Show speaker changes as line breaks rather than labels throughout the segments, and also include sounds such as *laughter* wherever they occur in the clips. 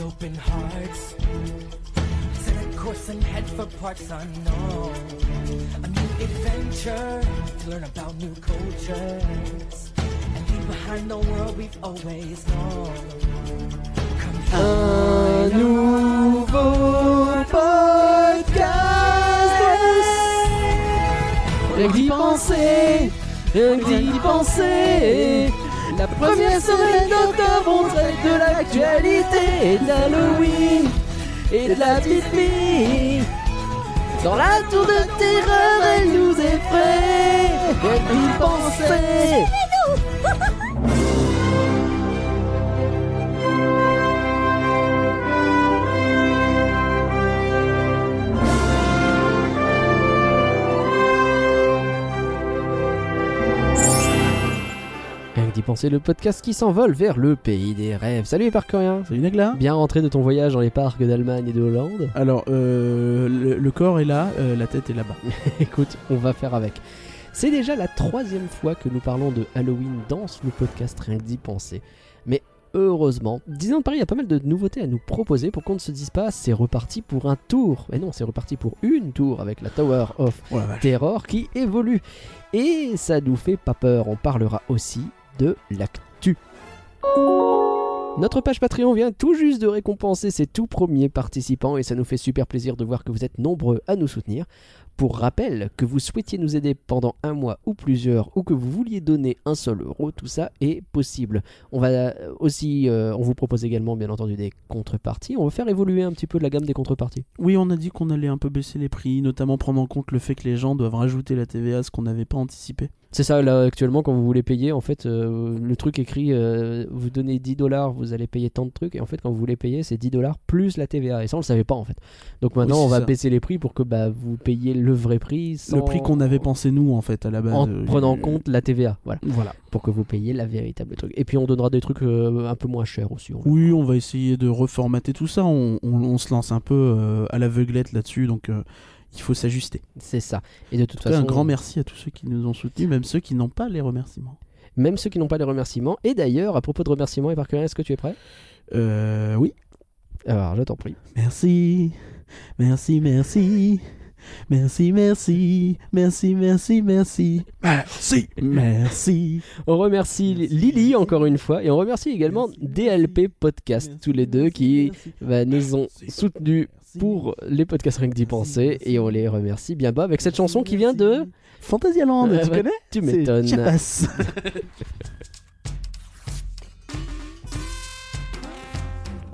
open hearts. Set a course and head for parts unknown. A new adventure to learn about new cultures. And leave behind the world we've always known. Come
Un nouveau podcast Rien que d'y penser, rien que d'y penser La première semaine d'octobre, on traite de l'actualité et d'Halloween et de la petite fille Dans la tour de terreur, elle nous effraie Rien que d'y penser Rien que d'y penser, le podcast qui s'envole vers le pays des rêves. Salut les parcouriens
Salut Nagla
Bien rentré de ton voyage dans les parcs d'Allemagne et de Hollande. *laughs*
Alors, euh, le, le corps est là, euh, la tête est là-bas.
Écoute, on va faire avec. C'est déjà la troisième fois que nous parlons de Halloween dans le podcast Rien que d'y penser. Mais heureusement, disons de Paris, il y a pas mal de nouveautés à nous proposer pour qu'on ne se dise pas c'est reparti pour un tour. Et non, c'est reparti pour une tour avec la Tower of
Oh la vache.
Terror qui évolue. Et ça nous fait pas peur, on parlera aussi de l'actu. Notre page Patreon vient tout juste de récompenser ses tout premiers participants et ça nous fait super plaisir de voir que vous êtes nombreux à nous soutenir. Pour rappel, que vous souhaitiez nous aider pendant un mois ou plusieurs ou que vous vouliez donner un seul euro, tout ça est possible. On va aussi, euh, on vous propose également bien entendu des contreparties. On va faire évoluer un petit peu la gamme des contreparties.
Oui, on a dit qu'on allait un peu baisser les prix, notamment prendre en compte le fait que les gens doivent rajouter la TVA, ce qu'on n'avait pas anticipé.
C'est ça, là, actuellement, quand vous voulez payer, en fait, euh, le truc écrit, euh, vous donnez 10 dollars, vous allez payer tant de trucs, et en fait, quand vous voulez payer, c'est 10 dollars plus la TVA, et ça, on le savait pas, en fait. Donc maintenant,
Oui, c'est
on va
ça.
baisser les prix pour que bah, vous payiez le vrai prix, sans-
Le prix qu'on avait pensé nous, en fait, à la base.
en
euh,
prenant en
euh,
compte la TVA, voilà,
Voilà.
pour que vous payiez la véritable truc. Et puis, on donnera des trucs euh, un peu moins chers aussi. on-
Oui, on va essayer de reformater tout ça. On, on- on se lance un peu euh, à l'aveuglette là-dessus, donc euh, il faut s'ajuster.
C'est ça. Et de toute
En tout cas,
façon,
Un grand merci à tous ceux qui nous ont soutenus, même ceux qui n'ont pas les remerciements.
même ceux qui n'ont pas les remerciements. Et d'ailleurs, à propos de remerciements, et par est-ce que tu es prêt
Euh, oui.
Alors, je t'en prie.
Merci, merci, merci, merci, merci, merci, merci, merci, merci, merci.
On remercie
Merci.
Lily encore une fois et on remercie également
Merci.
DLP Podcast tous les deux qui bah, nous ont
Merci.
soutenus pour les podcasts Rien que d'y
Merci,
penser
merci.
et on les remercie bien bas avec cette chanson qui vient de
Fantasyland,
Euh,
tu
bah,
connais
Tu
C'est
m'étonnes.
Chiapas.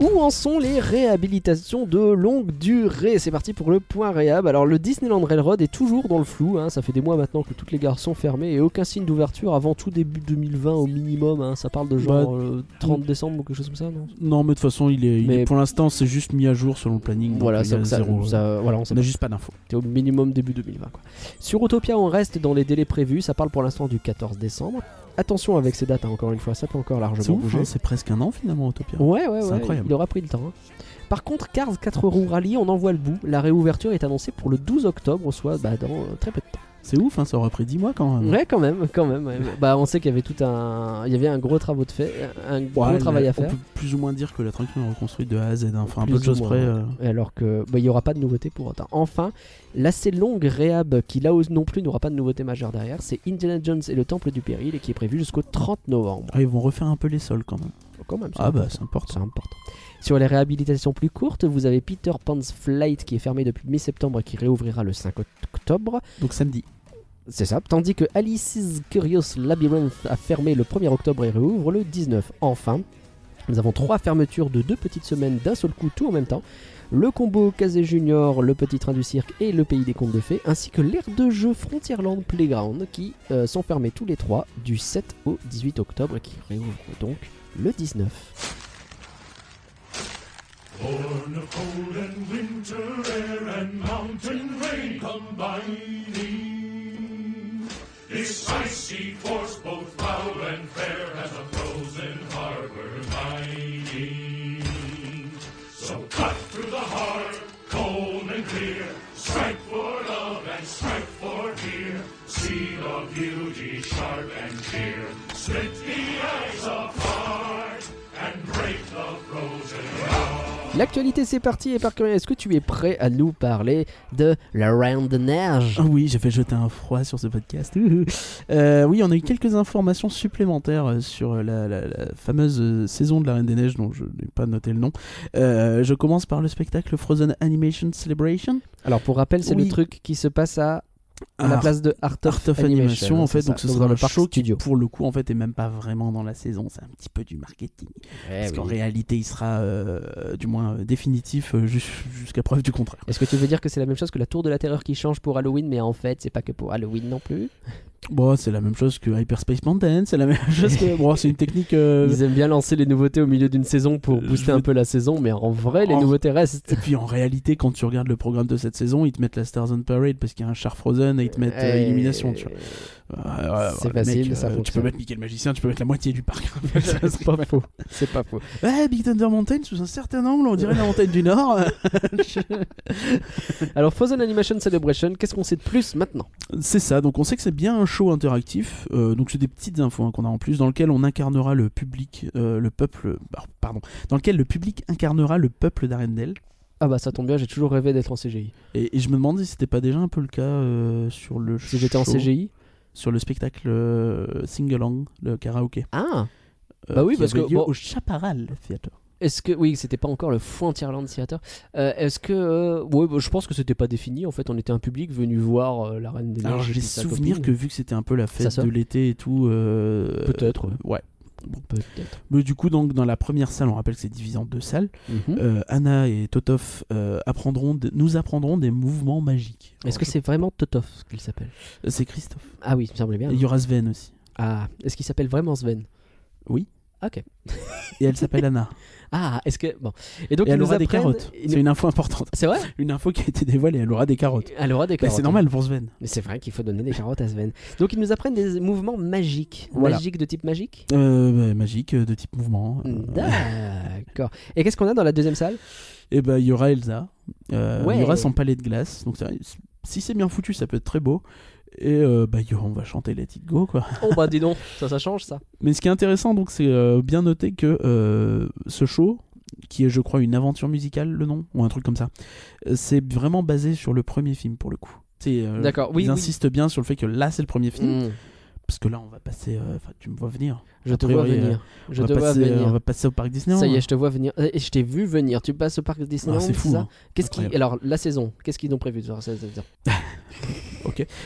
Où en sont les réhabilitations de longue durée C'est parti pour le point réhab. Alors le Disneyland Railroad est toujours dans le flou. hein. Ça fait des mois maintenant que toutes les gares sont fermées et aucun signe d'ouverture avant tout début 2020 au minimum. hein. Ça parle de genre
Bah,
euh, 30 décembre ou quelque chose comme ça, non
Non, mais de toute façon, il est, il
Mais-
est- pour l'instant, c'est juste mis à jour selon le planning. donc
Voilà,
il y
ça,
a
ça-
zéro-
ça- voilà, on sait
on n'a juste pas d'infos.
C'était au minimum début 2020. quoi. Sur Autopia, on reste dans les délais prévus. Ça parle pour l'instant du 14 décembre. Attention avec ces dates, hein, encore une fois, ça peut encore
C'est
largement
ouf,
bouger.
hein, c'est presque un an finalement, Autopia.
Ouais, ouais,
C'est
ouais.
incroyable.
Il aura pris le temps. hein. Par contre, Cars 4 roues rallye, on en voit le bout. La réouverture est annoncée pour le 12 octobre, soit bah, dans euh, très peu de temps.
C'est ouf, hein, ça aurait pris 10 mois quand même.
Ouais, quand même, quand même. ouais. bah, on sait qu'il y avait tout un, il y avait un gros travaux de fait, un gros
Ouais, là,
travail à
On
faire.
peut plus ou moins dire que la traction est reconstruite de A à Z, hein. enfin un
Plus
peu de
ou
choses
moins,
près.
ouais.
euh,
alors que bah, il n'y aura pas de nouveauté pour autant. Enfin, l'assez longue réhab qui là aussi non plus n'aura pas de nouveauté majeure derrière, c'est Indiana Jones et le Temple du Péril et qui est prévu jusqu'au 30 novembre.
Ah, ils vont refaire un peu les sols quand même.
Quand même, c'est
Ah bah
important.
c'est important.
c'est important. Sur les réhabilitations plus courtes, vous avez Peter Pan's Flight qui est fermé depuis mi-septembre et qui réouvrira le 5 octobre.
Donc samedi.
C'est ça. Tandis que Alice's Curious Labyrinth a fermé le 1er octobre et réouvre le 19. Enfin, nous avons trois fermetures de deux petites semaines d'un seul coup, tout en même temps. Le combo Casé Junior, le petit train du cirque et le pays des contes de fées, ainsi que l'aire de jeu Frontierland Playground qui euh, sont fermés tous les trois du 7 au 18 octobre et qui réouvrent donc le 19.
Born of cold and winter air and mountain rain combining. This icy force, both foul and fair, has a frozen harbor mining. So cut through the heart, cold and clear, strike for love and strike for fear. Seed of beauty, sharp and clear, split the ice apart and break the frozen heart.
L'actualité, c'est parti. Et par est-ce que tu es prêt à nous parler de la Reine de Neige
Ah oui, j'avais jeté un froid sur ce podcast. *laughs* Ouhou. Euh, oui, on a eu quelques informations supplémentaires euh, sur la, la- la fameuse euh, saison de la Reine des Neiges dont je n'ai pas noté le nom. Euh, je commence par le spectacle Frozen Animation Celebration.
Alors, pour rappel, c'est le
Oui.
truc qui se passe à à la
Art-
place de Art of,
Art of Ah, Animation, en
hein,
fait,
c'est
donc
ça.
ce sera
dans
le
parc
show qui,
studio.
pour le coup, en fait, est même pas vraiment dans la saison. C'est un petit peu du marketing. parce qu'en réalité, il sera euh, du moins euh, définitif euh, jus- jusqu'à preuve du contraire.
Est-ce que tu veux dire que c'est la même chose que la Tour de la Terreur qui change pour Halloween, mais en fait, c'est pas que pour Halloween non plus
Bon, c'est la même chose que Hyperspace Mountain, c'est la même chose que. Bon, c'est une technique. euh,
Ils aiment bien lancer les nouveautés au milieu d'une saison pour
Je
booster
veux-
un peu la saison, mais en vrai, les
En-
nouveautés restent.
Et puis en réalité, quand tu regardes le programme de cette saison, ils te mettent la Stars on Parade parce qu'il y a un char Frozen et ils te mettent euh, Illumination. Tu vois. Ouais, ouais,
Eh, c'est
ouais,
facile,
mec, euh,
ça
Tu
fonctionne.
peux mettre Mickey le Magicien, tu peux mettre la moitié
*laughs*
du parc.
c'est pas faux. C'est pas faux.
ouais, Big Thunder Mountain sous un certain angle, on dirait la montagne du Nord. *laughs*
Alors, Frozen Animation Celebration, qu'est-ce qu'on sait de plus maintenant
C'est ça, donc on sait que c'est bien un show interactif, euh, donc c'est des petites infos hein, qu'on a en plus, dans lequel on incarnera le public, euh, le peuple, bah, pardon, dans lequel le public incarnera le peuple d'Arendelle.
Ah bah ça tombe bien, j'ai toujours rêvé d'être en CGI.
Et, et je me demandais si c'était pas déjà un peu le cas euh, sur le
Si j'étais en
show,
CGI
sur le spectacle euh, Sing-Along, le karaoké.
Ah
euh,
Bah oui,
qui
parce
avait
que,
lieu
bon-
au Chaparral Theatre.
Est-ce que oui, c'était pas encore le Frontierland Theater. Euh, Est-ce que euh, ouais, bah, je pense que c'était pas défini. En fait, on était un public venu voir euh, la Reine des Neiges.
Alors j'ai
et sa
souvenir que
copine.
vu que c'était un peu la
Ça
fête
sort
de l'été et tout, euh,
Peut-être, ouais.
ouais.
Euh, peut-être.
Mais du coup, donc, dans la première salle, on rappelle que c'est divisé en deux salles.
Mhm.
Euh, Anna et Totov euh, apprendront de- nous apprendrons des mouvements magiques.
Est-ce que
Alors,
c'est vraiment Totov qu'il s'appelle
je- c'est Christophe
Ah oui, il me semblait bien.
Et Il y aura Sven aussi.
Ah, est-ce qu'il s'appelle vraiment Sven
Oui.
Ok.
Et elle s'appelle Anna.
Ah, est-ce que bon Et *laughs* donc
et
il
elle
nous
aura des
apprennent-
carottes.
ils
C'est
nous-
une info importante.
C'est vrai
Une info qui a été dévoilée, elle aura des carottes.
Elle aura des
Bah,
carottes. hein.
c'est normal pour Sven.
Mais c'est vrai qu'il faut donner des carottes à Sven. Donc ils nous apprennent des mouvements magiques,
Voilà.
magiques de type magique.
Euh, bah, magique, euh, de type mouvement.
D'accord. Et qu'est-ce qu'on a dans la deuxième salle
Et bah, il y aura Elsa. Euh, Il
Ouais.
y aura son palais de glace. Donc, c'est vrai, si c'est bien foutu, ça peut être très beau. Et euh, bah, il y aura- on va chanter Let It Go, quoi.
Oh bah dis donc, ça ça change ça.
Mais ce qui est intéressant, donc, c'est euh, bien noter que euh, ce show, qui est, je crois, une aventure musicale, le nom, ou un truc comme ça, euh, c'est vraiment basé sur le premier film, pour le coup. C'est, euh,
D'accord, oui, oui.
Ils
Mm. Hmm.
insistent bien sur le fait que là, c'est le premier film, parce que là, on va passer. euh, Enfin, tu me vois venir.
Je
A
te
priori,
vois
euh,
venir. Je
on,
te
va
vois
passer, euh, on
venir.
va passer au parc Disney.
Ça y est, je te vois venir. Euh, Et je t'ai vu venir. Tu passes au parc Disneyland,
c'est fou.
ça
hein.
Qu'est-ce qui
Incroyable.
alors la saison Qu'est-ce qu'ils ont prévu sur la saison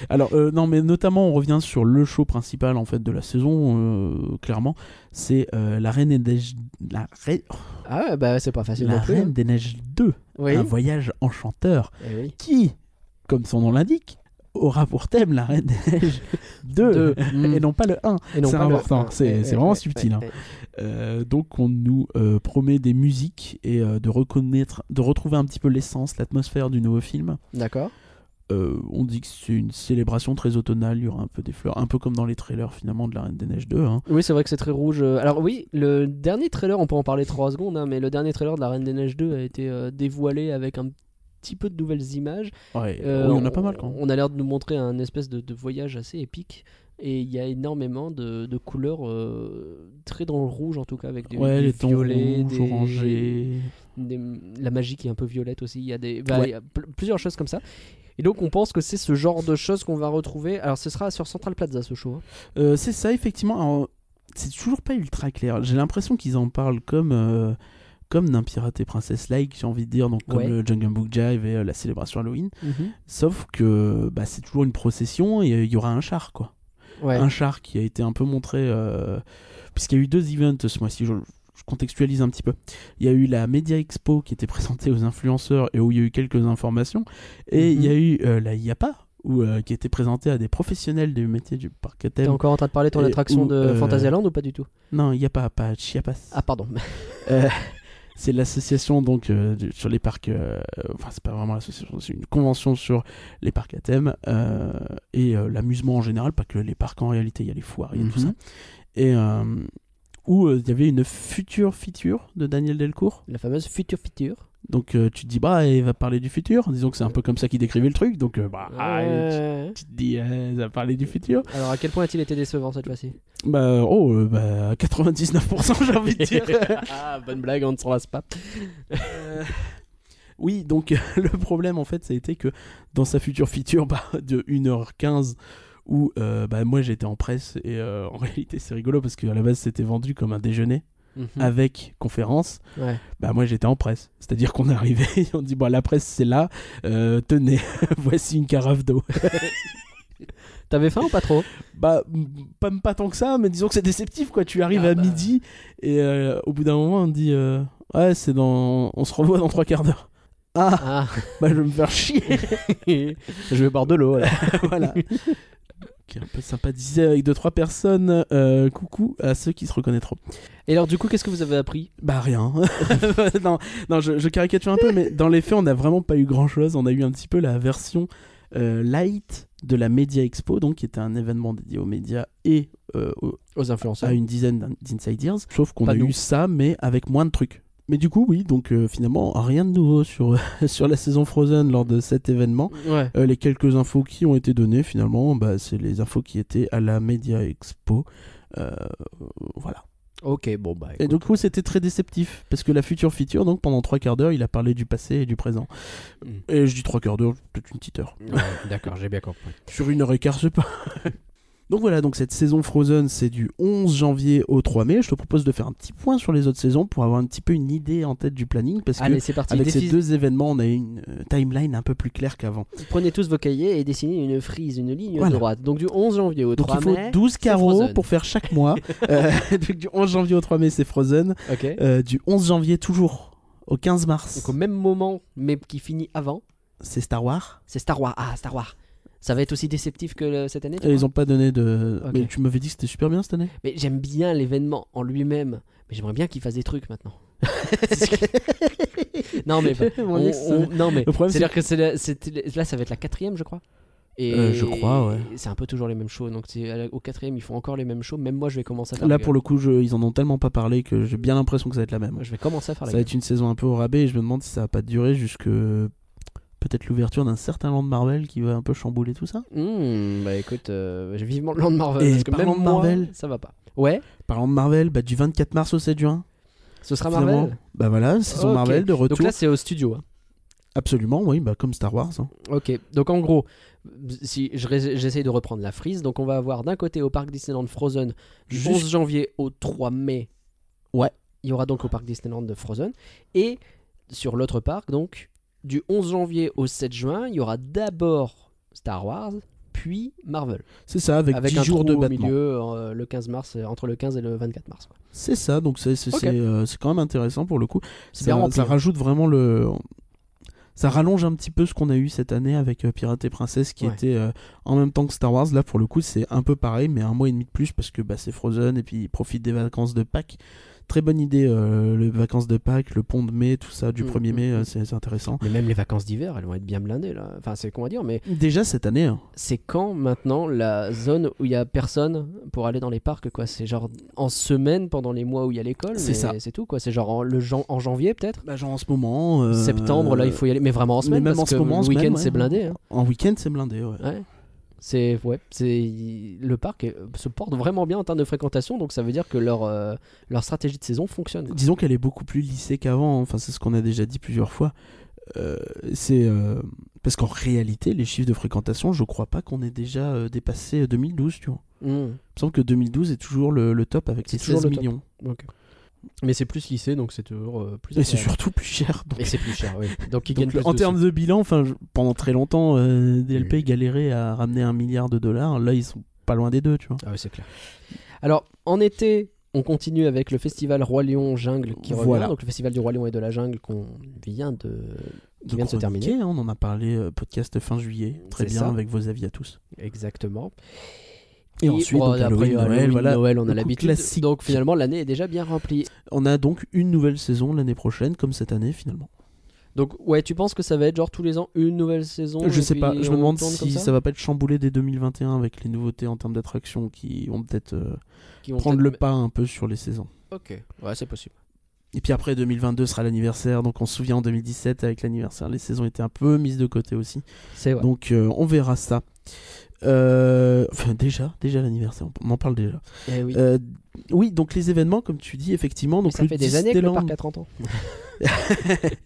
Alors, euh, non, mais notamment, on revient sur le show principal en fait de la saison. euh, clairement, c'est euh, la Reine des Neiges, la, Re- oh,
Ah ouais, bah c'est pas facile
la
non plus.
Reine Ah,
hein.
des Neiges 2,
Oui.
un voyage enchanteur.
Eh oui.
qui, comme son nom l'indique, aura pour thème la Reine des
*laughs*
Neiges 2
Deux. Mm.
*laughs* et non pas le 1.
Et non
c'est
pas le-
important,
Ah,
c'est-
eh,
c'est
eh,
vraiment
eh,
subtil,
eh,
hein.
eh.
Euh, donc on nous euh, promet des musiques et euh, de reconnaître, de retrouver un petit peu l'essence, l'atmosphère du nouveau film.
eh. D'accord.
Euh, on dit que c'est une célébration très automnale, il y aura un peu des fleurs, un peu comme dans les trailers finalement de la Reine des Neiges 2. hein.
Oui, c'est vrai que c'est très rouge. Euh, Alors oui, le dernier trailer, on peut en parler 3 secondes, hein, mais le dernier trailer de la Reine des Neiges 2 a été euh, dévoilé avec un petit peu de nouvelles images.
Ouais,
Euh,
oui, on a pas mal quand même.
On a l'air de nous montrer un espèce de, de voyage assez épique. Et il y a énormément de, de couleurs euh, très dans le rouge en tout cas avec des,
Ouais,
des
les tons
violets,
rouges,
des-
orangés.
des- la magie qui est un peu violette aussi. Il y a des bah,
Ouais.
il y a pl- plusieurs choses comme ça. Et donc on pense que c'est ce genre de choses qu'on va retrouver. Alors ce sera sur Central Plaza ce show. hein.
Euh, c'est ça, effectivement. Alors, c'est toujours pas ultra clair. J'ai l'impression qu'ils en parlent comme, euh, comme d'un pirate et princesse like, j'ai envie de dire, donc comme
Ouais.
le Jungle Book Jive et euh, la célébration Halloween. Sauf que bah, c'est toujours une procession et euh, il y aura un char, quoi.
Ouais.
Un char qui a été un peu montré, euh, puisqu'il y a eu deux events ce mois-ci. Je, je contextualise un petit peu. Il y a eu la Media Expo qui était présentée aux influenceurs et où il y a eu quelques informations. Et il y a eu euh, la IAPA. Où, euh, qui était présentée à des professionnels du métier du parc à
T'es
thème.
encore en train de parler de ton
Et
attraction
où,
de
euh,
Fantasyland ou pas du tout
Non, il n'y a pas, pas à Chiapas.
Ah pardon. *laughs*
C'est l'association donc euh, du- sur les parcs. euh, enfin, c'est pas vraiment l'association, c'est une convention sur les parcs à thème euh, et euh, l'amusement en général, pas que les parcs en réalité, il y a les foires, il y a tout
Mhm.
ça. Et euh, où euh, il y avait une future feature de Daniel Delcourt.
La fameuse future feature.
Donc euh, tu te dis, bah, il va parler du futur. Disons que c'est un peu comme ça qu'il décrivait le truc. Donc, euh, bah, ah, tu,
Ouais.
tu te dis, euh, il va parler du futur.
Alors, à quel point a-t-il été décevant cette fois-ci
Bah, oh, euh, bah, 99%, j'ai envie
*laughs*
de dire. *laughs*
Ah, bonne blague, on ne s'en lasse pas.
Euh, Oui, donc *laughs* le problème en fait, ça a été que dans sa future feature *laughs* bah, de 1h15, où euh, bah, moi j'étais en presse, et euh, en *laughs* réalité c'est rigolo parce qu'à la base c'était vendu comme un déjeuner
Hmm.
avec conférence,
Ouais.
bah moi j'étais en presse. C'est-à-dire qu'on *laughs* est arrivé, et on dit bon, la presse c'est là, euh, tenez, *laughs* voici une carafe d'eau. *laughs*
T'avais faim ou pas trop
Bah, m- pas, pas tant que ça, mais disons que c'est déceptif, quoi. Tu arrives
Ah
à
bah.
midi et euh, au bout d'un moment, on dit euh, Ouais, c'est dans. On se revoit dans trois quarts d'heure. Ah,
Ah,
*laughs* bah je vais me faire chier
je vais boire de l'eau. alors.
*laughs* Voilà. Qui est un peu sympathisé avec deux, trois personnes. Euh, coucou à ceux qui se reconnaîtront.
Et alors, du coup, qu'est-ce que vous avez appris
Bah, rien. *laughs* non, non je, je caricature un peu, mais dans les faits, on n'a vraiment pas eu grand-chose. On a eu un petit peu la version euh, light de la Media Expo, donc qui était un événement dédié aux médias et euh, aux
aux influenceurs
à une dizaine d'in- d'insiders, sauf qu'on
Pas
a
nous.
eu ça, mais avec moins de trucs. Mais du coup, oui, donc euh, finalement, rien de nouveau sur, *laughs* sur la saison Frozen lors de cet événement.
Ouais.
Euh, les quelques infos qui ont été données, finalement, bah, c'est les infos qui étaient à la Media Expo. Euh, voilà.
Ok, bon, bah.
Et du coup, c'était très déceptif, parce que la future feature, donc pendant trois quarts d'heure, il a parlé du passé et du présent.
Mm.
Et je dis trois quarts d'heure, peut-être une petite heure.
Ouais, D'accord, j'ai bien compris.
Sur une heure et quart, c'est pas. *laughs* donc voilà, donc cette saison Frozen, c'est du 11 janvier au 3 mai. Je te propose de faire un petit point sur les autres saisons pour avoir un petit peu une idée en tête du planning parce que
Allez, Ah, c'est parti.
avec ces
Défi-
deux événements, on a une euh, timeline un peu plus claire qu'avant.
Prenez tous vos cahiers et dessinez une frise, une ligne
Voilà.
droite. Donc, du 11 janvier au
Donc
3
il faut
mai.
12 carreaux
Frozen.
pour faire chaque
*laughs*
mois. Euh, donc du 11 janvier au 3 mai, c'est Frozen.
Ok.
Euh, du 11 janvier toujours au 15 mars,
Donc, au même moment, mais qui finit avant,
c'est Star Wars.
c'est Star Wars. Ah, Star Wars. Ça va être aussi déceptif que le- cette année Ah, tu
Et Euh, ils
crois
ont pas donné de.
Ok.
Mais tu m'avais dit que c'était super bien
*laughs*
cette année.
Mais j'aime bien l'événement en lui-même. Mais j'aimerais bien qu'ils fassent des trucs maintenant.
*laughs*
*laughs* non, mais. bah,
Mon
on-
Dieu, c'est-
on- non, mais.
Le problème, c'est
C'est-à-dire que c'est la- c'est- là, ça va être la quatrième, je crois. Et
Euh, je crois, ouais.
et C'est un peu toujours les mêmes shows. Donc, c'est à la- au quatrième, ils font encore les mêmes shows. Même moi, je vais commencer à faire.
Là,
la
pour
gueule.
le coup, je- ils en ont tellement pas parlé que j'ai bien l'impression que ça va être la même.
Je vais commencer à faire la
Ça va
gueule.
être une saison un peu au rabais et je me demande si ça va pas durer jusque peut-être l'ouverture d'un certain land Marvel qui va un peu chambouler tout ça.
Hmm, bah écoute, euh, j'ai vivement le land Marvel.
Et
parce que
parlant
même
de
moi,
Marvel-
ça va pas. Ouais,
Parlant de Marvel, bah, du 24 mars au 7 juin.
ce sera
finalement.
Marvel.
Bah voilà, saison
Ok.
Marvel de retour.
Donc là, c'est au studio. hein.
Absolument, oui, bah, comme Star Wars. hein.
Ok, donc en gros, si je ré- j'essaye de reprendre la frise, donc on va avoir d'un côté au parc Disneyland Frozen du
Juste-
11 janvier au 3 mai.
Ouais.
Il y aura donc au parc Disneyland de Frozen. Et sur l'autre parc, donc du 11 janvier au 7 juin, il y aura d'abord Star Wars, puis Marvel.
C'est ça, avec,
Avec
10
un
jours
trou
de
au
battement.
milieu euh, le 15 mars, euh, entre le 15 et le 24 mars. quoi.
C'est ça, donc c'est c'est
Ok.
c'est, euh, c'est quand même intéressant pour le coup.
C'est
Ça,
bien rempli,
ça
hein.
rajoute vraiment le. Ça rallonge un petit peu ce qu'on a eu cette année avec euh, Pirates et Princesse qui
Ouais.
était euh, en même temps que Star Wars. Là, pour le coup, c'est un peu pareil, mais un mois et demi de plus parce que bah, c'est Frozen et puis ils profitent des vacances de Pâques. Très bonne idée, euh, les vacances de Pâques, le pont de mai, tout ça, du
Mm,
1er
mm,
mai,
mm.
euh, c'est c'est intéressant.
Mais même les vacances d'hiver, elles vont être bien blindées là. Enfin, c'est con à dire, mais
Déjà cette année, hein.
c'est quand maintenant la zone où il y a personne pour aller dans les parcs quoi C'est genre en semaine pendant les mois où il y a l'école,
C'est
mais
ça.
C'est tout quoi. C'est genre en, le jan- en janvier peut-être.
bah, genre en ce moment. euh,
Septembre là, il faut y aller, mais vraiment en
mais
semaine
même
parce
en ce
que
moment, en
le
semaine,
week-end
ouais.
c'est blindé. hein.
En week-end, c'est blindé, ouais.
Ouais. C'est ouais, c'est le parc est- se porte vraiment bien en termes de fréquentation, donc ça veut dire que leur euh, leur stratégie de saison fonctionne. quoi.
Disons qu'elle est beaucoup plus lissée qu'avant, hein. enfin c'est ce qu'on a déjà dit plusieurs fois. Euh, c'est euh, parce qu'en réalité, les chiffres de fréquentation, je crois pas qu'on ait déjà euh, dépassé 2012, tu vois.
Mm.
Il me semble que 2012 est toujours le, le top avec
C'est
les
toujours
16
le top.
millions.
Ok. Mais c'est plus lissé, donc c'est toujours euh, plus.
Et c'est
agréable.
surtout plus cher. donc.
Et c'est plus cher, oui. Donc ils
Donc,
gagnent plus
en
dessus.
termes de bilan, enfin, je- pendant très longtemps, euh, DLP galérait à ramener un milliard de dollars. Là, ils sont pas loin des deux, tu vois.
Ah oui, c'est clair. Alors, en été, on continue avec le festival Roi Lion Jungle qui revient.
Voilà.
Donc, le festival du Roi Lion et de la Jungle qu'on vient de. qui vient de se
chroniquer,
terminer.
hein, on en a parlé euh, podcast fin juillet. Très
C'est
bien,
ça.
avec vos avis à tous.
Exactement. Oh,
Et ensuite, donc,
après,
Halloween, Noël,
Halloween,
voilà,
Noël, on
le
a
coup
l'habitude.
classique.
Donc, finalement, l'année est déjà bien remplie.
On a donc une nouvelle saison l'année prochaine, comme cette année finalement.
Donc, ouais, tu penses que ça va être genre tous les ans une nouvelle saison
Je
et
sais
puis
pas, je me
on
demande
tourne
si
comme
ça, va pas être chamboulé dès 2021 avec les nouveautés en termes d'attractions qui vont peut-être euh,
Qui vont
prendre le
peut-être-
pas un peu sur les saisons.
Ok, ouais, c'est possible.
Et puis après, 2022 sera l'anniversaire. Donc on se souvient en 2017, avec l'anniversaire, les saisons étaient un peu mises de côté aussi.
C'est vrai.
Donc euh, on verra ça. Euh, enfin, déjà, déjà l'anniversaire, on en parle déjà.
Eh oui.
Euh, oui, donc les événements, comme tu dis, effectivement. Donc
ça
le
fait des années que le
Disneyland-
parc a 30 ans.
*laughs*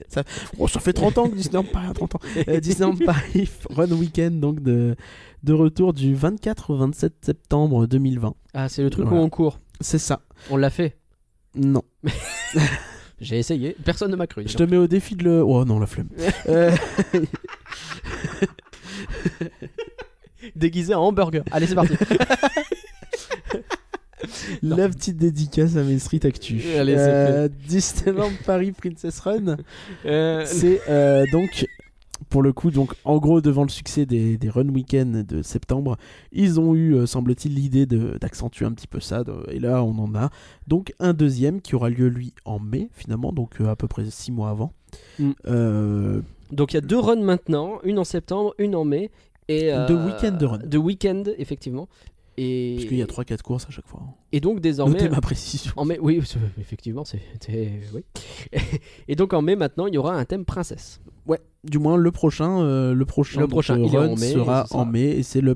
ça, oh, ça fait 30 ans que Disneyland Paris a 30 ans. *laughs* Euh, Disneyland Paris Run Weekend, donc de, de retour du 24 au 27 septembre 2020.
Ah, c'est le truc
Voilà.
où on court.
C'est ça.
On l'a fait.
Non.
J'ai essayé. Personne ne m'a cru.
Je te mets au défi de le. Oh non, la flemme. Euh,
*laughs* déguisé en hamburger. Allez, c'est
*laughs*
parti. Non.
la petite dédicace à mes street actu.
Allez, c'est
Euh, Disneyland Paris Princess Run. C'est euh, donc pour le coup donc en gros devant le succès des, des Run Weekend de septembre, ils ont eu euh, semble-t-il l'idée de- d'accentuer un petit peu ça de- et là on en a donc un deuxième qui aura lieu lui en mai finalement donc euh, à peu près six mois avant.
Mm.
Euh,
Donc il y a deux runs maintenant, une en septembre, une en mai. Et,
Deux week-ends de run.
De week-end, effectivement. Et,
Puisqu'il y a 3-4 courses à chaque fois. hein.
et donc désormais.
Notez ma précision.
En mai, oui, c'est- effectivement, c'est. c'est- Oui. *laughs* Et donc en mai maintenant, il y aura un thème princesse.
Ouais, du moins le prochain, euh, le prochain,
Le
donc,
prochain,
euh,
il est en
run
mai,
sera
et ce
en
sera-
mai et c'est le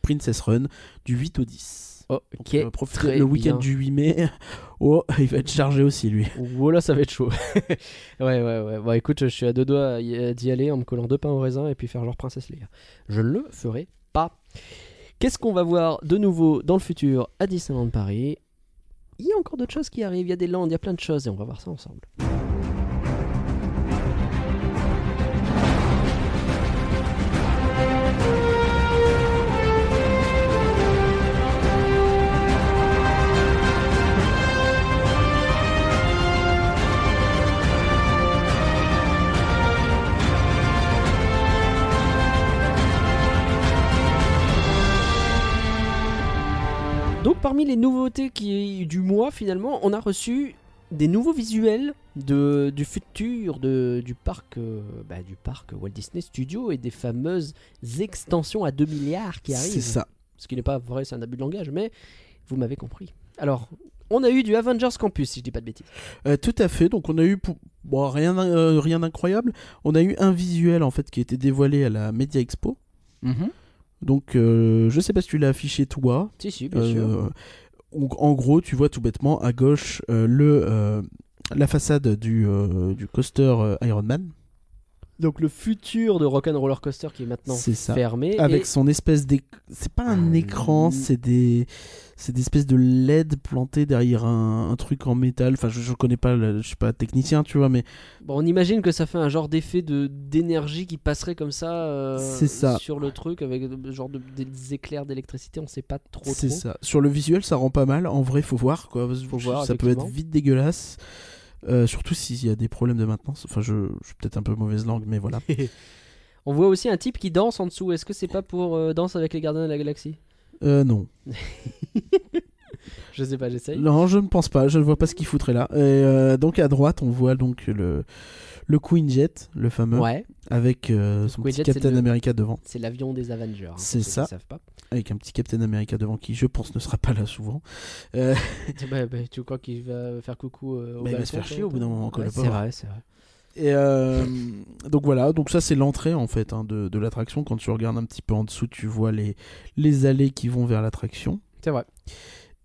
Princess Run du 8 au 10.
Oh,
Donc,
qui est
euh, profitez-
très
le week-end
bien.
du 8 mai, *laughs* oh, il va être chargé aussi lui.
Voilà, ça va être chaud. *laughs* ouais, ouais, ouais. Bon, écoute, je suis à deux doigts y- euh, d'y aller en me collant deux pains au raisin et puis faire genre princesse Léa. Je ne le ferai pas. Qu'est-ce qu'on va voir de nouveau dans le futur à Disneyland Paris Il y a encore d'autres choses qui arrivent, il y a des landes, il y a plein de choses et on va voir ça ensemble. Donc parmi les nouveautés qui du mois finalement, on a reçu des nouveaux visuels de, du futur de, du parc euh, bah, du parc Walt Disney Studio et des fameuses extensions à 2 milliards qui arrivent.
C'est ça.
Ce qui n'est pas vrai, c'est un abus de langage, mais vous m'avez compris. Alors, on a eu du Avengers Campus, si je dis pas de bêtises.
Euh, tout à fait. Donc on a eu pour- bon, rien d'in- euh, rien d'incroyable. On a eu un visuel en fait qui a été dévoilé à la Media Expo.
Mhm.
Donc euh, je sais pas si tu l'as affiché toi.
Si, si, bien sûr.
Euh, donc, en gros, tu vois tout bêtement à gauche euh, le euh, la façade du euh, du coaster euh, Iron Man.
Donc le futur de Rock'n'Roller Coaster qui est maintenant
C'est ça.
fermé.
Avec
et-
son espèce d'éc... c'est pas un
Euh,
écran, c'est des c'est des espèces de LED plantées derrière un, un truc en métal. Enfin, je, je connais pas, le- je suis pas technicien, tu vois, mais
Bon, on imagine que ça fait un genre d'effet de d'énergie qui passerait comme ça, euh,
C'est ça.
sur le truc avec euh, genre de- des éclairs d'électricité, on sait pas trop
C'est
trop.
ça. Sur le visuel, ça rend pas mal. En vrai, faut voir quoi.
Faut voir,
ça peut être
effectivement.
vite dégueulasse. Euh, surtout s'il y a des problèmes de maintenance. Enfin, je, je suis peut-être un peu mauvaise langue, mais
*laughs*
voilà.
On voit aussi un type qui danse en dessous. Est-ce que c'est pas pour euh, danse avec les gardiens de la galaxie
Euh, non.
Je sais pas, j'essaye.
Non, je ne pense pas. Je ne vois pas ce qu'il foutrait là. Et, euh, donc à droite, on voit donc le, le Queen Jet, le fameux,
Ouais,
avec euh, son
Queen
petit
Jet, c'est
Captain
le-
America devant,
c'est l'avion des Avengers. hein, pour
C'est
ceux qui
ça.
savent pas.
avec un petit Captain America devant qui, je pense, ne sera pas là souvent.
Bah, bah, tu crois qu'il va faire coucou euh, au
Bah, il va
balcon,
se faire
toi,
chier au bout d'un moment, quoi,
Ouais,
le
C'est
pauvre.
vrai, c'est vrai.
Et euh, donc voilà, donc ça c'est l'entrée en fait hein, de, de l'attraction. Quand tu regardes un petit peu en dessous, tu vois les, les allées qui vont vers l'attraction.
C'est vrai.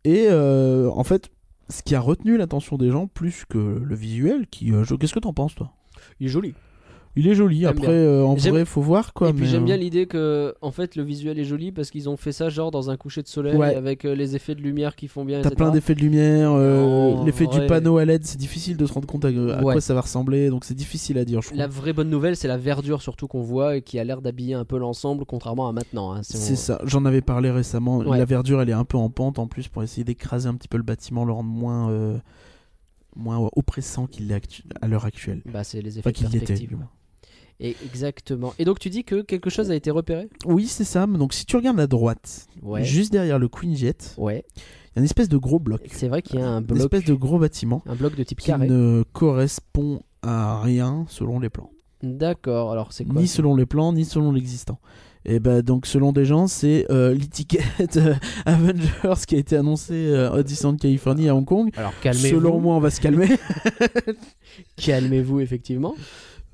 Et euh, en fait, ce qui a retenu l'attention des gens plus que le visuel, qui euh, je- qu'est-ce que t'en penses toi
Il est joli.
Il est joli.
J'aime
Après,
bien.
euh, en
J'aime-
vrai, faut voir quoi.
et puis
mais,
j'aime bien
euh,
l'idée que en fait le visuel est joli parce qu'ils ont fait ça genre dans un coucher de soleil
Ouais.
avec euh, les effets de lumière qui font bien.
T'as
etc.
plein d'effets de lumière, euh,
Non,
l'effet
en vrai.
du panneau à LED, c'est difficile de se rendre compte à, à
Ouais.
quoi ça va ressembler, donc c'est difficile à dire, je trouve.
La vraie bonne nouvelle, c'est la verdure surtout qu'on voit et qui a l'air d'habiller un peu l'ensemble, contrairement à maintenant. hein. Si on-
C'est ça, j'en avais parlé récemment.
Ouais.
La verdure, elle est un peu en pente en plus pour essayer d'écraser un petit peu le bâtiment, le rendre moins, euh, moins euh, oppressant qu'il l'est actu- à l'heure actuelle.
Bah, c'est les effets
Enfin,
de
qu'il y était.
perspective.
du moins.
Et exactement. Et donc tu dis que quelque chose a été repéré
Oui, c'est ça. Donc si tu regardes à droite,
Ouais.
juste derrière le Queen Jet, il
Ouais.
y a une espèce de gros bloc.
C'est vrai qu'il y a un
Une
bloc,
espèce de gros bâtiment
un bloc de type
qui
carré.
ne correspond à rien selon les plans.
D'accord. Alors c'est quoi
Ni
ça
selon les plans, ni selon l'existant. Et bah donc selon des gens, c'est euh, l'étiquette euh, *laughs* Avengers qui a été annoncée euh, à Disneyland Californie à Hong Kong.
Alors calmez-vous.
Selon moi, on va se calmer. *laughs*
Calmez-vous effectivement.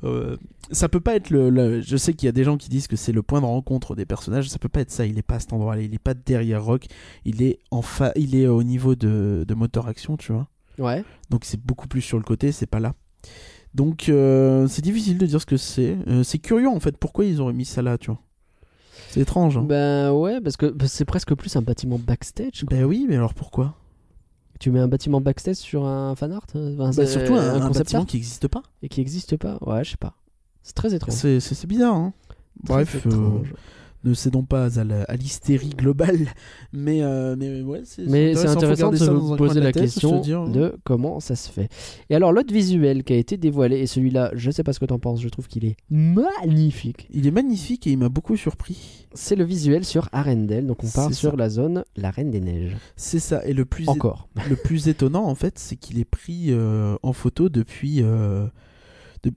Euh, ça peut pas être le, le- Je sais qu'il y a des gens qui disent que c'est le point de rencontre des personnages. Ça peut pas être ça. Il est pas à cet endroit-là. Il est pas derrière Rock. Il est en fa- Il est au niveau de, de moteur action, tu vois.
Ouais.
Donc c'est beaucoup plus sur le côté. C'est pas là. Donc euh, c'est difficile de dire ce que c'est. Euh, c'est curieux en fait. Pourquoi ils auraient mis ça là, tu vois C'est étrange. hein.
Ben ouais, parce que parce que c'est presque plus un bâtiment backstage. quoi.
Ben oui, mais alors pourquoi
Tu mets un bâtiment backstage sur un fan art, euh, enfin,
Bah,
euh,
Surtout un, un
concept
bâtiment
art
qui n'existe pas.
et qui n'existe pas. Ouais, je sais pas. C'est très étrange.
C'est c'est- c'est bizarre. hein.
Très
Bref, euh,
étrange.
ne cédons pas à la- à l'hystérie globale, mais, euh, mais ouais, c'est
Mais c'est
faut
intéressant de
garder ça dans un
se
coin
poser
de
la
tête,
question
se dire, euh,
de comment ça se fait. Et alors l'autre visuel qui a été dévoilé et celui-là, je sais pas ce que t'en penses, je trouve qu'il est magnifique.
Il est magnifique et il m'a beaucoup surpris.
C'est le visuel sur Arendelle, donc on part
C'est
sur
ça.
la zone la Reine des Neiges.
C'est ça. Et le plus, é-
Encore.
le plus étonnant, en fait, c'est qu'il est pris euh, en photo depuis. euh, de-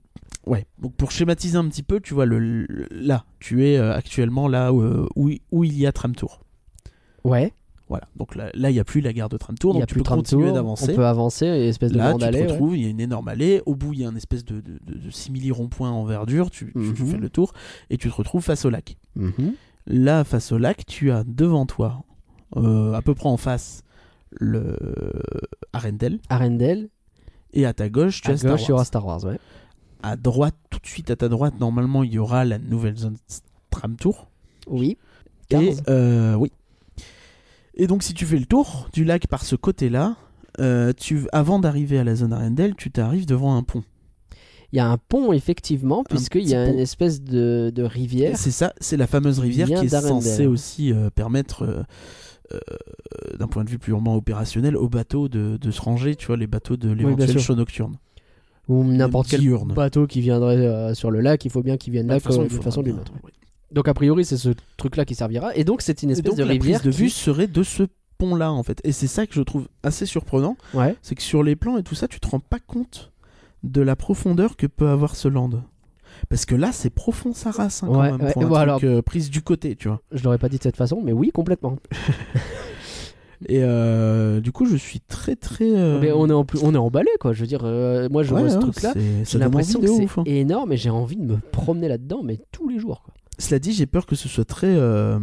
Ouais. Donc pour schématiser un petit peu, tu vois, le, le- là, tu es euh, actuellement là où, où, où il y a Tramtour.
Ouais.
Voilà. Donc là, là, il n'y a plus la gare de Tramtour.
Il y
Donc
a
tu
plus
peux
de
continuer
On
d'avancer.
peut avancer, et espèce de
Là,
grande
tu te
allée. ouais.
retrouves, il y a une énorme allée. Au bout, il y a un espèce de, de, de- de simili rond-point en verdure. Tu, tu- tu
Mhm.
fais le tour et tu te retrouves face au lac.
Mhm.
Là, face au lac, tu as devant toi, euh, à peu près en face, le Arendelle.
Arendelle.
Et à ta gauche, tu
à
as Star
gauche, il y aura
Wars.
Star Wars, ouais.
À droite, tout de suite à ta droite, normalement, il y aura la nouvelle zone s- tram tour.
Oui.
Et
15.
euh, oui. Et donc, si tu fais le tour du lac par ce côté-là, euh, tu, avant d'arriver à la zone Arendelle, tu t'arrives devant un pont.
Il y a un pont, effectivement, puisqu'il y a
petit
une
pont.
espèce de, de rivière.
C'est ça, c'est la fameuse rivière qui
Lien
est
d'Arendelle.
censée aussi euh, permettre, euh, euh, d'un point de vue purement opérationnel, aux bateaux de, de se ranger, tu vois, les bateaux de l'éventuel
sûr.
show nocturne.
Ou n'importe quel
diurne.
bateau qui viendrait euh, sur le lac, il faut bien qu'il vienne là comme-
il
d'une
faudra
façon ou d'une
bien-
autre.
ouais.
Donc, a priori, c'est ce truc-là qui servira. Et donc, c'est une
Et
espèce
donc
de
la
rivière.
prise de
qui-
vue serait de ce pont-là, en fait. Et c'est ça que je trouve assez surprenant,
Ouais.
c'est que sur les plans et tout ça, tu te rends pas compte de la profondeur que peut avoir ce land. Parce que là, c'est profond sa race, hein, quand
Ouais,
même,
ouais.
pour un
Bon,
truc,
alors-
euh, prise du côté, tu vois.
Je l'aurais pas dit de cette façon, mais oui, complètement.
Et euh, du coup, je suis très, très... euh,
Mais on est, en plus, on est emballé, quoi. Je veux dire, euh, moi, je
ouais,
vois ce
hein,
truc-là.
c'est-
J'ai
ça donne envie
l'impression que
de ouf,
c'est
hein.
énorme et j'ai envie de me promener là-dedans, mais tous les jours. Quoi.
Cela dit, j'ai peur que ce soit très euh,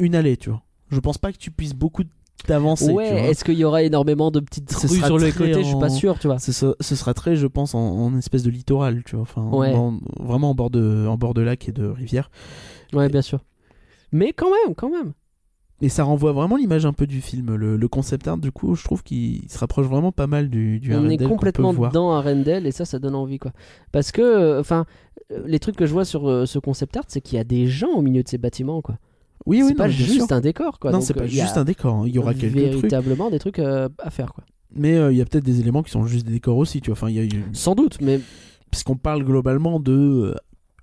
une allée, tu vois. Je pense pas que tu puisses beaucoup t'avancer. tu vois.
Ouais, est-ce qu'il y aura énormément de petites
hein. Ce
rues
sera
sur le
très
côté Je suis pas
en-
sûr, tu vois.
Ah, Ce, sera- ce sera très, je pense, en, en espèce de littoral, tu vois. Enfin,
Ouais.
en- vraiment en bord de, en bord de lac et de rivière.
Ouais, bien sûr. Mais quand même, quand même.
Et ça renvoie vraiment l'image un peu du film. Le, le concept art, du coup, je trouve qu'il se rapproche vraiment pas mal du. du
on
Arendelle
est
qu'on peut
complètement
voir.
dedans à Rendell et ça, ça donne envie, quoi. Parce que, euh, enfin, euh, les trucs que je vois sur euh, ce concept art, c'est qu'il y a des gens au milieu de ces bâtiments, quoi.
Oui, oui,
c'est pas
non, bien sûr.
juste un décor, quoi.
Non,
Donc,
c'est
euh,
pas
il y a
juste un décor. hein. Il y aura quelques trucs,
véritablement des trucs euh, à faire, quoi.
mais euh, il y a peut-être des éléments qui sont juste des décors aussi. Tu vois, enfin, il y a, il y a-
Sans doute, mais
parce qu'on parle globalement de euh,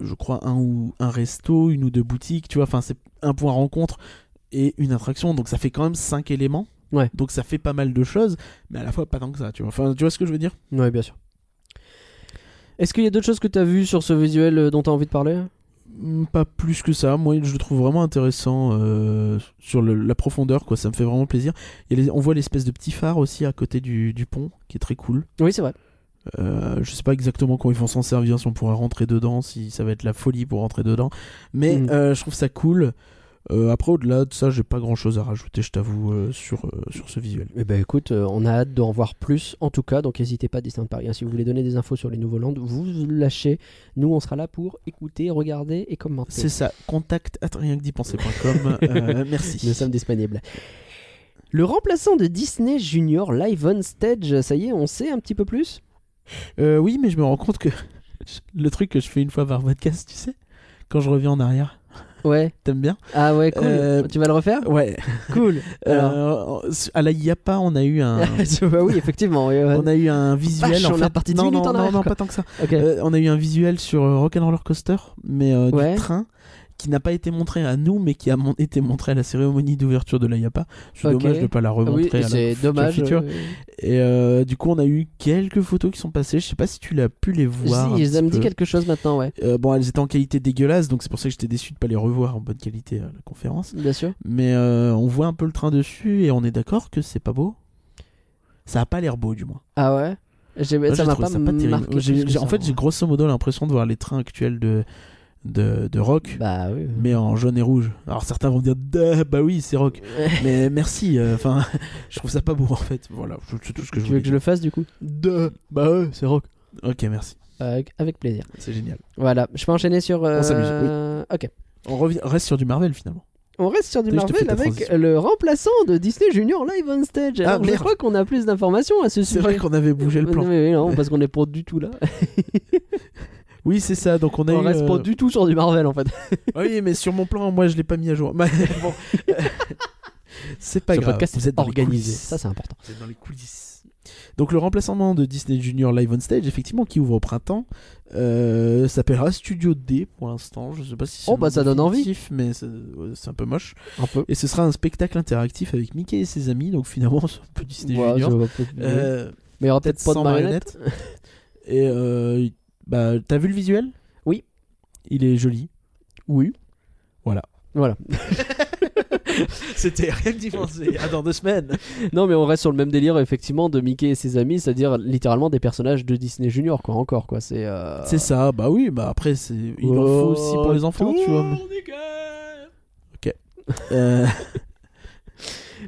je crois un ou un resto une ou deux boutiques tu vois enfin c'est un point rencontre et une attraction donc ça fait quand même cinq éléments
Ouais.
donc ça fait pas mal de choses mais à la fois pas tant que ça tu vois enfin tu vois ce que je veux dire
ouais, bien sûr. Est-ce qu'il y a d'autres choses que t'as vu sur ce visuel euh, dont t'as envie de parler
Hmm, pas plus que ça moi je le trouve vraiment intéressant euh, sur le- la profondeur quoi ça me fait vraiment plaisir Il y a les- on voit l'espèce de petit phare aussi à côté du, du pont qui est très cool
Oui, c'est vrai.
Euh, je sais pas exactement quand ils vont s'en servir, si on pourra rentrer dedans, si ça va être la folie pour rentrer dedans. Mais
Mm.
euh, je trouve ça cool. Euh, après, au-delà de ça, j'ai pas grand chose à rajouter, je t'avoue, euh, sur, euh, sur ce visuel.
Eh ben écoute, euh, on a hâte d'en voir plus. En tout cas, donc n'hésitez pas, Destin de Paris. hein, si vous voulez donner des infos sur les nouveaux landes, vous lâchez. Nous, on sera là pour écouter, regarder et commenter.
C'est ça, contact at rien que
*laughs*
d'y penser.com. Euh, merci.
Nous sommes disponibles. Le remplaçant de Disney Junior Live on Stage, ça y est, on sait un petit peu plus
Euh, oui, mais je me rends compte que *laughs* le truc que je fais une fois par podcast, tu sais, quand je reviens en arrière,
Ouais.
t'aimes bien
Ah ouais, cool.
Euh,
Tu vas le refaire
Ouais.
*laughs* Cool. Alors,
Euh, à la IAPA, on a eu
*laughs*
un.
bah oui, effectivement. oui, ouais.
On a eu un visuel
Vache,
en
on
fait.
a parti dix
non,
minutes
non,
en
non,
arrière,
non,
quoi.
pas tant que ça.
Ok.
Euh, on a eu un visuel sur euh, Rock'n'Roller Coaster, mais euh,
Ouais.
du train qui n'a pas été montrée à nous, mais qui a mon- été montrée à la cérémonie d'ouverture de l'IAPA. C'est
Ok. Ah
dommage de ne pas la
Oui,
remontrer à la
c'est dommage.
feature.
euh,
Et euh, du coup, on a eu quelques photos qui sont passées. Je sais pas si tu l'as pu les voir.
si,
un
ça
petit
me dit
peu.
quelque chose maintenant, ouais.
Euh, bon, elles étaient en qualité dégueulasse, donc c'est pour ça que j'étais déçu de pas les revoir en bonne qualité à la conférence.
Bien sûr.
Mais euh, on voit un peu le train dessus et on est d'accord que c'est pas beau. Ça a pas l'air beau, du moins.
Ah ouais J'ai-
Moi,
Ça
j'ai
m'a
trouvé
pas,
ça pas terrible.
marqué.
J'ai-
plus que
j'ai-
ça,
en fait,
moi.
j'ai grosso modo l'impression de voir les trains actuels de, de, de rock,
Bah oui. oui.
mais en jaune et rouge. Alors certains vont dire Duh, bah oui, c'est rock. *laughs* mais merci. euh, Enfin, *laughs* je trouve ça pas beau en fait. Voilà, c'est c'est tout ce que
tu
je
veux
voulais
que je le fasse du coup Bah ouais, c'est rock.
dire. Ok, merci.
avec, avec plaisir.
C'est génial.
Voilà, je peux enchaîner sur. euh,
s'amuse,
Ok.
On revient, reste sur du Marvel finalement.
On reste sur du
Oui, je te fais
Marvel
ta
avec
transition.
le remplaçant de Disney Junior Live on Stage.
Ah,
Alors, je
merde.
crois qu'on a plus d'informations à ce
C'est
sujet.
vrai qu'on avait bougé le
Non,
plan.
mais non, parce qu'on n'est pas du tout là.
Oui, c'est ça. Donc on a
On,
eu,
reste
euh,
pas du tout sur du Marvel en fait.
Ah *laughs* Oui, mais sur mon plan, moi je l'ai pas mis à jour. *laughs* Mais
*laughs*
bon. c'est pas
Ce
grave.
podcast
Vous
est
êtes dans les
organisé.
coulisses.
Ça, c'est important.
Vous êtes dans les coulisses. Donc le remplacement de Disney Junior Live on Stage, effectivement, qui ouvre au printemps, euh, s'appellera Studio D pour l'instant. Je sais pas si c'est
Oh,
le
bah,
nom
ça donne envie.
définitif, mais c'est ouais, c'est un peu moche.
Un peu.
Et ce sera un spectacle interactif avec Mickey et ses amis. Donc finalement, *laughs* c'est un peu Disney
Ouais,
Junior.
je vois pas-
Euh,
mais il y aura
peut-être
peut-être pas de
sans
marionnettes.
marionnettes. et euh, bah, t'as vu le visuel
Oui.
Il est joli. Oui. Voilà.
Voilà.
*laughs* C'était rien que d'y penser. Ah, dans deux semaines.
Non, mais on reste sur le même délire, effectivement, de Mickey et ses amis, c'est-à-dire littéralement des personnages de Disney Junior, quoi, encore, quoi. C'est. euh, Oh,
C'est ça. Bah oui, bah après, c'est... il en faut aussi pour les enfants, tu vois. mais- Euh,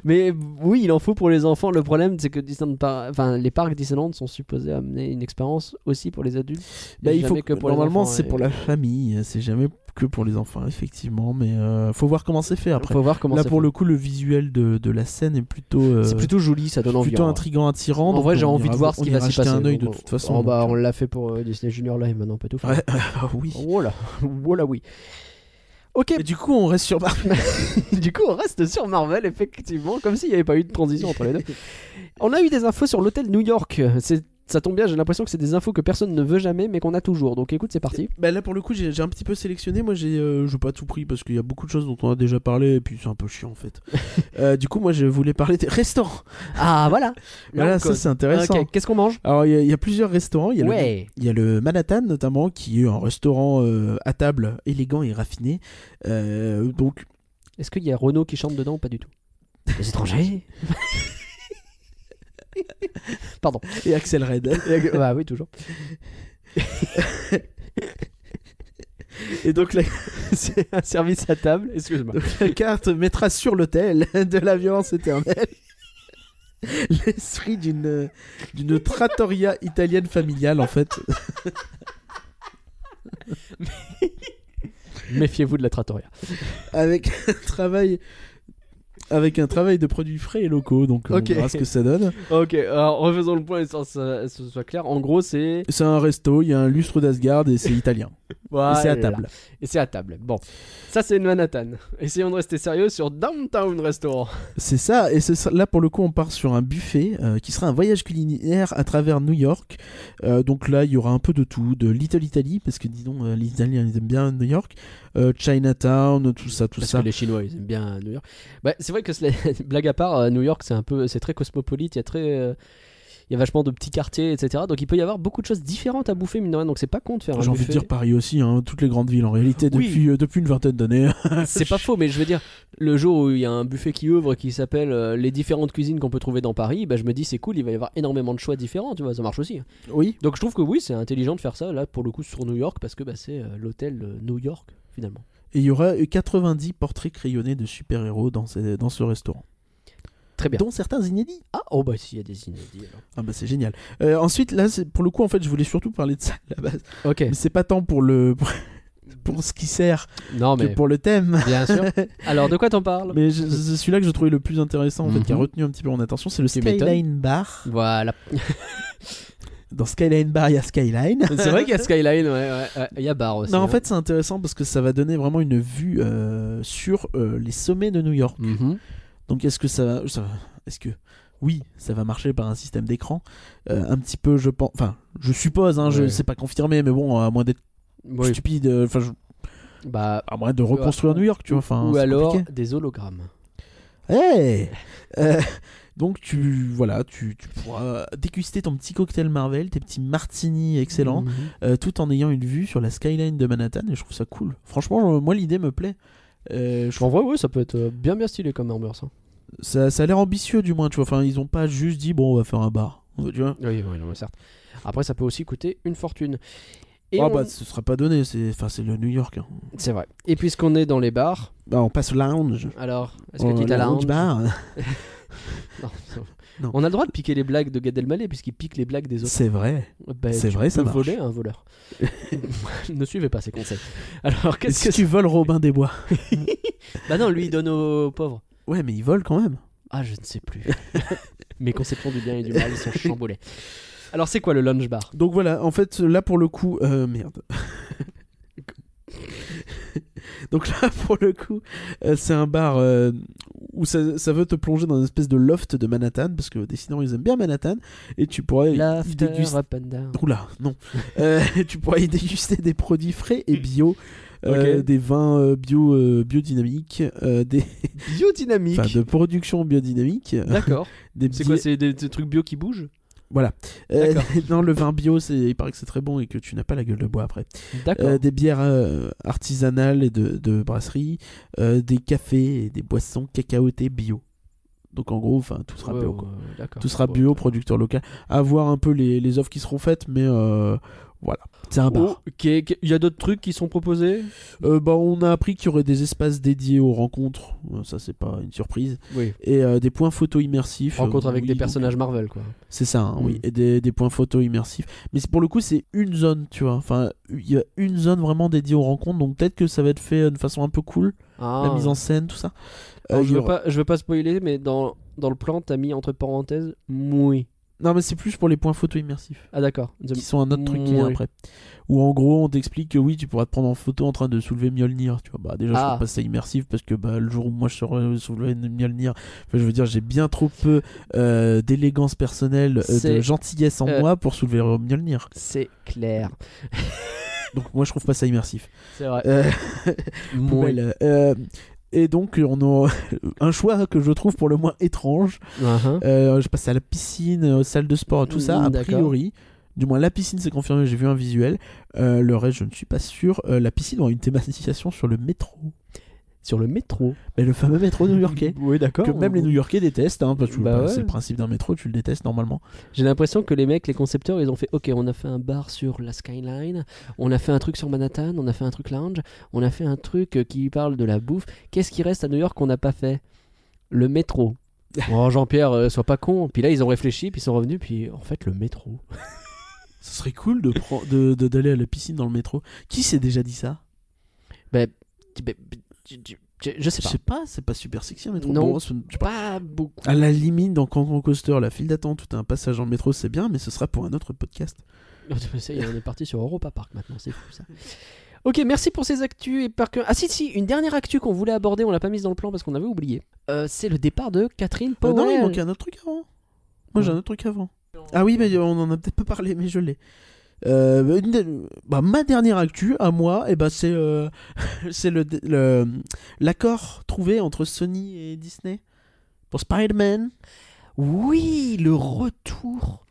Mais oui, il en faut pour les enfants. Le problème, c'est que Disneyland Par- enfin, les parcs Disneyland sont supposés amener une expérience aussi pour les adultes.
bah,
Et
il faut
jamais
que-
que pour les
normalement,
enfants,
c'est
et-
pour la famille. hein, C'est jamais que pour les enfants, effectivement. Mais euh, faut voir comment c'est fait après.
Faut voir comment
Là,
ça
pour
fait.
le coup, le visuel de, de la scène est plutôt. euh,
C'est plutôt joli, ça donne envie.
plutôt
en vrai.
intrigant, attirant.
hein. En
donc
vrai, j'ai
on
envie
ira-
de voir ce
on
qui va
ira
s'y
jeter
passer.
un œil
donc,
de
bon.
toute façon.
Oh, bah, oh,
donc,
on l'a fait pour euh, Disney Junior Live, maintenant on peut tout faire.
Ouais, ah oui.
*laughs* Voilà, voilà, oui. Ok,
Mais du coup, on reste sur Marvel.
du coup, on reste sur Marvel, effectivement, comme s'il n'y avait pas eu de transition entre les deux. On a eu des infos sur l'hôtel New York. C'est- Ça tombe bien, j'ai l'impression que c'est des infos que personne ne veut jamais, mais qu'on a toujours. Donc écoute, c'est parti.
Bah là, pour le coup, j'ai j'ai un petit peu sélectionné. Moi, j'ai euh, j'ai pas tout pris parce qu'il y a beaucoup de choses dont on a déjà parlé et puis c'est un peu chiant
*laughs*
en fait. Euh, du coup, moi, je voulais parler des restaurants.
Ah, *laughs* voilà
Voilà, ça
Encore.
c'est intéressant.
Ok, qu'est-ce qu'on mange
Alors, il y, a- il y a plusieurs restaurants. Il y a le-
Ouais.
il y a le Manhattan notamment, qui est un restaurant euh, à table élégant et raffiné. Euh, donc,
Est-ce qu'il y a Renault qui chante dedans ou pas du tout Les *laughs* étrangers Pardon.
*laughs* et Axel Red.
bah oui, toujours.
et donc, la,
*laughs* C'est un service à table, excuse-moi.
donc, la *laughs* carte mettra sur l'autel de la violence éternelle l'esprit d'une d'une trattoria italienne familiale en fait.
Méfiez-vous de la trattoria.
avec un travail avec un travail de produits frais et locaux donc
Ok.
on verra ce que ça donne
Ok, alors refaisons le point et ça, ça- ça soit clair. En gros, c'est.
c'est un resto il y a un lustre d'Asgard et c'est italien et c'est à
Voilà.
table
Et c'est à table. Bon, ça c'est une Manhattan. Essayons de rester sérieux sur Downtown Restaurant.
c'est ça et ce sera- là pour le coup on part sur un buffet euh, qui sera un voyage culinaire à travers New York Euh, donc là il y aura un peu de tout de Little Italy parce que disons euh, les Italiens ils aiment bien New York euh, Chinatown tout ça tout
Parce
ça
que les Chinois, ils aiment bien New York. Bah, c'est vrai que cela- *laughs* blague à part, euh, New York, c'est un peu, c'est très cosmopolite. Il y a très, euh, il y a vachement de petits quartiers, etc. Donc il peut y avoir beaucoup de choses différentes à bouffer mine de rien. Donc c'est pas con de faire un
j'ai envie de
buffet.
dire Paris aussi hein, toutes les grandes villes en réalité
Oui.
depuis euh, depuis une vingtaine d'années
C'est pas faux, mais je veux dire, le jour où il y a un buffet qui ouvre qui s'appelle euh, les différentes cuisines qu'on peut trouver dans Paris, bah, je me dis c'est cool, il va y avoir énormément de choix différents, tu vois, ça marche aussi. hein.
oui
Donc je trouve que *laughs* oui, c'est intelligent de faire ça là pour le coup sur New York parce que bah, c'est euh, l'hôtel euh, New York finalement.
Et il y aura 90 portraits crayonnés de super-héros dans ce, dans ce restaurant.
Très bien.
Dont certains inédits.
Ah, oh bah s'il y a des inédits alors.
Ah bah c'est génial. Euh, ensuite, là, c'est- pour le coup, en fait, je voulais surtout parler de ça à la base.
Ok.
Mais c'est pas tant pour le... *laughs* Pour, pour ce qui sert
Non mais
que pour le
*laughs*
thème.
bien
*laughs*
sûr. Alors de quoi t'en parles
Mais je- c'est celui-là que je trouvais le plus intéressant, en fait,
Mhm.
qui a retenu un petit peu mon attention, c'est le
Tu m'étonnes.
Skyline Bar.
Voilà.
Dans Skyline Bar, il y a Skyline.
C'est vrai qu'il y a Skyline, ouais, ouais, ouais. Il y a Bar aussi.
Non, en
hein.
fait, c'est intéressant parce que ça va donner vraiment une vue euh, sur euh, les sommets de New York.
Mhm.
Donc est-ce que ça va, ça va- est-ce que oui, ça va marcher par un système d'écran Euh, un petit peu je pense enfin je suppose hein, je
Ouais.
c'est pas confirmé mais bon à moins d'être
Oui.
stupide euh, enfin je-
Bah,
À moins de reconstruire New York, tu vois. Enfin,
ou
c'est
alors
compliqué.
des hologrammes.
Hey Euh, donc tu voilà, tu, tu pourras déguster ton petit cocktail Marvel, tes petits martinis excellents,
Mhm.
euh, tout en ayant une vue sur la skyline de Manhattan. Et je trouve ça cool. Franchement, euh, moi l'idée me plaît. Euh, je
En vrai, ouais, ça peut être euh, bien bien stylé comme hein. armure, ça.
ça, ça a l'air ambitieux du moins, tu vois. Enfin, ils ont pas juste dit bon, on va faire un bar. Tu vois
Oui, oui, non, mais certes. Après, ça peut aussi coûter une fortune. Et
Ah
on-
bah, ce serait pas donné. C'est enfin, c'est le New York. hein.
C'est vrai. Et puisqu'on est dans les bars,
Bah, on passe au lounge.
alors, est-ce que
Oh,
tu as la
lounge
honte
bar. *laughs*
Non,
Non.
On a le droit de piquer les blagues de Gad Elmaleh puisqu'il pique les blagues des autres.
C'est vrai.
Bah,
c'est
tu
vrai, ça
peux
marche.
voler à un
*laughs*
voleur. ne suivez pas ses conseils. Alors
Et
qu'est-ce
si
que
tu voles Robin des Bois
Bah non, lui il donne aux pauvres.
Ouais, mais ils volent quand même.
Ah, je ne sais plus.
*laughs*
Mes conceptions du bien et du mal sont chamboulées. Alors c'est quoi le lunch bar
Donc voilà, en fait, là pour le coup, euh, merde. Donc là pour le coup, euh, c'est un bar euh, où ça, ça veut te plonger dans une espèce de loft de Manhattan parce que décidément ils aiment bien Manhattan et tu pourrais y
L'after
déguster.
up and down.
Oula,
*laughs*
non. Euh, tu pourrais y déguster des produits frais et bio, euh,
Ok.
des vins euh, bio euh, biodynamiques, euh, des
Biodynamique.
enfin, de production biodynamique, euh, *laughs*
D'accord.
des
C'est
petits-
quoi C'est des, des trucs bio qui bougent
voilà. Euh,
D'accord.
*laughs* non, le vin bio, c'est il paraît que c'est très bon et que tu n'as pas la gueule de bois après.
D'accord.
Euh, des bières euh, artisanales et de, de brasserie, euh, des cafés et des boissons cacaotées bio. Donc en gros, enfin, tout sera
Ouais,
bio.
ouais,
quoi.
ouais, d'accord.
Tout sera
Ouais.
bio, producteur local. À voir un peu les, les offres qui seront faites, mais euh, voilà. C'est un bar.
Oh, Ok, ok. Il y a d'autres trucs qui sont proposés
Euh, bah, on a appris qu'il y aurait des espaces dédiés aux rencontres. Euh, Ça, c'est pas une surprise.
Oui.
Et euh, des points photo immersifs.
Rencontre
Euh,
avec
oui,
des
donc,
personnages Marvel, quoi.
C'est ça, hein,
Mm.
oui. Et des, des points photo immersifs. Mais c'est- pour le coup, c'est une zone, tu vois. Enfin, il y a une zone vraiment dédiée aux rencontres. Donc peut-être que ça va être fait euh, de façon un peu cool.
Ah.
la mise en scène, tout ça.
Alors,
Euh, il
je,
y
veux pas,
aura-
je veux pas spoiler, mais dans, dans le plan, t'as mis entre parenthèses moui.
Non, mais c'est plus pour les points photo immersifs,
Ah, d'accord. The-
qui sont un autre truc qui vient
Ouais.
après. Où en gros, on t'explique que oui, tu pourras te prendre en photo en train de soulever Mjolnir. Tu vois, bah déjà,
Ah.
je trouve pas ça immersif parce que bah, le jour où moi je saurais soulever Mjolnir, enfin, je veux dire, j'ai bien trop peu euh, d'élégance personnelle, euh,
C'est-
de gentillesse en
euh,
moi pour soulever Mjolnir.
C'est clair.
Donc moi, je trouve pas
*laughs*
ça immersif.
C'est vrai.
Euh, *laughs*
Moui.
poubelle, euh, et donc, on a *laughs* un choix que je trouve pour le moins étrange.
Uh-huh.
Euh, je passe à la piscine, aux salles de sport, tout ça,
Mm,
a
d'accord.
priori. Du moins, la piscine, c'est confirmé, j'ai vu un visuel. Euh, le reste, je ne suis pas sûr. Euh, la piscine aura une thématisation sur le métro.
Sur le métro.
Mais le fameux métro new-yorkais.
Oui, d'accord.
Que même les New-Yorkais détestent, hein, parce que
Oh. Bah
bah,
ouais.
c'est le principe d'un métro, tu le détestes normalement.
J'ai l'impression que les mecs, les concepteurs, ils ont fait Ok, on a fait un bar sur la skyline, on a fait un truc sur Manhattan, on a fait un truc lounge, on a fait un truc euh, qui parle de la bouffe. Qu'est-ce qui reste à New York qu'on n'a pas fait Le métro. Oh, Jean-Pierre, euh, sois pas con. Puis là, ils ont réfléchi, puis ils sont revenus, puis en fait, le métro.
Ce serait cool de pre- de- de- d'aller à la piscine dans le métro. Qui s'est déjà dit ça
Ben, ben, je, je- je- je sais
Je
pas.
sais pas, c'est pas super sexy un métro.
Non.
Bon, c'est- je-
Pas *laughs* beaucoup.
à la limite, dans Cancan Coaster, la file d'attente, tout un passage en métro, c'est bien, mais ce sera pour un autre podcast.
Ça y est, on est parti sur Europa Park maintenant, c'est fou ça. *laughs* Ok, merci pour ces actus et par que- Ah si, si, une dernière actu qu'on voulait aborder, on l'a pas mise dans le plan parce qu'on avait oublié. Euh, c'est le départ de Catherine
Euh,
Powell.
non, il manquait un autre truc avant. Moi, j'ai un autre truc avant. Ah oui, mais euh, on en a peut-être pas parlé, mais je l'ai. Euh, une de- bah, ma dernière actu à moi, eh ben, c'est euh, *laughs* c'est le le- l'accord trouvé entre Sony et Disney pour Spider-Man.
Oui, le retour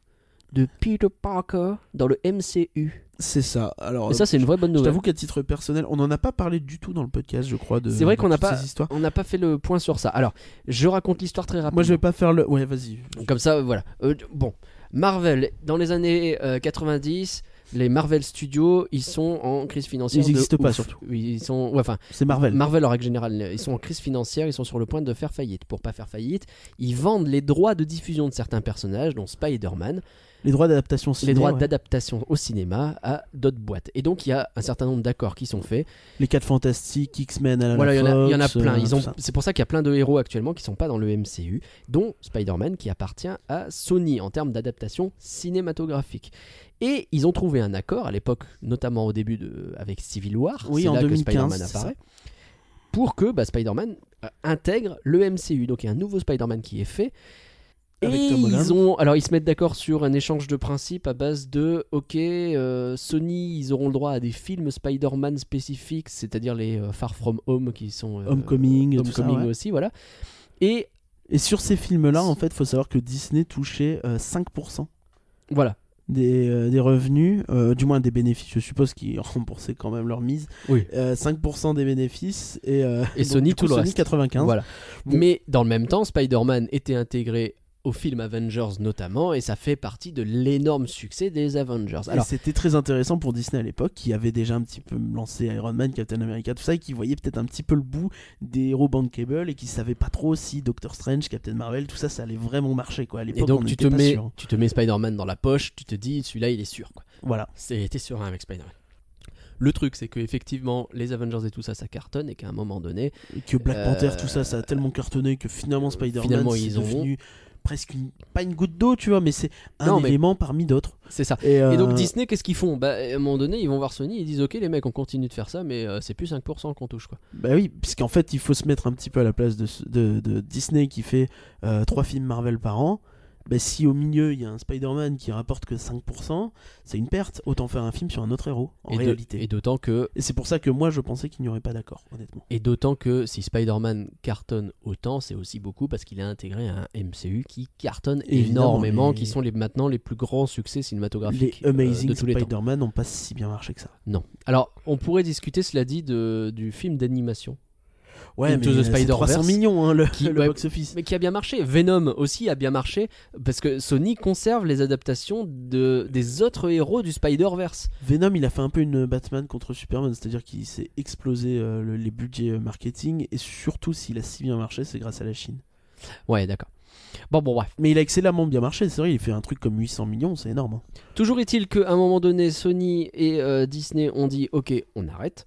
de Peter Parker dans le MCU.
C'est ça. Alors,
Et ça, c'est une vraie bonne
je
nouvelle.
t'avoue qu'à titre personnel, on n'en a pas parlé du tout dans le podcast, je crois. de-
C'est vrai
de
qu'on n'a
toutes
pas-
ces histoires.
On n'a pas fait le point sur ça. Alors, je raconte l'histoire très rapidement.
Moi, je vais pas faire le. Ouais, vas-y.
Comme ça, voilà. Euh, bon, Marvel, dans les années euh, 90, les Marvel Studios, ils sont en crise financière. de
Ils existent pas,
ouf.
surtout.
Oui, Ils sont, ouais, enfin,
C'est Marvel.
Marvel en règle générale, ils sont en crise financière, ils sont sur le point de faire faillite. Pour pas faire faillite, ils vendent les droits de diffusion de certains personnages, dont Spider-Man,
les droits d'adaptation.
les
ciné,
droits
ouais.
d'adaptation au cinéma à d'autres boîtes. Et donc, il y a un certain nombre d'accords qui sont faits.
Les 4 fantastiques, X-Men, Alan
voilà, il y, en a- il y en a
Fox,
plein.
euh,
Ils ont,
tout ça.
c'est pour ça qu'il y a plein de héros actuellement qui sont pas dans le MCU, dont Spider-Man qui appartient à Sony en termes d'adaptation cinématographique. Et ils ont trouvé un accord à l'époque, notamment au début de, avec Civil War,
Oui,
c'est
en
là que
2015,
Spider-Man
c'est ça.
apparaît, pour que bah, Spider-Man euh, intègre le MCU. Donc il y a un nouveau Spider-Man qui est fait. Et
Avec Tom Holland.
ils ont, alors ils se mettent d'accord sur un échange de principes à base de, ok, euh, Sony, ils auront le droit à des films Spider-Man spécifiques, c'est-à-dire les euh, Far From Home qui sont euh,
Homecoming, tout ça,
Homecoming
ouais.
aussi, voilà. Et
Et sur ces films-là, en fait, faut savoir que Disney touchait euh, 5%
voilà,
des, euh, des revenus, euh, du moins des bénéfices. Je suppose qu'ils *laughs* remboursaient quand même leur mise.
Oui.
Euh, 5% des bénéfices et, euh,
Et Sony,
du coup,
tout le
Sony
reste.
95.
voilà.
Bon.
Mais dans le même temps, Spider-Man était intégré au film Avengers notamment, et ça fait partie de l'énorme succès des Avengers.
Et
Alors,
c'était très intéressant pour Disney à l'époque, qui avait déjà un petit peu lancé Iron Man, Captain America, tout ça, et qui voyait peut-être un petit peu le bout des héros bankable et qui savait pas trop si Doctor Strange, Captain Marvel, tout ça, ça allait vraiment marcher quoi. À
et
l'époque, on
donc tu
n'était
te,
pas
mets,
sûr. hein.
tu te mets Spider-Man dans la poche, tu te dis celui-là il est sûr. Quoi.
Voilà.
C'est- T'es serein avec Spider-Man. Le truc, c'est que effectivement, les Avengers et tout ça, ça cartonne et qu'à un moment donné,
Et que Black
Euh,
Panther, tout ça, ça a tellement cartonné que finalement
euh,
Spider-Man,
finalement,
c'est
ils ont-
devenu presque une- pas une goutte d'eau, tu vois, mais c'est un
Non, mais-
élément parmi d'autres.
c'est ça.
Et,
Et donc
euh,
Disney, qu'est-ce qu'ils font bah, À un moment donné, ils vont voir Sony, ils disent Ok, les mecs, on continue de faire ça, mais euh, c'est plus 5% qu'on touche. quoi.
Bah oui, puisqu'en fait, il faut se mettre un petit peu à la place de, ce- de- de Disney qui fait euh, trois films Marvel par an. Bah, si au milieu il y a un Spider-Man qui rapporte que 5%, c'est une perte. Autant faire un film sur un autre héros, en
Et de-
réalité.
et d'autant que
Et c'est pour ça que moi je pensais qu'il n'y aurait pas d'accord, honnêtement.
Et d'autant que si Spider-Man cartonne autant, c'est aussi beaucoup parce qu'il a intégré un MCU qui cartonne
Évidemment,
énormément,
les-
qui sont les, maintenant les plus grands succès cinématographiques
Les
euh,
Amazing
de tous les temps.
Spider-Man n'ont pas si bien marché que ça.
Non. Alors, on pourrait discuter, cela dit, de, du film d'animation,
Ouais,
Into
mais
the
c'est
Spider-Verse,
300 millions hein, le,
qui-
le
ouais,
box-office.
mais qui a bien marché. Venom aussi a bien marché parce que Sony conserve les adaptations de, des autres héros du Spider-Verse.
Venom, il a fait un peu une Batman contre Superman, c'est-à-dire qu'il s'est explosé euh, le- les budgets euh, marketing, et surtout s'il a si bien marché, c'est grâce à la Chine.
Ouais, d'accord. Bon, bon, bref.
Mais il a excellemment bien marché, c'est vrai, il fait un truc comme 800 millions, c'est énorme. hein.
Toujours est-il qu'à un moment donné, Sony et euh, Disney ont dit Ok, on arrête.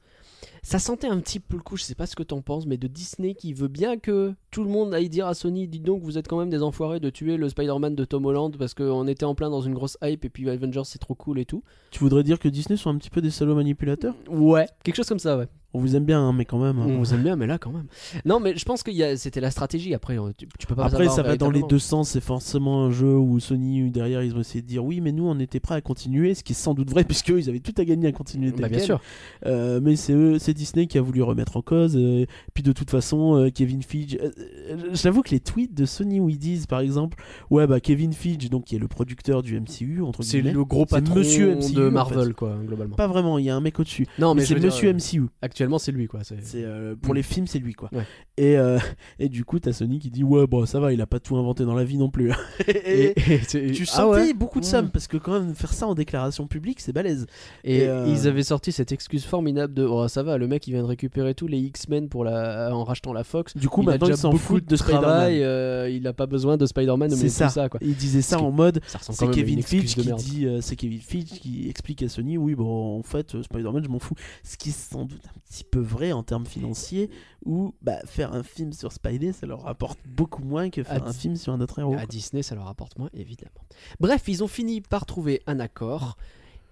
Ça sentait un petit peu le coup, je sais pas ce que t'en penses, mais de Disney qui veut bien que tout le monde aille dire à Sony Dites donc, vous êtes quand même des enfoirés de tuer le Spider-Man de Tom Holland parce qu'on était en plein dans une grosse hype et puis Avengers c'est trop cool et tout.
Tu voudrais dire que Disney sont un petit peu des salauds manipulateurs
Ouais. Quelque chose comme ça, ouais.
On vous aime bien, hein, mais quand même. hein.
On vous aime bien, mais là quand même. Non, mais je pense que c'était la stratégie. Après, euh, tu, tu peux pas
Après,
savoir
ça va dans les
véritablement.
deux sens, c'est forcément un jeu où Sony, ou derrière, ils ont essayé de dire oui, mais nous, on était prêts à continuer, ce qui est sans doute vrai, *laughs* puisque ils avaient tout à gagner à continuer. tel
Bah, bien
quel.
sûr.
Euh, mais c'est eux- c'est Disney qui a voulu remettre en cause. euh, puis de toute façon, euh, Kevin Feige. euh, euh, J'avoue que les tweets de Sony où ils disent, par exemple, ouais bah Kevin Feige, donc qui est le producteur du MCU entre
C'est
guillemets.
le gros
C'est
patron
Monsieur MCU,
de
en fait.
Marvel, quoi, globalement.
Pas vraiment, il y a un mec au-dessus.
Non,
mais
je
c'est
veux dire,
Monsieur
euh,
MCU.
Actuellement, c'est lui, quoi. c'est-
C'est euh, pour
Mm.
les films, c'est lui quoi.
Ouais.
Et euh, et du coup, t'as Sony qui dit ouais bon ça va, il a pas tout inventé dans la vie non plus. hein. et,
*laughs* Et- et c'est-
tu
Ah
sentais
ouais
beaucoup de
Mm.
sommes parce que quand même faire ça en déclaration publique, c'est balèze.
Et,
Et, euh,
ils avaient sorti cette excuse formidable de oh ça va le mec il vient de récupérer tous les X-Men pour la en rachetant la Fox.
Du coup,
il a
maintenant
déjà
ils s'en
beaucoup
foutent
de
de
travail,
Spider-Man.
euh, il a pas besoin de Spider-Man mais
C'est
tout
ça.
ça quoi.
Ils disaient ça
Parce que-
en mode
Ça ressemble
C'est
quand même à une
Kevin
excuse
Feige
de
qui
merde.
dit, euh, c'est Kevin Feige qui explique à Sony, oui bon en fait euh, Spider-Man je m'en fous, ce qui est sans doute un petit peu vrai en termes financiers, où bah, faire un film sur Spidey ça leur rapporte beaucoup moins que faire
À
un
Dis-
film sur un autre héros.
À Disney ça leur apporte moins évidemment. Bref ils ont fini par trouver un accord.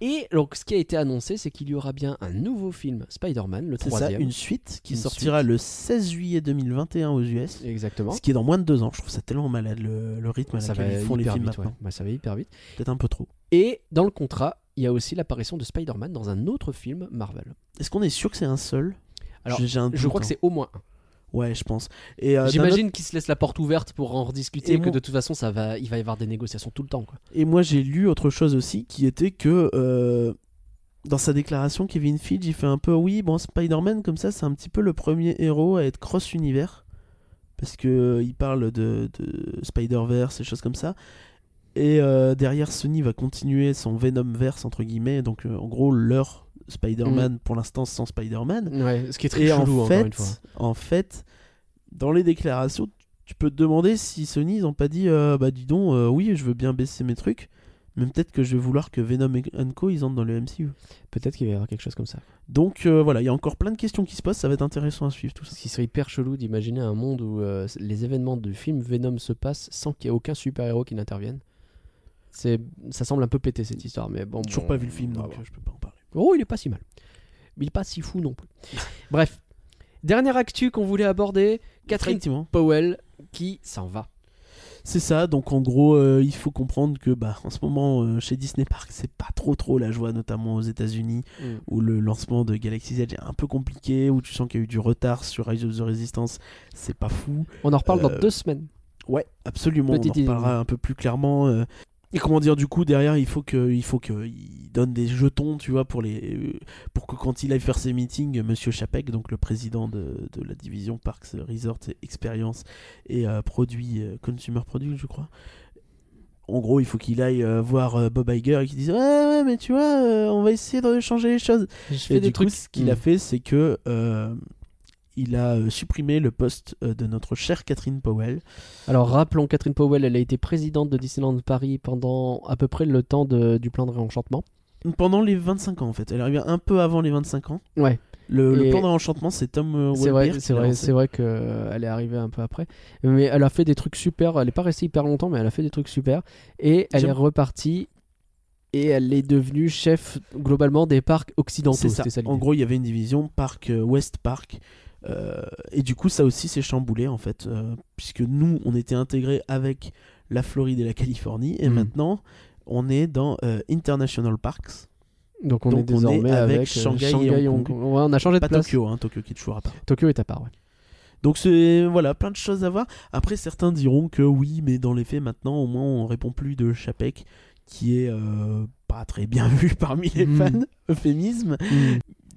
Et donc ce qui a été annoncé c'est qu'il y aura bien un nouveau film Spider-Man le
C'est ça,
troisième.
une suite qui
Une
sortira
suite.
le 16 juillet 2021 aux US,
Exactement.
ce qui est dans moins de deux ans. Je trouve ça tellement malade le, le rythme à
Ça
laquelle
va
ils font les
hyper
films
vite, ouais.
maintenant.
Ouais, ça va hyper vite.
Peut-être un peu trop.
Et dans le contrat il y a aussi l'apparition de Spider-Man dans un autre film Marvel.
Est-ce qu'on est sûr que c'est un seul
Alors,
J'ai- j'ai un
Je
doute,
crois que
hein.
c'est au moins un.
Ouais, je pense. Et, euh, d'un autre
J'imagine qu'ils se laissent la porte ouverte pour en rediscuter
Et
et que
mon-
de toute façon ça va, il va y avoir des négociations tout le temps. Quoi.
Et moi, j'ai lu autre chose aussi qui était que euh, dans sa déclaration, Kevin Feige, il fait un peu oui, bon, Spider-Man, comme ça, c'est un petit peu le premier héros à être cross-univers. Parce que euh, il parle de, de Spider-Verse et choses comme ça. Et euh, derrière, Sony va continuer son Venom-verse, entre guillemets. Donc, euh, en gros, leur Spider-Man, pour l'instant, sans Spider-Man.
Ouais, ce qui est
Et en fait, en fait, dans les déclarations, tu- tu peux te demander si Sony ils ont pas dit euh, bah dis donc euh, oui je veux bien baisser mes trucs, mais peut-être que je vais vouloir que Venom et Co ils entrent dans le MCU.
Peut-être qu'il va y avoir quelque chose comme ça.
Donc euh, voilà, il y a encore plein de questions qui se posent, ça va être intéressant à suivre tout ça.
Ce qui serait hyper chelou d'imaginer un monde où euh, les événements du film Venom se passent sans qu'il y ait aucun super-héros qui n'intervienne. C'est, ça semble un peu pété cette histoire, mais bon.
Toujours
bon,
pas vu le film
on va
donc
voir.
euh, je peux pas en parler.
Oh, il est pas si mal. Mais il est pas si fou non plus. *laughs* Bref, dernière actu qu'on voulait aborder Catherine
Effectivement.
Powell qui s'en va.
C'est ça, donc en gros, euh, il faut comprendre que bah, en ce moment, euh, chez Disney Park, c'est pas trop trop la joie, notamment aux États-Unis,
Mm.
où le lancement de Galaxy's Edge est un peu compliqué, où tu sens qu'il y a eu du retard sur Rise of the Resistance, c'est pas fou.
On en reparle
Euh,
dans deux semaines.
Ouais, absolument,
Petite
on en reparlera un peu plus clairement. euh. Et comment dire, du coup, derrière, il faut que, il faut que, il donne des jetons, tu vois, pour les, euh, pour que quand il aille faire ses meetings, euh, Monsieur Chapek, donc le président de, de la division Parks, Resorts, Experience et euh, produits, euh, Consumer Product, je crois. En gros, il faut qu'il aille euh, voir euh, Bob Iger et qu'il dise ouais, ouais, mais tu vois, euh, on va essayer de changer les choses.
Je
Et du coup, ce qu'il a
Mm.
fait, c'est que euh, il a euh, supprimé le poste euh, de notre chère Catherine Powell.
Alors rappelons, Catherine Powell, elle a été présidente de Disneyland Paris pendant à peu près le temps de- du plan de réenchantement.
Pendant les 25 ans, en fait. Elle arrivait un peu avant les 25 ans.
Ouais.
Le, le
Et-
plan de réenchantement, c'est Tom euh,
C'est
Welbeer
vrai,
qui
c'est
l'a
vrai,
lancé.
c'est vrai que euh, elle est arrivée un peu après, mais elle a fait des trucs super. Elle est pas restée hyper longtemps, mais elle a fait des trucs super. Et elle
J'aime-
est repartie et elle est devenue chef globalement des parcs occidentaux.
C'est ça.
C'était ça
En
l'idée.
gros, il y avait une division Parc euh, West Park. Euh, et du coup, ça aussi, c'est chamboulé, en fait. euh, puisque nous, on était intégrés avec la Floride et la Californie. Et
Mm.
maintenant, on est dans euh, International Parks.
Donc on
donc
est
on est
désormais
avec
avec, euh,
Shanghai et Hong Kong.
Ouais, on a changé de
Pas
place.
Tokyo, hein, Tokyo qui est toujours à part.
Tokyo est à part. ouais.
*laughs* Donc c'est voilà, plein de choses à voir. Après certains diront que oui, mais dans les faits maintenant au moins on répond plus de Chapek qui est euh, pas très bien *laughs* vu parmi les
Mm.
fans, euphémisme.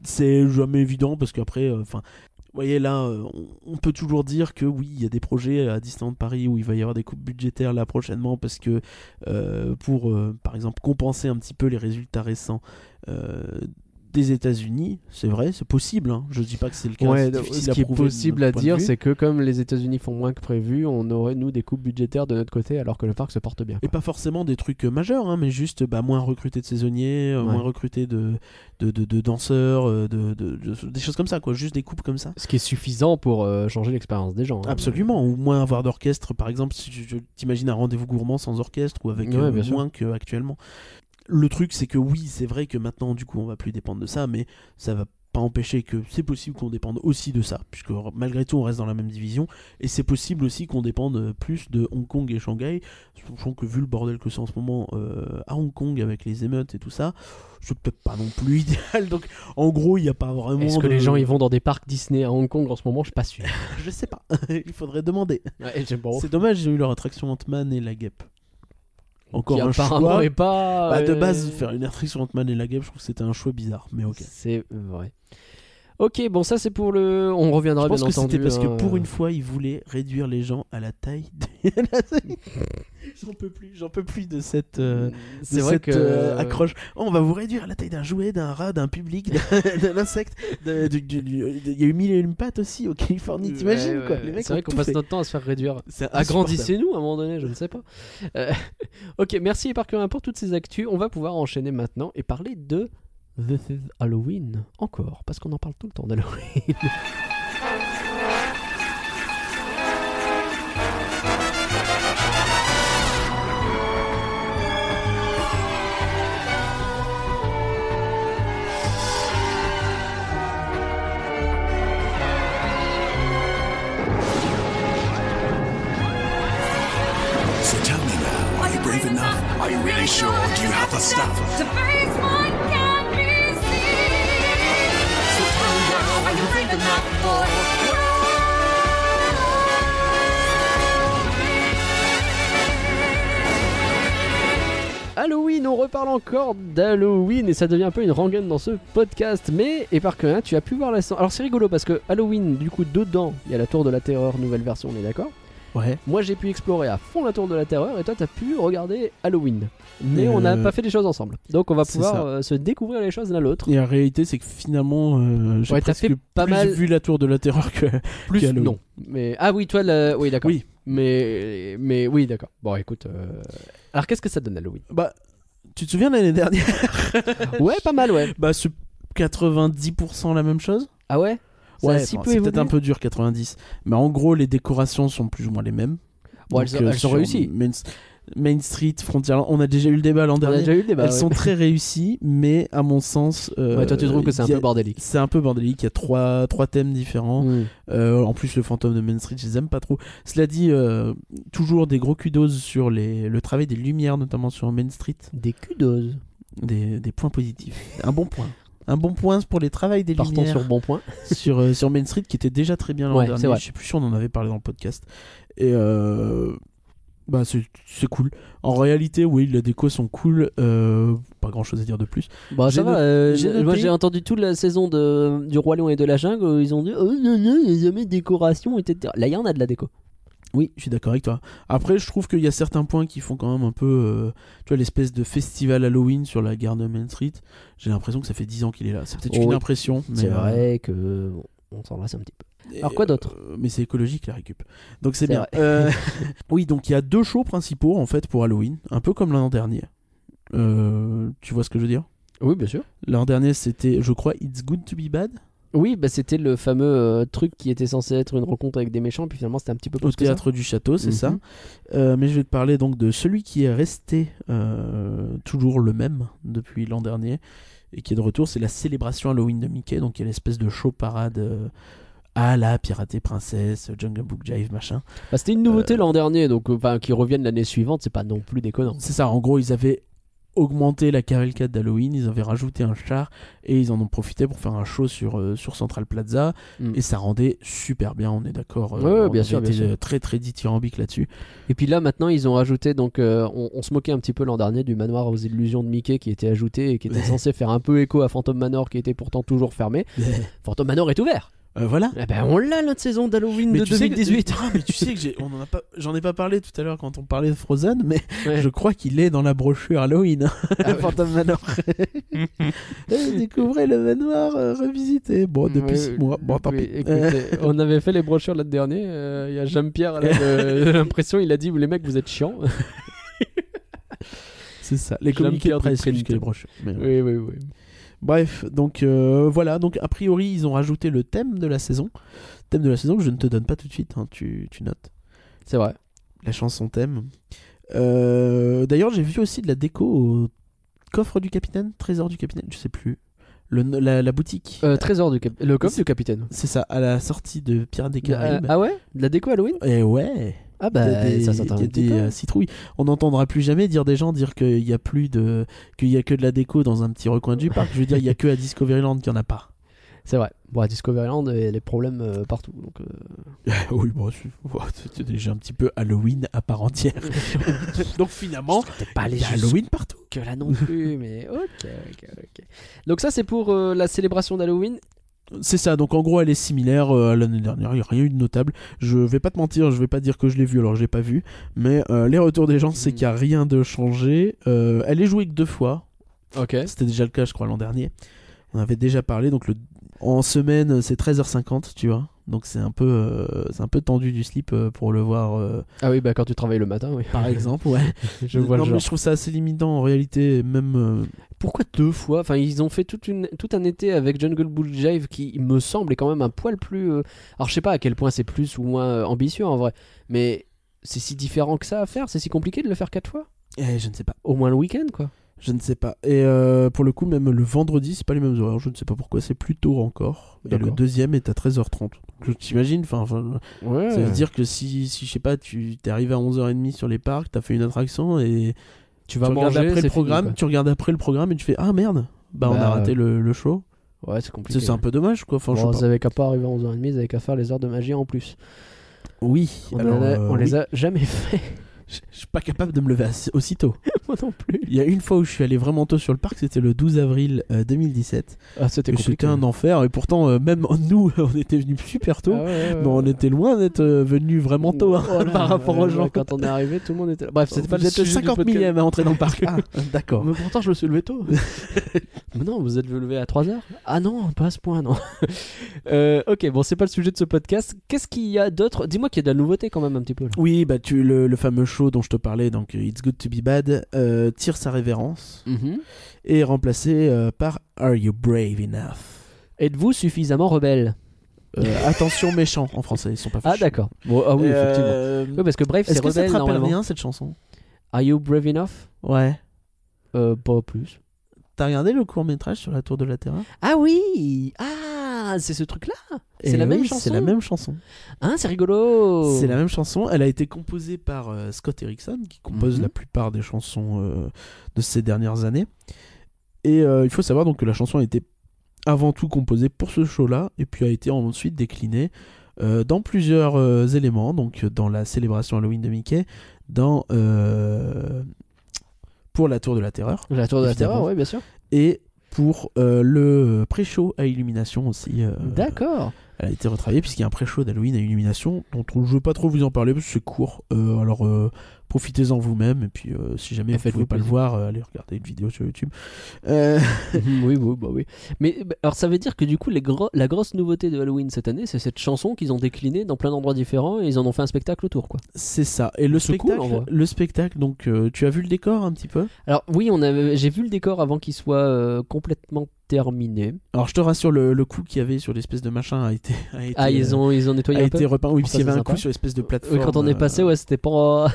C'est jamais évident parce qu'après euh, enfin vous voyez là, euh, on on peut toujours dire que oui, il y a des projets à Disneyland Paris où il va y avoir des coupes budgétaires là prochainement parce que euh, pour euh, par exemple compenser un petit peu les résultats récents euh, des États-Unis, c'est vrai, c'est possible. hein. Je dis pas que c'est le cas.
Ouais,
c'est
donc,
difficile
ce qui est
prouver de
possible
notre
à
point de
dire,
vue.
c'est que comme les États-Unis font moins que prévu, on aurait nous des coupes budgétaires de notre côté alors que le parc se porte bien.
Et pas forcément des trucs euh, majeurs, hein, mais juste bah, moins recruter de saisonniers, euh,
Ouais.
moins recruter de, de, de- de danseurs, euh, de, de- de- des choses comme ça, quoi. juste des coupes comme ça.
Ce qui est suffisant pour euh, changer l'expérience des gens. hein.
Absolument, ou moins avoir d'orchestre, par exemple, si tu tu- t'imagines un rendez-vous gourmand sans orchestre ou avec
Ouais,
euh,
bien sûr.
moins qu'actuellement. Le truc, c'est que oui, c'est vrai que maintenant, du coup, on va plus dépendre de ça, mais ça va pas empêcher que c'est possible qu'on dépende aussi de ça, puisque r- malgré tout, on reste dans la même division, et c'est possible aussi qu'on dépende euh, plus de Hong Kong et Shanghai, sachant que vu le bordel que c'est en ce moment euh, à Hong Kong avec les émeutes et tout ça, c'est peut-être pas non plus *laughs* idéal. Donc, en gros, il n'y a pas vraiment.
Est-ce que
de-
les
*laughs*
gens ils vont dans des parcs Disney à Hong Kong en ce moment Je suis pas sûr.
Je sais pas. *laughs* il faudrait demander.
*laughs* Ouais, j'ai- bon,
C'est dommage, j'ai eu leur attraction Ant-Man et la guêpe. Encore
qui
un
apparemment
choix.
est pas.
Bah, de
euh,
base, faire une attraction Ant-Man et la guêpe, je trouve que c'était un choix bizarre, mais ok.
C'est vrai. Ok, bon, ça c'est pour le. On reviendra
Je pense
bien
que
entendu.
c'était parce
hein,
que pour
euh,
une fois, ils voulaient réduire les gens à la taille. de- *laughs* j'en peux plus, j'en peux plus de cette, euh, de
C'est vrai
cette,
que.
euh, accroche. Oh, on va vous réduire à la taille d'un jouet, d'un rat, d'un public, *laughs* d'un d'un insecte. d'un- du- du- du- Il y a eu mille et une pattes aussi au Californie, t'imagines
Ouais,
quoi
ouais,
Les mecs
C'est vrai
ont
qu'on
tout
passe
fait. Ah,
notre temps à se faire réduire.
C'est insupportable.
Agrandissez-nous à un moment donné, je ne sais pas. Euh, *laughs* ok, merci Parker pour toutes ces actus. On va pouvoir enchaîner maintenant et parler de This is Halloween encore, parce qu'on en parle tout le temps d'Halloween.
So tell me now, are you brave enough? Are you really sure? Do you have the stuff?
To face what can be seen. So tell me now, are you brave enough for
Halloween, on reparle encore d'Halloween et ça devient un peu une rengaine dans ce podcast. Mais, et par que hein, tu as pu voir la scène. Alors c'est rigolo parce que Halloween, du coup, dedans, il y a la Tour de la Terreur, nouvelle version, on est d'accord
Ouais.
Moi j'ai pu explorer à fond la Tour de la Terreur et toi t'as pu regarder Halloween. Mais on n'a
Euh,
pas fait les choses ensemble. Donc on va
c'est
pouvoir
ça.
euh, se découvrir les choses l'un l'autre.
Et la réalité, c'est que finalement, euh, j'ai
Ouais, t'as
presque
fait pas
plus
mal-
vu la tour de la terreur que. *laughs*
Plus
Qu'Halloween.
non. Mais ah oui, toi la... oui d'accord.
Oui.
Mais mais oui d'accord. Bon écoute. euh, Alors qu'est-ce que ça donne
*laughs*
Halloween
Bah, tu te souviens de
*laughs*
l'année dernière
Ouais, pas mal ouais.
Bah, c'est 90% la même chose
Ah ouais. Ça a
Ouais,
si
enfin,
peu
c'est peut-être
évolué
un peu dur 90. Mais en gros, les décorations sont plus ou moins les mêmes.
Bon,
Donc,
elles, ont-
euh,
elles ont
sur
réussi.
Main- Main Street, Frontierland, on a déjà eu le débat l'an
On a
dernier.
déjà eu le débat.
Elles
ouais.
sont très réussies, mais à mon sens. euh,
Ouais, toi, tu trouves que c'est un
il y a-
peu bordélique.
C'est un peu bordélique, il y a trois, trois thèmes différents.
Mm.
Euh, en plus, le fantôme de Main Street, je les aime pas trop. Cela dit, euh, toujours des gros kudos sur les, le travail des lumières, notamment sur Main Street.
Des kudos.
Des, des points positifs. Un bon point. Un bon point pour les travails des
Partons
lumières
sur bon point.
*laughs* sur, euh, sur Main Street qui était déjà très bien l'an
Ouais, c'est
dernier.
vrai.
Je suis plus sûr, on en avait parlé dans le podcast. Et euh, bah, c'est c'est cool. En réalité, oui, la déco sont cool. Euh, pas grand chose à dire de plus.
Bah,
J'ai
ça va,
noté-
euh,
j'ai
moi
noté-
j'ai entendu toute la saison de, du Roi Lion et de la Jungle où ils ont dit Oh non, non, il n'y a jamais de décoration, etc. Là, il y en a de la déco.
Oui, je suis d'accord avec toi. Après, je trouve qu'il y a certains points qui font quand même un peu. euh, tu vois, l'espèce de festival Halloween sur la gare de Main Street. J'ai l'impression que ça fait 10 ans qu'il est là. C'est peut-être
Oh
une
oui.
impression. mais,
C'est
euh,
vrai que bon, on s'en lasse un petit peu.
Et,
Alors, quoi d'autre
euh, Mais c'est écologique la récup. Donc c'est
C'est
bien.
vrai.
Euh, *laughs* oui, donc il y a deux shows principaux en fait pour Halloween, un peu comme l'an dernier. Euh, tu vois ce que je veux dire
Oui, bien sûr.
L'an dernier c'était, je crois, It's Good to Be Bad
Oui, bah, c'était le fameux euh, truc qui était censé être une rencontre avec des méchants, puis finalement c'était un petit peu
au
plus que ça.
théâtre du château, c'est
Mhm.
ça. Euh, mais je vais te parler donc de celui qui est resté euh, toujours le même depuis l'an dernier et qui est de retour, c'est la célébration Halloween de Mickey. Donc il y a l'espèce de show parade euh, à la Piratée Princesse, Jungle Book Jive, machin.
Bah, c'était une nouveauté l'an dernier, donc euh, enfin, qu'ils reviennent l'année suivante, c'est pas non plus déconnant.
C'est ça, en gros, ils avaient augmenté la cavalcade d'Halloween, ils avaient rajouté un char et ils en ont profité pour faire un show sur, euh, sur Central Plaza
Mm.
et ça rendait super bien, on est d'accord.
Ouais, ouais,
on
bien
avait
sûr, bien
été,
sûr.
euh, très très
*laughs*
dithyrambique là-dessus.
Et puis là maintenant ils ont rajouté, donc euh, on, on se moquait un petit peu l'an dernier du manoir aux illusions de Mickey qui était ajouté et qui était censé faire un peu écho à Phantom Manor qui était pourtant toujours fermé. Phantom Manor est ouvert
Euh, voilà.
Eh ben on l'a notre saison d'Halloween de
tu sais que-
2018
Ah, mais tu sais que j'ai- on en a pas, j'en ai pas parlé tout à l'heure quand on parlait de Frozen, mais
Ouais.
je crois qu'il est dans la
*laughs*
brochure Halloween.
*laughs* Ah ouais.
Phantom Manor. Eh, Découvrez le manoir euh, revisité. Bon, depuis
Ouais,
six mois. Bon, tant
oui,
pis. Euh,
écoutez, Euh, *laughs* on avait fait les brochures l'an dernier. euh, Il y a Jean-Pierre, là, de- *laughs* de l'impression, il a dit Les mecs, vous êtes chiants.
C'est ça. Les
J'aime
communiqués de
Pierre
presse,
Dupont.
plus que les brochures. Mais ouais.
*laughs* oui, oui, oui.
Bref, donc euh, voilà, donc a priori ils ont rajouté le thème de la saison. Thème de la saison que je ne te donne pas tout de suite, hein, tu, tu notes.
C'est vrai.
La chanson thème. Euh, D'ailleurs j'ai vu aussi de la déco au coffre du capitaine, trésor du capitaine, je sais plus. Le, la, la boutique.
Euh, trésor du cap- le coffre du capitaine.
C'est ça, à la sortie de Pirates des
Euh,
Caraïbes.
ah ouais De la déco Halloween
Et ouais,
Ah
il y
bah
a des,
ça s'entend
il y a
un petit
des,
peu.
euh, citrouilles. On n'entendra plus jamais dire des gens dire qu'il y a plus de qu'il y a que de la déco dans un petit recoin du parc. Je veux dire, il y a que à Discoveryland qu'il y en a pas.
C'est vrai. Bon, à Discoveryland, il y a les problèmes euh, partout. Donc, euh,
*laughs* oui, bon, c'est- bon, c'était déjà un petit peu Halloween à part entière. *laughs* Donc finalement,
je serais peut-être pas allé
il y a
jusque
Halloween partout.
là non plus, *laughs* mais ok, ok, ok. Donc ça, c'est pour euh, la célébration d'Halloween.
C'est ça, donc en gros, elle est similaire euh, à l'année dernière, il n'y a rien eu de notable. Je vais pas te mentir, je vais pas dire que je l'ai vu alors que je l'ai pas vu, mais euh, les retours des gens, c'est
Mm.
qu'il n'y a rien de changé. Euh, elle est jouée que deux fois,
Ok.
c'était déjà le cas, je crois, l'an dernier. On avait déjà parlé, donc le... en semaine, c'est 13h50, tu vois. Donc c'est un, peu, euh, c'est un peu tendu du slip euh, pour le voir, euh,
Ah oui, bah quand tu travailles le matin, oui. *laughs*
par exemple, ouais.
je vois
non,
le
mais
genre.
je trouve ça assez limitant en réalité, même. euh,
Pourquoi deux fois Enfin, ils ont fait toute une, tout un été avec Jungle Bull Jive qui, il me semble, est quand même un poil plus. euh, Alors, je sais pas à quel point c'est plus ou moins euh, ambitieux en vrai, mais c'est si différent que ça à faire, c'est si compliqué de le faire quatre fois.
eh, je ne sais pas.
Au moins le week-end, quoi.
Je ne sais pas. Et euh, pour le coup, même le vendredi, c'est pas les mêmes horaires. Je ne sais pas pourquoi, c'est plus tôt encore. Et
D'accord.
le deuxième est à 13h30. Donc t'imagines, enfin, enfin,
Ouais.
ça veut dire que si, si je sais pas, tu t'es arrivé à 11h30 sur les parcs, t'as fait une attraction et
tu vas
tu regardes
manger
après
c'est
le
fini,
programme,
quoi.
tu regardes après le programme et tu fais ah merde, bah, on
Bah,
a raté le, le show.
Ouais, c'est
C'est
compliqué.
c'est un peu dommage quoi. Enfin, je
Bon,
sais
ils
pas.
avaient qu'à pas arriver à 11h30, ils avaient qu'à faire les heures de magie en plus.
Oui.
On,
alors,
en a-
euh,
on
oui.
les a jamais fait, *laughs*
Je je suis pas capable de me lever assez- aussitôt.
moi non plus.
Il y a une fois où je suis allé vraiment tôt sur le parc, c'était le 12 avril euh, 2017.
Ah, c'était
Et
compliqué.
C'était un enfer et pourtant euh, même nous *laughs* on était venus super tôt.
Ah ouais, ouais,
Mais on
ouais.
était loin d'être euh, venus vraiment tôt hein,
*laughs* Oh là
*laughs* par
là,
rapport
ouais,
aux gens.
ouais, Quand on est arrivé, tout le monde était là. Bref, c'était pas
Vous
le
êtes le
sujet du
50
podcast.
millième à entrer dans le parc. Ah, d'accord.
Mais pourtant, je me suis levé tôt. Mais non, vous êtes levé à 3h Ah non, pas à ce point, non. *laughs* Euh, ok, bon, c'est pas le sujet de ce podcast. Qu'est-ce qu'il y a d'autre Dis-moi qu'il y a de la nouveauté quand même un petit peu. Là.
Oui, bah tu le, le fameux show dont je te parlais, donc euh, It's Good to Be Bad, euh, tire sa révérence
Mm-hmm.
et est remplacé euh, par Are You Brave Enough
Êtes-vous suffisamment rebelle
Euh,
*laughs*
Attention méchant en français, ils sont pas
Ah
fichus.
d'accord. Bon, ah oui,
Euh,
effectivement. Oui, parce que bref,
Est-ce
c'est
que ça
rebelle
te rappelle
normalement.
rien cette chanson
Are You Brave Enough
Ouais.
Euh, Pas plus.
T'as regardé le court métrage sur la Tour de la Terreur
Ah oui Ah, c'est ce truc-là C'est
Eh
la même
oui,
chanson
C'est la même chanson.
Hein, c'est rigolo
C'est la même chanson. Elle a été composée par euh, Scott Erickson, qui compose
Mhm.
la plupart des chansons euh, de ces dernières années. Et euh, il faut savoir donc que la chanson a été avant tout composée pour ce show-là, et puis a été ensuite déclinée euh, dans plusieurs euh, éléments, donc euh, dans la célébration Halloween de Mickey, dans euh, pour la Tour de la Terreur
La Tour de la
Évidemment. Euh.
Terreur, oui, bien sûr.
et pour euh, le pré-show à illumination aussi. euh,
D'accord. *laughs*
elle a été retravaillée puisqu'il y a un pré-show d'Halloween à Illumination dont on- je ne veux pas trop vous en parler parce que c'est court. Euh, alors euh, profitez-en vous-même et puis euh, si jamais
Et
vous ne
faites-vous
pouvez pas le
plaisir.
voir, euh, allez regarder une vidéo sur YouTube. Euh, *laughs*
Mhm, oui, oui, bah oui. Mais bah, alors ça veut dire que du coup, les gros- la grosse nouveauté de Halloween cette année, c'est cette chanson qu'ils ont déclinée dans plein d'endroits différents et ils en ont fait un spectacle autour, quoi.
c'est ça. Et le
C'est cool,
spectacle,
en vrai.
le spectacle. Donc euh, tu as vu le décor un petit peu
Alors oui, on avait- j'ai vu le décor avant qu'il soit euh, complètement terminé.
Alors je te rassure, le, le coup qu'il y avait sur l'espèce de machin a été a été,
Ah, ils
euh,
ont, ils ont nettoyé
a
un peu.
été repeint. Oui,
Oh,
parce
ça,
qu'il y avait
c'est
un coup
sympa.
sur l'espèce de plateforme.
Oui, quand on est passé,
euh,
ouais, c'était
*laughs*
pas.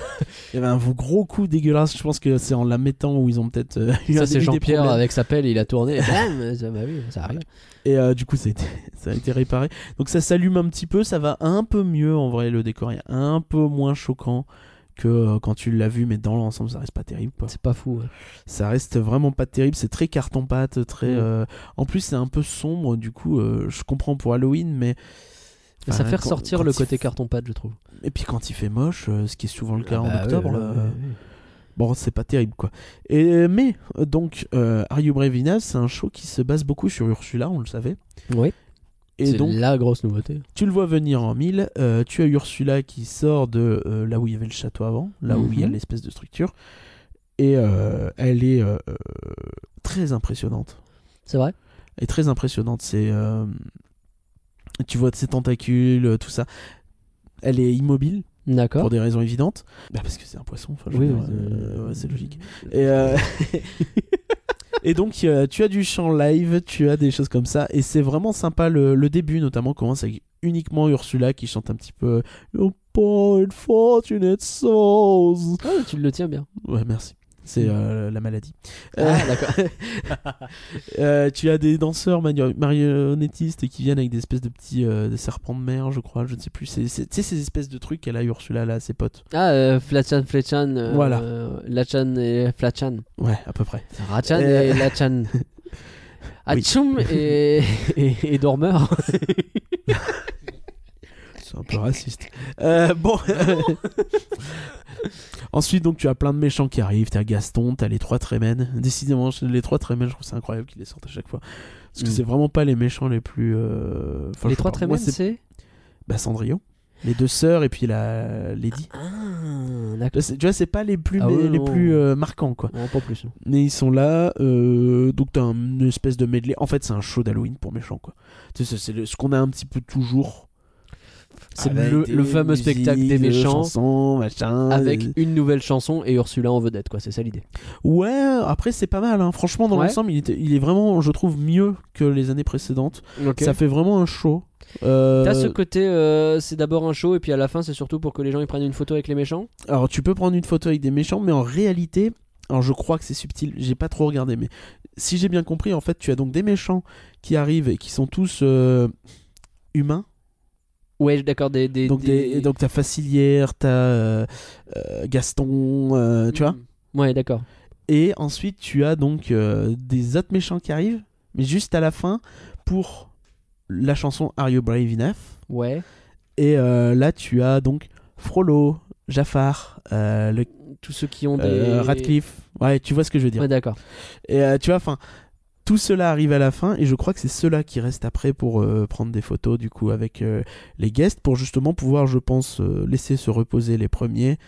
Il y avait un gros coup dégueulasse. Je pense que c'est en la mettant où ils ont peut-être. euh, *laughs* eu un-
Ça,
eu
c'est
des
Jean-Pierre
problèmes. Ah,
avec sa pelle, il a
*laughs*
tourné. et bam, ça, bah oui, ça arrive.
Et euh, du coup, ça a, été, *laughs* ça a été réparé. Donc ça s'allume un petit peu, ça va un peu mieux en vrai. Le décor est un peu moins choquant que euh, quand tu l'as vu, mais dans l'ensemble, ça reste pas terrible. quoi.
C'est pas fou. hein. ouais.
Ça reste vraiment pas terrible. C'est très carton-pâte, très.
Mm.
euh, En plus, c'est un peu sombre. Du coup, euh, je comprends pour Halloween, mais.
Mais ça fait
Enfin, Bah, quand-
ressortir
quand
le
il
côté
f-
carton-pâte, je trouve.
Et puis quand il fait moche, euh, ce qui est souvent le cas en
Bah oui,
octobre,
oui,
là,
oui,
euh,
oui.
Bon, c'est pas terrible quoi. Et, mais, euh, donc, euh, Are You Brave Enough, c'est un show qui se base beaucoup sur Ursula, on le savait.
Oui,
Et
c'est
donc,
la grosse nouveauté.
Tu le vois venir en mille, euh, tu as Ursula qui sort de euh, là où il y avait le château avant, là où il y a
Mhm.
l'espèce de structure, et euh, elle est euh, euh, très impressionnante.
C'est vrai
Elle est très impressionnante, c'est... euh, tu vois ses tentacules, euh, tout ça. Elle est immobile,
D'accord.
pour des raisons évidentes. Bah, parce que c'est un poisson, enfin, je
Oui,
veux
oui,
dire,
euh,
euh, ouais, c'est
*laughs*
logique. Et, euh, *laughs* et donc, euh, tu as du chant live, tu as des choses comme ça. Et c'est vraiment sympa. Le, le début, notamment, commence avec uniquement Ursula qui chante un petit peu Your poor fortunate souls.
Ah, tu le tiens bien.
Ouais, merci. C'est euh, la maladie. Euh,
Ah, *laughs* d'accord.
*laughs* euh, tu as des danseurs mani- marionnettistes qui viennent avec des espèces de petits euh, des serpents de mer, je crois, je ne sais plus. C'est- c'est- Tu sais, ces espèces de trucs qu'elle a Ursula là, à ses potes.
Ah, euh, Flachan, Flechan. euh,
Voilà.
euh, Lachan et Flachan.
Ouais, à peu près.
Rachan
Euh,
et *laughs* Lachan. Atchoum *laughs* et, et, et Dormeur.
C'est un peu raciste.
*laughs*
Euh, bon. Ensuite, donc, tu as plein de méchants qui arrivent. T'as Gaston, t'as les trois Trémènes. Décidément, je- les trois Trémènes, je trouve c'est incroyable qu'ils les sortent à chaque fois. Parce que
Mm.
c'est vraiment pas les méchants les plus. euh, enfin,
Les
je sais
trois
pas. Moi,
trémènes, c'est.
bah, Cendrillon, les deux sœurs et puis la Lady.
Ah,
Tu vois,
d'accord.
c'est- tu vois, c'est pas les plus,
Ah
mais-
ouais,
les
non.
plus euh, marquants, quoi.
Non, pas plus. non.
Mais ils sont là, euh, donc t'as un- une espèce de medley. En fait, c'est un show d'Halloween pour méchants, quoi. Tu sais, c'est- c'est le- ce qu'on a un petit peu toujours.
C'est
Avec
le-
des
le fameux
musiques,
spectacle des
euh,
méchants.
chansons, machin,
Avec
euh.
une nouvelle chanson et Ursula en vedette, quoi. C'est ça l'idée.
Ouais, après, c'est pas mal, hein. franchement, dans
Ouais.
l'ensemble, il, était- il est vraiment, je trouve, mieux que les années précédentes. Ça fait vraiment un show. Euh,
T'as ce côté, euh, c'est d'abord un show et puis à la fin, c'est surtout pour que les gens ils prennent une photo avec les méchants.
Alors, tu peux prendre une photo avec des méchants, mais en réalité, alors je crois que c'est subtil, j'ai pas trop regardé, mais si j'ai bien compris, en fait, tu as donc des méchants qui arrivent et qui sont tous euh, humains.
Ouais, d'accord. Des, des,
Donc, des... donc t'as Facilière, t'as euh, euh, Gaston, euh, tu
Mm.
vois.
Ouais, d'accord.
Et ensuite, tu as donc euh, des autres méchants qui arrivent, mais juste à la fin pour la chanson Are You Brave Enough.
Ouais.
Et euh, là, tu as donc Frollo, Jafar, euh, le,
Tous ceux qui ont des.
euh, Radcliffe. Ouais, tu vois ce que je veux dire.
Ouais, d'accord.
Et euh, tu vois, enfin, tout cela arrive à la fin, et je crois que c'est cela qui reste après pour euh, prendre des photos du coup avec euh, les guests pour justement pouvoir, je pense, euh, laisser se reposer les premiers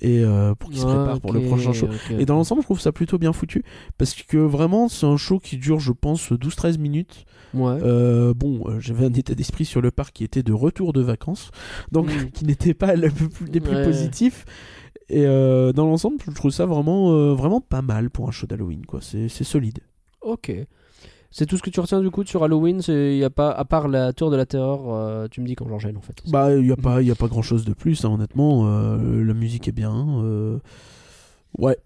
et euh, pour qu'ils se préparent pour le
Ok,
prochain show.
ok,
Et dans
ok.
l'ensemble, je trouve ça plutôt bien foutu. Parce que vraiment, c'est un show qui dure, je pense, 12-13 minutes.
Ouais.
Euh, bon, euh, j'avais un état d'esprit sur le parc qui était de retour de vacances. Donc,
Mm.
*laughs* qui n'était pas le plus, les plus
Ouais.
positifs. Et euh, dans l'ensemble, je trouve ça vraiment, euh, vraiment pas mal pour un show d'Halloween. quoi. C'est c'est solide.
Ok. C'est tout ce que tu retiens du coup sur Halloween c'est- y a pas, À part la tour de la terreur, euh, tu me dis quand j'enchaîne en fait. Mm.
Bah, il n'y a, pas- y a pas grand chose de plus, hein, honnêtement. Euh, la musique est bien. euh, Ouais.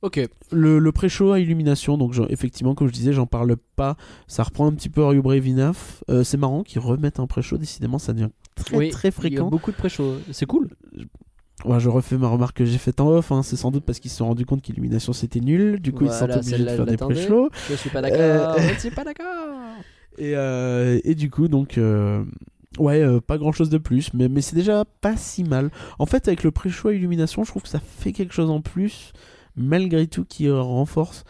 Ok.
Le, le pré-show à Illumination, donc j'en- effectivement, comme je disais, j'en parle pas. Ça reprend un petit peu Are You Brave Enough. Euh, c'est marrant qu'ils remettent un pré-show, décidément, ça devient très
Oui,
très
Il y a
fréquent.
beaucoup de pré-shows. C'est cool.
Ouais, je refais ma remarque que j'ai faite en off, hein. c'est sans doute parce qu'ils se sont rendus compte qu'Illumination c'était nul, du coup ils se sont
Voilà,
obligés de
celle-là,
faire
je
des
l'attendais.
pré-shows.
Je suis pas
Euh,
d'accord. Je suis pas d'accord.
Et, euh, et du coup, donc, euh, ouais, euh, pas grand chose de plus, mais, mais c'est déjà pas si mal. En fait, avec le pré-show à Illumination, je trouve que ça fait quelque chose en plus, malgré tout, qui euh, renforce.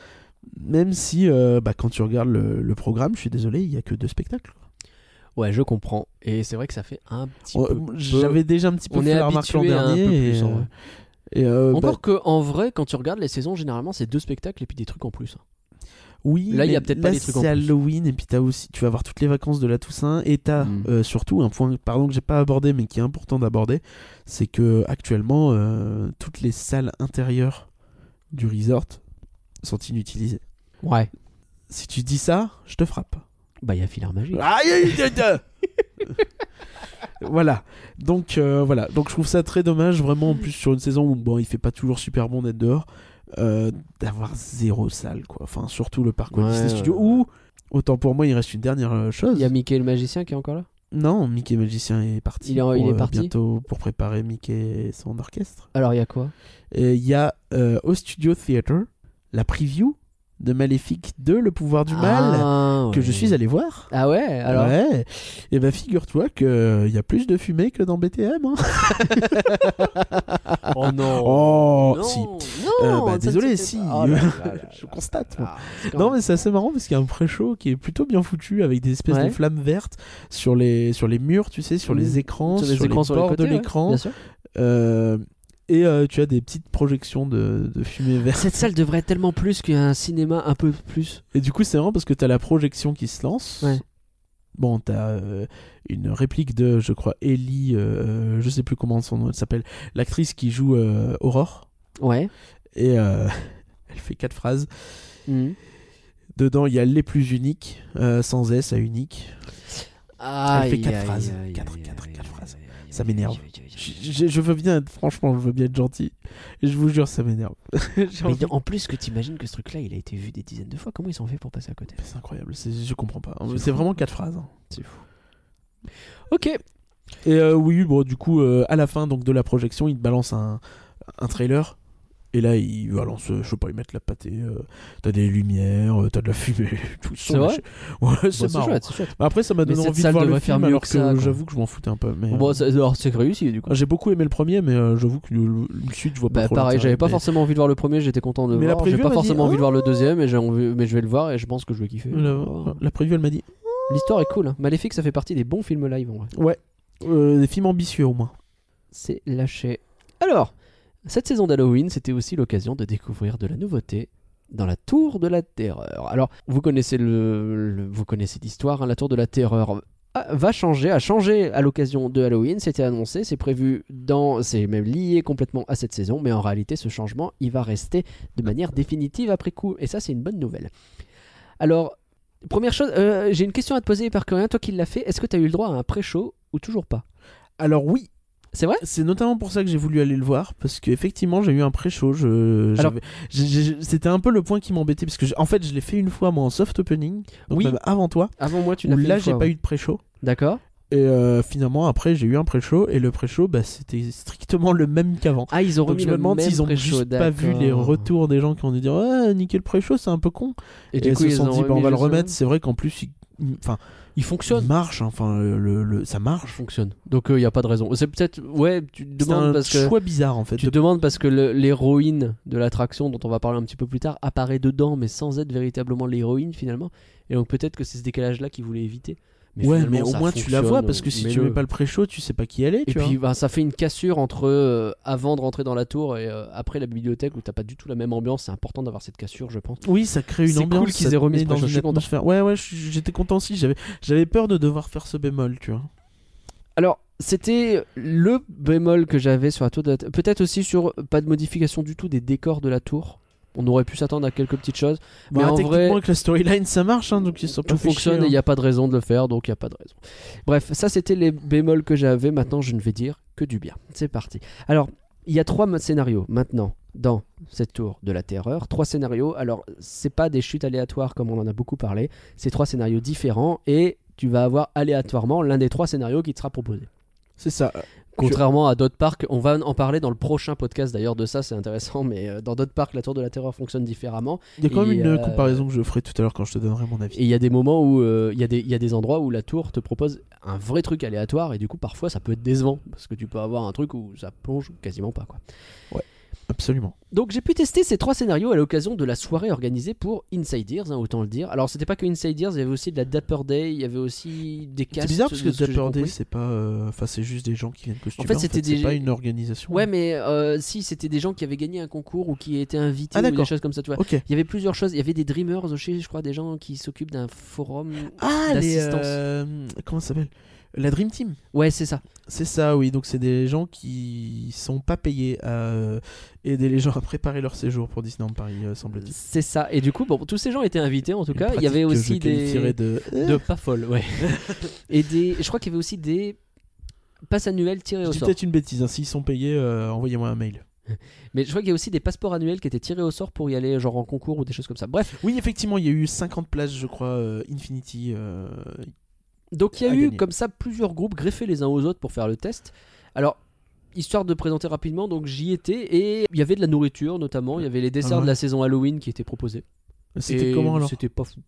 Même si, euh, bah, quand tu regardes le, le programme, je suis désolé, il y a que deux spectacles.
Ouais, je comprends. Et c'est vrai que ça fait un petit
On-
peu.
J'avais déjà un petit peu
on
fait
est
la remarque l'an
habitué à un
dernier.
peu plus,
et,
en vrai.
euh, et, euh, bah,
Encore que en vrai, quand tu regardes les saisons, généralement c'est deux spectacles et puis des trucs en plus. hein.
Oui,
Là, il y
mais
a peut-être pas
là,
les trucs en
C'est
plus.
Halloween, et puis t'as aussi, tu vas avoir toutes les vacances de la Toussaint, et t'as
Mm.
euh, surtout un point, pardon, que j'ai pas abordé, mais qui est important d'aborder, c'est que actuellement, euh, toutes les salles intérieures du resort sont inutilisées.
Ouais.
Si tu dis ça, je te frappe.
Bah il y a Filard Magique.
Aïe, aïe, aïe, aïe, *laughs* aïe. voilà. Donc euh, voilà. Donc je trouve ça très dommage, vraiment en plus sur une saison où bon, il fait pas toujours super bon d'être dehors, euh, d'avoir zéro salle quoi. Enfin surtout le parc Walt
Ouais,
Disney
ouais.
Studio où autant pour moi il reste une dernière euh, chose.
Il y a Mickey le magicien qui est encore là.
Non, Mickey Magicien est parti.
Il est en-
pour,
il est
euh,
parti
bientôt pour préparer Mickey et son orchestre.
Alors il y a quoi
Et il y a euh, au Studio Theater la preview de Maléfique 2, Le Pouvoir du Mal,
Ah,
que
ouais.
je suis allé voir.
Ah ouais. Alors.
Ouais. Et bah figure-toi que il y a plus de fumée que dans BTM. hein.
*laughs* Oh non.
Oh,
non.
si.
Non.
Euh, bah,
ça,
désolé,
c'était-
si.
Oh là *laughs* là là
Je
là.
constate. moi.
Ah, c'est quand
Non
même-
mais c'est assez marrant parce qu'il y a un pré-show qui est plutôt bien foutu avec des espèces
Ouais.
de flammes vertes sur les sur les murs, tu sais, sur
Mm.
les écrans,
sur les écrans sur les
bords
côtés,
de
ouais,
l'écran.
bien sûr.
Euh, et euh, tu as des petites projections de, de fumée
*laughs*
verte.
Cette salle devrait être tellement plus qu'un cinéma un peu plus.
Et du coup, c'est marrant parce que t'as la projection qui se lance.
Ouais.
Bon, t'as euh, une réplique de, je crois, Ellie, euh, je sais plus comment son nom elle s'appelle, l'actrice qui joue euh, Aurore.
Ouais.
Et euh, *laughs* elle fait quatre phrases.
Mhm.
Dedans, il y a les plus uniques, euh, sans S à unique.
Aïe,
fait quatre
aïe,
phrases.
aïe,
Quatre,
aïe,
quatre,
aïe,
quatre
aïe,
phrases.
aïe, aïe,
Ça
aïe,
m'énerve.
aïe, aïe, aïe, aïe.
Je, je- je veux bien être, franchement, je veux bien être gentil. Et je vous jure, ça m'énerve. *laughs* J'ai envie-
Mais en plus que t'imagines que ce truc-là, il a été vu des dizaines de fois. Comment ils sont fait pour passer à côté
C'est incroyable, c'est- je comprends pas.
C'est
C'est
fou.
vraiment quatre phrases. hein.
Ok.
Et euh, oui, bon, du coup, euh, à la fin donc de la projection, il te balance un, un trailer. Et là, il balance, euh, je sais pas, ils mettent la pâtée. euh, t'as des lumières, euh, t'as de la fumée, *laughs* tout
C'est
ça.
vrai
Ouais,
Bon, bah,
c'est
c'est
marrant. Bah,
chouette, c'est chouette.
Après, ça m'a
Mais
donné
cette
envie de
salle
voir le
devrait faire
film,
mieux
alors
que
que,
ça, quoi.
j'avoue que je m'en foutais un peu. Mais,
Bon,
euh,
ça- alors, c'est réussi du coup.
J'ai beaucoup aimé le premier, mais euh, j'avoue que le, le- le suite, je vois pas
Bah
trop.
pareil,
l'intérêt,
j'avais pas
mais-
forcément envie de voir le premier, j'étais content de le
Mais la
voir. J'ai
preview
pas
m'a dit,
forcément envie de
oh.
voir le deuxième, et j'ai envie- mais je vais le voir et je pense que je vais kiffer.
La, la preview, elle m'a dit
L'histoire est cool. hein. Maléfique, ça fait partie des bons films live en vrai.
euh, des films ambitieux au moins.
C'est lâché. Alors, cette saison d'Halloween, c'était aussi l'occasion de découvrir de la nouveauté dans la Tour de la Terreur. Alors, vous connaissez le, le- vous connaissez l'histoire, hein, la Tour de la Terreur a- va changer, a changé à l'occasion de Halloween, c'était annoncé, c'est prévu dans, c'est même lié complètement à cette saison, mais en réalité ce changement, il va rester de manière définitive après coup, et ça c'est une bonne nouvelle. Alors, première chose, euh, j'ai une question à te poser, Hypercoréen, toi qui l'as fait, est-ce que tu as eu le droit à un pré-show ou toujours pas
Alors oui,
C'est vrai
c'est notamment pour ça que j'ai voulu aller le voir parce qu'effectivement j'ai eu un pré-show. je-
Alors-
j'avais- j'ai- j'ai- C'était un peu le point qui m'embêtait parce que j'ai- en fait je l'ai fait une fois moi en soft opening, donc
Oui.
même avant toi.
Avant moi, tu
où
l'as fait
là
une
j'ai
fois,
pas
ouais.
eu de pré-show.
D'accord.
Et euh, finalement après j'ai eu un pré-show et le pré-show bah, c'était strictement le même qu'avant.
Ah, ils ont
Donc
remis
je me
le
demande
même
s'ils ont
pré-show,
juste pas vu
d'accord.
les retours des gens qui ont dû dire ouais nickel pré-show c'est un peu con. Et, du coup ils se sont dit bah, on va le remettre. C'est vrai qu'en plus il... Enfin,
Il
il
fonctionne.
marche, hein. enfin, le, le- le- ça
Il
marche.
fonctionne. Donc il n'y a pas de raison. C'est peut-être ouais, tu te
C'est
demandes
un
parce que
choix bizarre en fait.
tu te demandes parce que le- l'héroïne de l'attraction dont on va parler un petit peu plus tard apparaît dedans mais sans être véritablement l'héroïne finalement. Et donc peut-être que c'est ce décalage là qu'ils voulaient éviter. Mais
ouais,
finalement,
mais au
ça
moins tu la
fonctionne,
vois parce que si tu
mets-le.
mets pas le pré-show, tu sais pas qui elle est.
et
tu
puis
vois.
bah, ça fait une cassure entre euh, avant de rentrer dans la tour et euh, après la bibliothèque où t'as pas du tout la même ambiance. C'est important d'avoir cette cassure, je pense.
Oui, ça crée une
c'est
ambiance.
cool qu'ils
ça te
aient remis
met
ce
dans
pré-show,
une
je suis content.
atmosphère. Ouais, ouais, je- j'étais content aussi. J'avais, j'avais peur de devoir faire ce bémol, tu vois.
Alors, c'était le bémol que j'avais sur la tour de la t- Peut-être aussi sur euh, pas de modification du tout des décors de la tour. On aurait pu s'attendre à quelques petites choses. Mais
Bah,
en
techniquement,
vrai,
avec la storyline, ça marche, hein, donc ils se sont
tout
pas fait
fonctionne
chier,
et il n'y
hein.
a pas de raison de le faire, donc il n'y a pas de raison. Bref, ça c'était les bémols que j'avais. Maintenant, je ne vais dire que du bien. C'est parti. Alors, il y a trois mo- scénarios maintenant dans cette tour de la terreur. Trois scénarios. Alors, c'est pas des chutes aléatoires comme on en a beaucoup parlé. C'est trois scénarios différents et tu vas avoir aléatoirement l'un des trois scénarios qui te sera proposé.
hein. C'est ça.
Contrairement à d'autres parcs, on va en parler dans le prochain podcast d'ailleurs de ça, c'est intéressant, mais euh, dans d'autres parcs, la tour de la terreur fonctionne différemment.
Il y a quand même
Et,
une
euh,
comparaison que je ferai tout à l'heure quand je te donnerai mon avis.
Et il y a des moments où euh, il y, a des- il y a des endroits où la tour te propose un vrai truc aléatoire et du coup parfois ça peut être décevant parce que tu peux avoir un truc où ça plonge quasiment pas quoi.
Absolument.
Donc j'ai pu tester ces trois scénarios à l'occasion de la soirée organisée pour Inside Ears, hein, autant le dire. Alors c'était pas que Inside Ears, il y avait aussi de la Dapper Day, il y avait aussi des castes.
C'est bizarre parce
de
que
ce j'ai
Dapper Day,
compris.
c'est pas. euh, Enfin, c'est juste des gens qui viennent costumer.
fait, c'était des-
C'est pas une organisation.
Ouais, mais euh, si c'était des gens qui avaient gagné un concours ou qui étaient invités
Ah,
ou des
d'accord.
choses comme ça, tu vois.
Ok.
Il y avait plusieurs choses. Il y avait des Dreamers aussi, je crois, des gens qui s'occupent d'un forum.
Ah, les.
D'assistance.
euh, comment ça s'appelle La Dream Team.
Ouais, c'est ça.
C'est ça, oui. Donc, c'est des gens qui sont pas payés à euh, aider les gens à préparer leur séjour pour Disneyland Paris, euh, semble-t-il.
C'est ça. Et du coup, bon, tous ces gens étaient invités en tout cas.
Une
Il y avait
pratique que
aussi
je
des.
qualifierais de.
*laughs* De pas folle, ouais. Et des. Je crois qu'il y avait aussi des passes annuelles tirées
Je
au
dis
sort.
peut-être une bêtise. hein. S'ils sont payés, euh, envoyez-moi un mail.
Mais je crois qu'il y a aussi des passeports annuels qui étaient tirés au sort pour y aller, genre en concours ou des choses comme ça. Bref,
Oui, effectivement, il y a eu 50 places, je crois, euh, Infinity. euh,
donc il y a
À
eu
gagner.
comme ça plusieurs groupes greffés les uns aux autres pour faire le test. Alors, histoire de présenter rapidement, donc j'y étais et il y avait de la nourriture notamment, il y avait les desserts
Ah ouais.
de la saison Halloween qui étaient proposés.
C'était
Et
comment alors
C'était pas fou.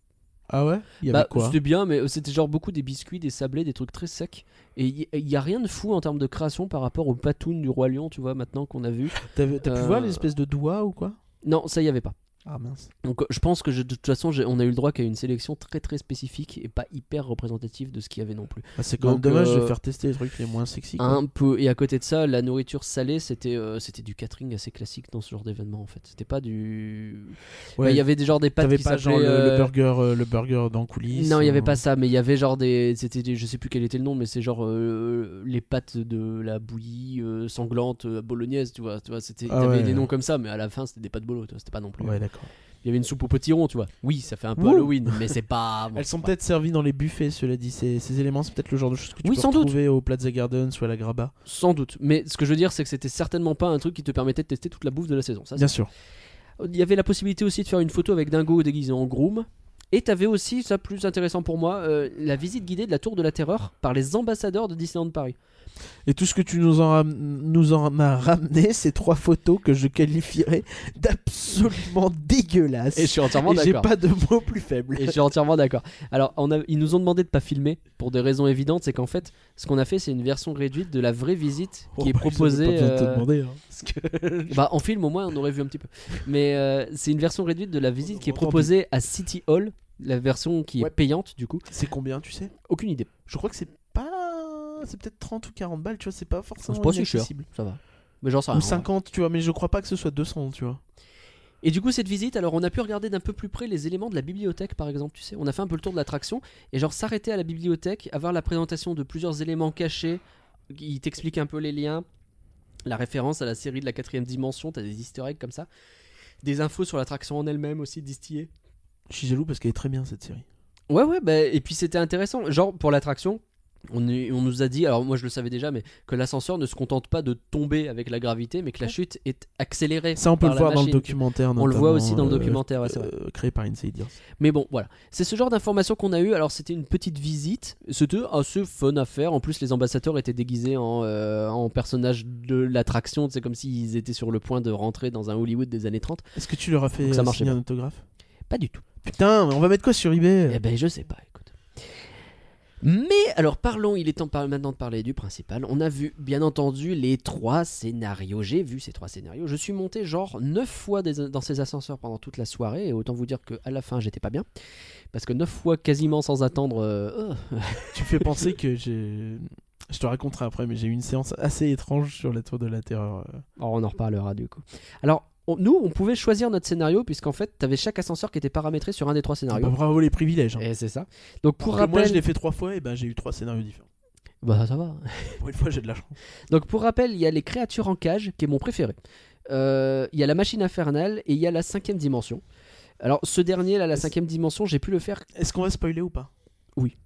Ah ouais Il y avait
Bah,
quoi
c'était bien, mais c'était genre beaucoup des biscuits, des sablés, des trucs très secs. Et il n'y a rien de fou en termes de création par rapport au patoun du Roi Lion, tu vois, maintenant qu'on a vu.
T'avais- T'as
euh,
pu voir les espèces de doigts ou quoi
Non, ça y avait pas.
Ah mince.
Donc euh, je pense que je- de toute façon, j'ai- on a eu le droit qu'à une sélection très très spécifique et pas hyper représentative de ce qu'il y avait non plus.
Ah, c'est quand
Donc,
même dommage de
euh, hein,
faire tester les trucs les moins sexy. quoi.
Un peu. Et à côté de ça, la nourriture salée, c'était euh, c'était du catering assez classique dans ce genre d'événement en fait. C'était pas du. Bah, Il
Ouais,
y avait des genre des pâtes
T'avais
qui
pas genre
s'appelaient.
le, le
euh,
burger, euh, le burger dans coulisses.
Non, il y avait
euh,
pas ça, mais il y avait genre des, c'était des- je sais plus quel était le nom, mais c'est genre euh, les pâtes de la bouillie euh, sanglante euh, bolognaise, tu vois, tu vois, c'était,
Ah
t'avais
ouais.
des noms comme ça, mais à la fin c'était des pâtes bolo, tu vois, c'était pas non plus.
Ouais, d'accord.
Il y avait une soupe au potiron, tu vois. Oui, ça fait un peu
Ouh.
Halloween, mais c'est pas. bon,
*laughs* Elles sont
voilà.
peut-être servies dans les buffets, cela dit. Ces, ces éléments, c'est peut-être le genre de choses que tu
Oui,
peux
sans doute.
retrouver au Plaza Garden, soit à la Graba.
Sans doute, mais ce que je veux dire, c'est que c'était certainement pas un truc qui te permettait de tester toute la bouffe de la saison. Ça, c'est-
Bien sûr.
Il y avait la possibilité aussi de faire une photo avec Dingo déguisé en groom. Et t'avais aussi, ça plus intéressant pour moi, euh, la visite guidée de la Tour de la Terreur par les ambassadeurs de Disneyland Paris.
Et tout ce que tu nous en, ram- nous en as ramené, *laughs* c'est trois photos que je qualifierais d'absolument *laughs* dégueulasses.
Et je suis entièrement
Et j'ai
d'accord.
pas de mots plus
*laughs*
faibles.
Et
*laughs*
je suis entièrement d'accord. Alors, on a- ils nous ont demandé de pas filmer pour des raisons évidentes. C'est qu'en fait, ce qu'on a fait, c'est une version réduite de la vraie visite
Oh,
qui est proposée. euh,
hein.
bah, en film, au moins, on aurait vu un petit peu. Mais euh, c'est une version réduite de la visite qui est
Entendu.
proposée à City Hall, la version qui est
Ouais.
payante, du coup.
C'est combien, tu sais
Aucune idée.
Je crois que c'est pas. C'est peut-être 30 ou 40 balles, tu vois, c'est pas forcément
C'est pas si cher.
inaccessible.
Ça va. Mais j'en sais rien.
Ou 50, tu vois, mais je crois pas que ce soit 200, tu vois.
Et du coup, cette visite, alors on a pu regarder d'un peu plus près les éléments de la bibliothèque, par exemple, tu sais. On a fait un peu le tour de l'attraction et genre s'arrêter à la bibliothèque, avoir la présentation de plusieurs éléments cachés. Il t'explique un peu les liens, la référence à la série de la quatrième dimension, t'as des easter eggs comme ça. Des infos sur l'attraction en elle-même aussi distillées.
Je suis jaloux parce qu'elle est très bien cette série.
Ouais, ouais, bah, et puis c'était intéressant. Genre, pour l'attraction, on, est- on nous a dit, alors moi je le savais déjà, mais que l'ascenseur ne se contente pas de tomber avec la gravité, mais que la chute est accélérée.
Ça, on peut
par
le
la
voir dans le
machine.
documentaire.
On le voit
notamment,
aussi dans le
euh,
documentaire, ouais, c'est vrai.
euh, créé par Inside Ears.
Mais bon, voilà. C'est ce genre d'informations qu'on a eu. Alors, c'était une petite visite. C'était assez fun à faire. En plus, les ambassadeurs étaient déguisés en, euh, en personnages de l'attraction. C'est comme s'ils étaient sur le point de rentrer dans un Hollywood des années 30.
Est-ce que tu leur as fait
Donc ça
euh,
marchait
signer
pas.
un autographe
Pas du tout.
Putain, mais on va mettre quoi sur eBay
Eh ben, je sais pas, écoute. Mais alors parlons, il est temps par- maintenant de parler du principal. On a vu bien entendu les trois scénarios. J'ai vu ces trois scénarios. Je suis monté genre neuf fois des- dans ces ascenseurs pendant toute la soirée et autant vous dire que à la fin j'étais pas bien parce que neuf fois quasiment sans attendre. euh, oh,
Tu me fais penser que j'ai. Je te raconterai après, mais j'ai eu une séance assez étrange sur la tour de la terreur. euh.
Alors, on en reparlera du coup. Alors on- nous on pouvait choisir notre scénario puisqu'en fait t'avais chaque ascenseur qui était paramétré sur un des trois
Bah,
scénarios.
bravo les privilèges. hein.
Ah Et c'est ça. Donc pour
Parce que Moi, je
rappel,
l'ai fait trois fois et ben j'ai eu trois scénarios différents.
bah ça va.
Pour une fois, j'ai de la chance.
Donc pour rappel, il y a les créatures en cage, qui est mon préféré. Euh, Il y a la machine infernale et il y a la cinquième dimension. Alors ce dernier là, la cinquième dimension, j'ai pu le faire.
Est-ce qu'on va spoiler ou pas
Oui.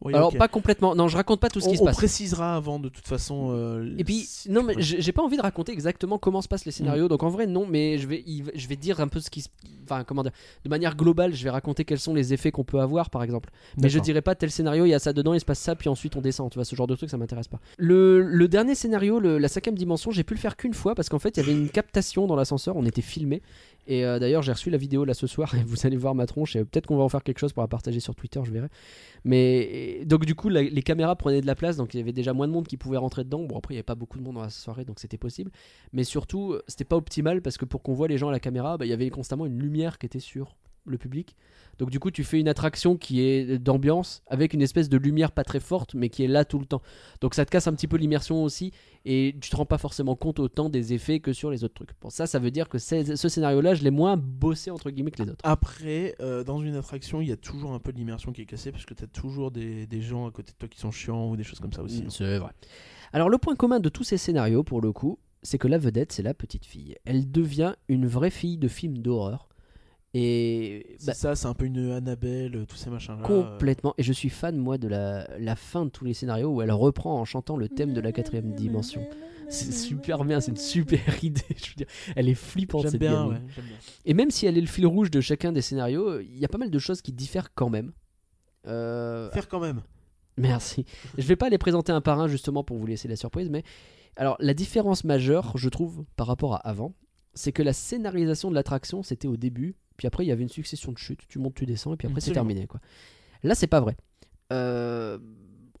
Oui,
Alors,
ok.
pas complètement. Non, je raconte pas tout ce
on,
qui se
on
passe.
précisera avant de toute façon. euh,
Et puis,
si-
non, mais j'ai j'ai pas envie de raconter exactement comment se passent les scénarios.
Mm.
Donc, en vrai, non, mais je vais, il va- je vais dire un peu ce qui se. Enfin, comment dire. De manière globale, je vais raconter quels sont les effets qu'on peut avoir, par exemple. Mais je
D'accord.
dirais pas tel scénario, il y a ça dedans, il se passe ça, puis ensuite on descend. Tu vois, ce genre de truc, ça m'intéresse pas. Le, le dernier scénario, le- la cinquième dimension, j'ai pu le faire qu'une fois parce qu'en fait, il y avait une captation dans l'ascenseur, on était filmé. Et euh, d'ailleurs, j'ai reçu la vidéo là ce soir, et *laughs* vous allez voir ma tronche, et peut-être qu'on va en faire quelque chose pour la partager sur Twitter, je verrai. Mais et donc du coup, la- les caméras prenaient de la place, donc il y avait déjà moins de monde qui pouvait rentrer dedans. Bon, après, il n'y avait pas beaucoup de monde dans la soirée, donc c'était possible. Mais surtout, euh, c'était pas optimal parce que pour qu'on voit les gens à la caméra, bah, il y avait constamment une lumière qui était sur le public. Donc du coup, tu fais une attraction qui est d'ambiance avec une espèce de lumière pas très forte, mais qui est là tout le temps. Donc ça te casse un petit peu l'immersion aussi, et tu te rends pas forcément compte autant des effets que sur les autres trucs. Bon, ça, ça veut dire que c'est- ce scénario-là, je l'ai moins bossé entre guillemets que les autres.
Après, euh, dans une attraction, il y a toujours un peu de l'immersion qui est cassée parce que t'as toujours des, des gens à côté de toi qui sont chiants ou des choses comme ça aussi. hein.
C'est vrai. Alors le point commun de tous ces scénarios, pour le coup, c'est que la vedette, c'est la petite fille. Elle devient une vraie fille de film d'horreur. Et
C'est
bah,
ça, c'est un peu une Annabelle, euh, tous ces machins-là.
complètement. Et je suis fan, moi, de la, la fin de tous les scénarios où elle reprend en chantant le thème de la quatrième dimension. C'est super bien, c'est une super *laughs* idée. Je veux dire, elle est
euh,
flippante.
J'aime
cette
bien,
gamine.
ouais, j'aime bien.
Et même si elle est le fil rouge de chacun des scénarios, euh, il y a pas mal de choses qui diffèrent quand même. Euh,
Faire quand même.
Merci. Je vais pas les présenter un par un justement pour vous laisser la surprise, mais alors la différence majeure, je trouve, par rapport à avant, c'est que la scénarisation de l'attraction c'était au début, puis après il y avait une succession de chutes, tu montes, tu descends, et puis après c'est
Absolument.
terminé quoi. Là c'est pas vrai. Euh,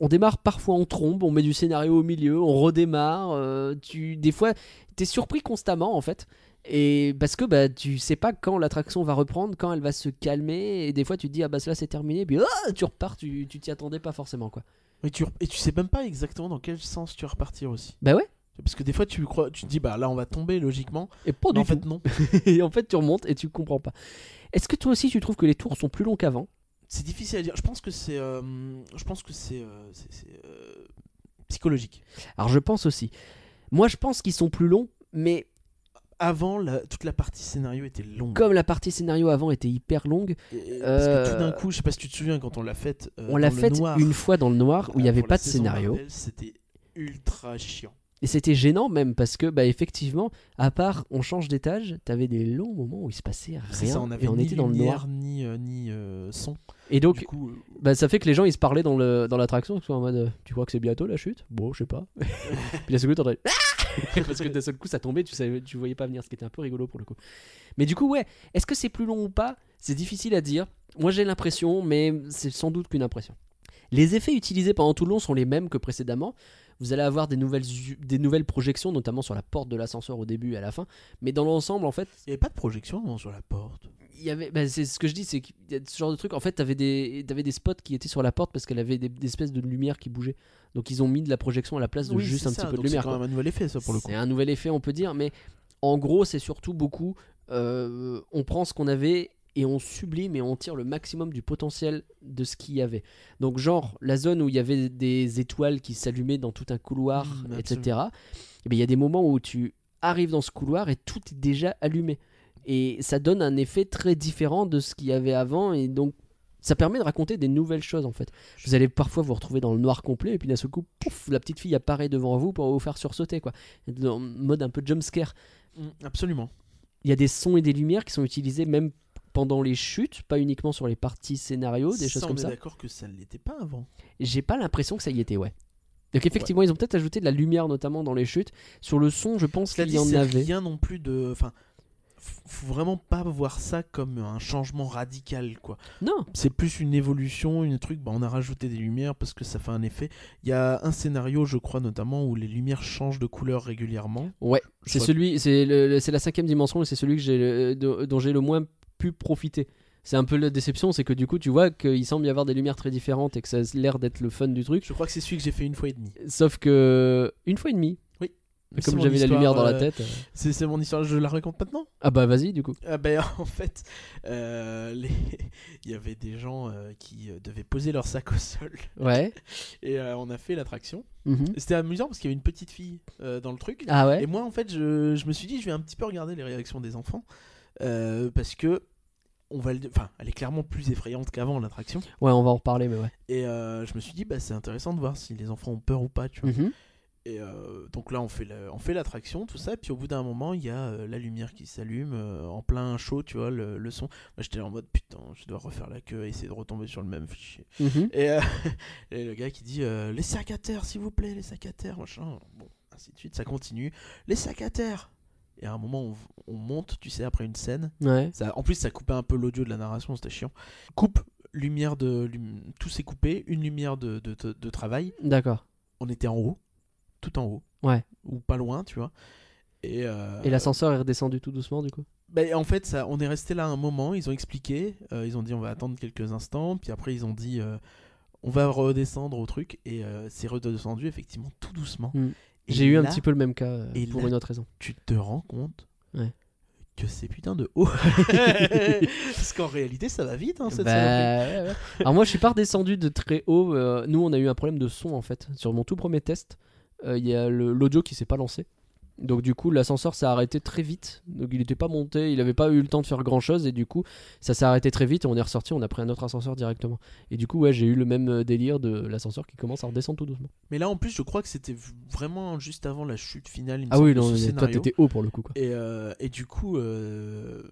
on démarre parfois on trombe, on met du scénario au milieu, on redémarre. euh, tu des fois t'es surpris constamment en fait. Et parce que bah tu sais pas quand l'attraction va reprendre, quand elle va se calmer, et des fois tu te dis ah bah là c'est terminé, puis ah, tu repars, tu tu t'y attendais pas forcément quoi.
Mais tu, et tu sais même pas exactement dans quel sens tu vas repartir aussi.
Bah ouais.
Parce que des fois, tu, crois, tu te dis, bah là, on va tomber logiquement.
Et pas
Mais
Oh, du
en fait,
tout.
non.
et en fait *laughs* tu remontes et tu comprends pas. Est-ce que toi aussi tu trouves que les tours sont plus longs qu'avant
C'est difficile à dire. Je pense que c'est. euh, je pense que c'est. euh, c'est- c'est, euh, psychologique.
Alors je pense aussi. Moi je pense qu'ils sont plus longs, mais
Avant, la- toute la partie scénario était longue.
comme la partie scénario avant était hyper longue,
Et- et- Parce que tout
Euh,
d'un coup, je sais pas si tu te souviens quand on l'a faite. euh,
on l'a
dans le
faite
noir,
une fois dans le noir où il n'y
euh,
avait
pour
pas
la
de
saison
scénario.
Marvel, C'était ultra chiant.
Et c'était gênant même parce que, bah, effectivement, à part on change d'étage, t'avais des longs moments où il se passait
C'est
rien
ça, on avait
et on
ni
était dans le noir.
lumière, ni, euh, ni euh, son.
Et donc,
du coup, euh,
bah, ça fait que les gens ils se parlaient dans le dans l'attraction, ils sont en mode, euh, tu crois que c'est bientôt la chute Bon, je sais pas. Puis d'un seul coup, t'entendais, *laughs* Ah parce que d'un seul coup ça tombait, tu savais, tu voyais pas venir, ce qui était un peu rigolo pour le coup. Mais du coup, ouais, est-ce que c'est plus long ou pas C'est difficile à dire. Moi, j'ai l'impression, mais c'est sans doute qu'une impression. Les effets utilisés pendant tout le long sont les mêmes que précédemment. Vous allez avoir des nouvelles, u- des nouvelles projections, notamment sur la porte de l'ascenseur au début et à la fin. Mais dans l'ensemble, en fait,
il n'y avait pas de projection non, sur la porte.
il y avait, bah, c'est ce que je dis, c'est qu'il y a ce genre de truc. En fait, t'avais des, t'avais des spots qui étaient sur la porte parce qu'elle avait des, des espèces de lumière qui bougeaient. Donc ils ont mis de la projection à la place de
Bah, Oui,
juste
c'est
un
ça,
petit peu de
donc
lumière.
C'est
quoi.
quand même un nouvel effet, ça, pour le coup.
C'est un nouvel effet, on peut dire, mais en gros, c'est surtout beaucoup. euh, on prend ce qu'on avait et on sublime et on tire le maximum du potentiel de ce qu'il y avait. Donc, genre, la zone où il y avait des étoiles qui s'allumaient dans tout un couloir,
Mhm,
etc. eh ben, Il y a des moments où tu arrives dans ce couloir et tout est déjà allumé. Et ça donne un effet très différent de ce qu'il y avait avant. Et donc, ça permet de raconter des nouvelles choses en fait. Vous allez parfois vous retrouver dans le noir complet et puis d'un seul coup, pouf, la petite fille apparaît devant vous pour vous faire sursauter quoi. En mode un peu jumpscare.
Mm, Absolument.
Il y a des sons et des lumières qui sont utilisés même pendant les chutes, pas uniquement sur les parties scénario, des choses
on
comme
est
ça.
d'accord que ça ne l'était pas avant.
J'ai pas l'impression que ça y était, ouais. Donc effectivement, ils ont peut-être ajouté de la lumière notamment dans les chutes. Sur le son, je pense
Cela
qu'il
dit,
y en
c'est
avait.
rien non plus de. Enfin, f- faut vraiment pas voir ça comme un changement radical, quoi.
Non,
C'est plus une évolution, une truc. Bah, on a rajouté des lumières parce que ça fait un effet. Il y a un scénario, je crois, notamment où les lumières changent de couleur régulièrement.
ouais,
Je
c'est
crois-
celui, c'est le- le- c'est la cinquième dimension et c'est celui que j'ai le- de- dont j'ai le moins pu profiter. C'est un peu la déception, c'est que du coup, tu vois qu'il semble y avoir des lumières très différentes et que ça a l'air d'être le fun du truc.
Je crois que c'est celui que j'ai fait une fois et demie.
Sauf que une fois et demie,
C'est
comme
mon
j'avais la lumière dans
histoire,
la
euh,
tête. euh,
C'est c'est mon histoire, je la raconte maintenant
Ah bah vas-y du coup.
Ah ben, *laughs* en fait, euh, les- *laughs* il y avait des gens euh, qui euh, devaient poser leur sac au sol. *laughs*
Ouais.
Et euh, on a fait l'attraction.
Mhm.
C'était amusant parce qu'il y avait une petite fille euh, dans le truc.
Ah
Et
ouais.
moi, en fait, je, je me suis dit, je vais un petit peu regarder les réactions des enfants. euh, parce que on va le, enfin, elle est clairement plus effrayante qu'avant l'attraction.
Ouais, on va en reparler, mais ouais.
Et euh, je me suis dit, bah, c'est intéressant de voir si les enfants ont peur ou pas, tu vois.
Mhm.
Et euh, donc là, on fait la- on fait l'attraction, tout ça. Et puis au bout d'un moment, il y a euh, la lumière qui s'allume euh, en plein show, tu vois, le, le son. Moi, j'étais là en mode putain, je dois refaire la queue et essayer de retomber sur le même fichier.
Mhm.
Et, euh, *laughs* et le gars qui dit euh, les sacs à terre, s'il vous plaît, les sacs à terre, machin. Bon, ainsi de suite, ça continue. Les sacs à terre. Et à un moment, on, on monte, tu sais, après une scène.
Ouais.
Ça, en plus, ça coupait un peu l'audio de la narration, c'était chiant. Coupe, lumière de. lum- tout s'est coupé, une lumière de- de- de, de travail
D'accord.
on était en haut, tout en haut.
Ouais.
Ou pas loin, tu vois. Et, euh,
Et l'ascenseur est redescendu tout doucement, du coup.
bah, en fait, ça, on est resté là un moment, ils ont expliqué, euh, ils ont dit on va attendre quelques instants, puis après ils ont dit euh, on va redescendre au truc, et euh, c'est redescendu effectivement tout doucement.
Mm.
Et
J'ai eu un
là,
petit peu le même cas euh,
et
pour
là-
une autre raison.
Tu te rends compte
Ouais.
que c'est putain de haut. *laughs* Parce qu'en réalité, ça va vite, hein, cette
Bah,
saloperie.
ouais, ouais. Alors moi je suis pas redescendu de très haut. euh, nous on a eu un problème de son en fait. Sur mon tout premier test, euh, il y a le- l'audio qui s'est pas lancé. Donc du coup l'ascenseur s'est arrêté très vite. Donc il n'était pas monté, il avait pas eu le temps de faire grand chose et du coup ça s'est arrêté très vite et on est ressorti, on a pris un autre ascenseur directement. Et du coup ouais j'ai eu le même euh, délire de l'ascenseur qui commence à redescendre tout doucement.
Mais là, en plus, je crois que c'était vraiment juste avant la chute finale. il me
Ah oui
semble,
non,
ce
mais toi
scénario.
t'étais haut pour le coup quoi.
Et, euh, et du coup, euh,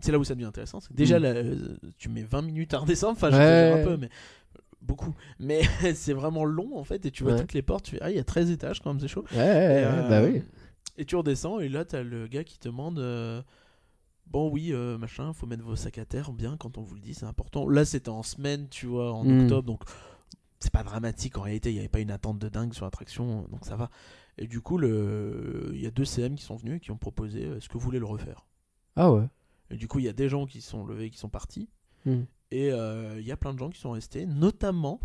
c'est là où ça devient intéressant. c'est que déjà,
Mm.
là, euh, tu mets 20 minutes à redescendre, enfin,
Ouais.
j'exagère un peu, mais beaucoup. Mais *laughs* c'est vraiment long en fait, et tu vois
Ouais.
toutes les portes, tu fais, ah, il y a 13 étages quand même, c'est chaud.
Ouais, ouais, ouais,
et, euh,
bah oui.
Et tu redescends, et là, t'as le gars qui te demande. euh, Bon oui, euh, machin, faut mettre vos sacs à terre bien quand on vous le dit, c'est important. Là c'était en semaine, tu vois, en
Mm.
octobre, donc c'est pas dramatique en réalité, il n'y avait pas une attente de dingue sur l'attraction, donc ça va. Et du coup, le- il y a deux CM qui sont venus et qui ont proposé, euh, est-ce que vous voulez le refaire
Ah ouais.
et du coup, il y a des gens qui sont levés, qui sont partis.
Mm.
Et euh, il y a plein de gens qui sont restés, notamment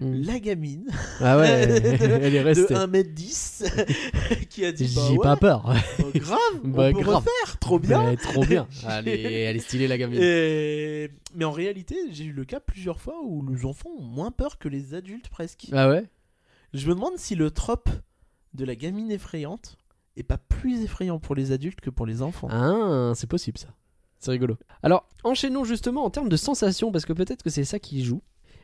Mm.
la gamine
Ah ouais,
Mmh. *laughs* de-
elle est
de
restée.
1m10 *laughs* qui a dit bah
J'ai
ouais,
pas peur.
bah grave,
*laughs* Bah,
on peut
grave.
refaire, trop bien.
Ouais, trop
*laughs*
bien. Elle est,
J'ai-
elle est stylée la gamine.
Et- Mais en réalité, j'ai eu le cas plusieurs fois où les enfants ont moins peur que les adultes presque.
Ah ouais
Je me demande si le trope de la gamine effrayante est pas plus effrayant pour les adultes que pour les enfants.
Ah, c'est possible ça. C'est rigolo. Alors, enchaînons justement en termes de sensations, parce que peut-être que c'est ça qui joue.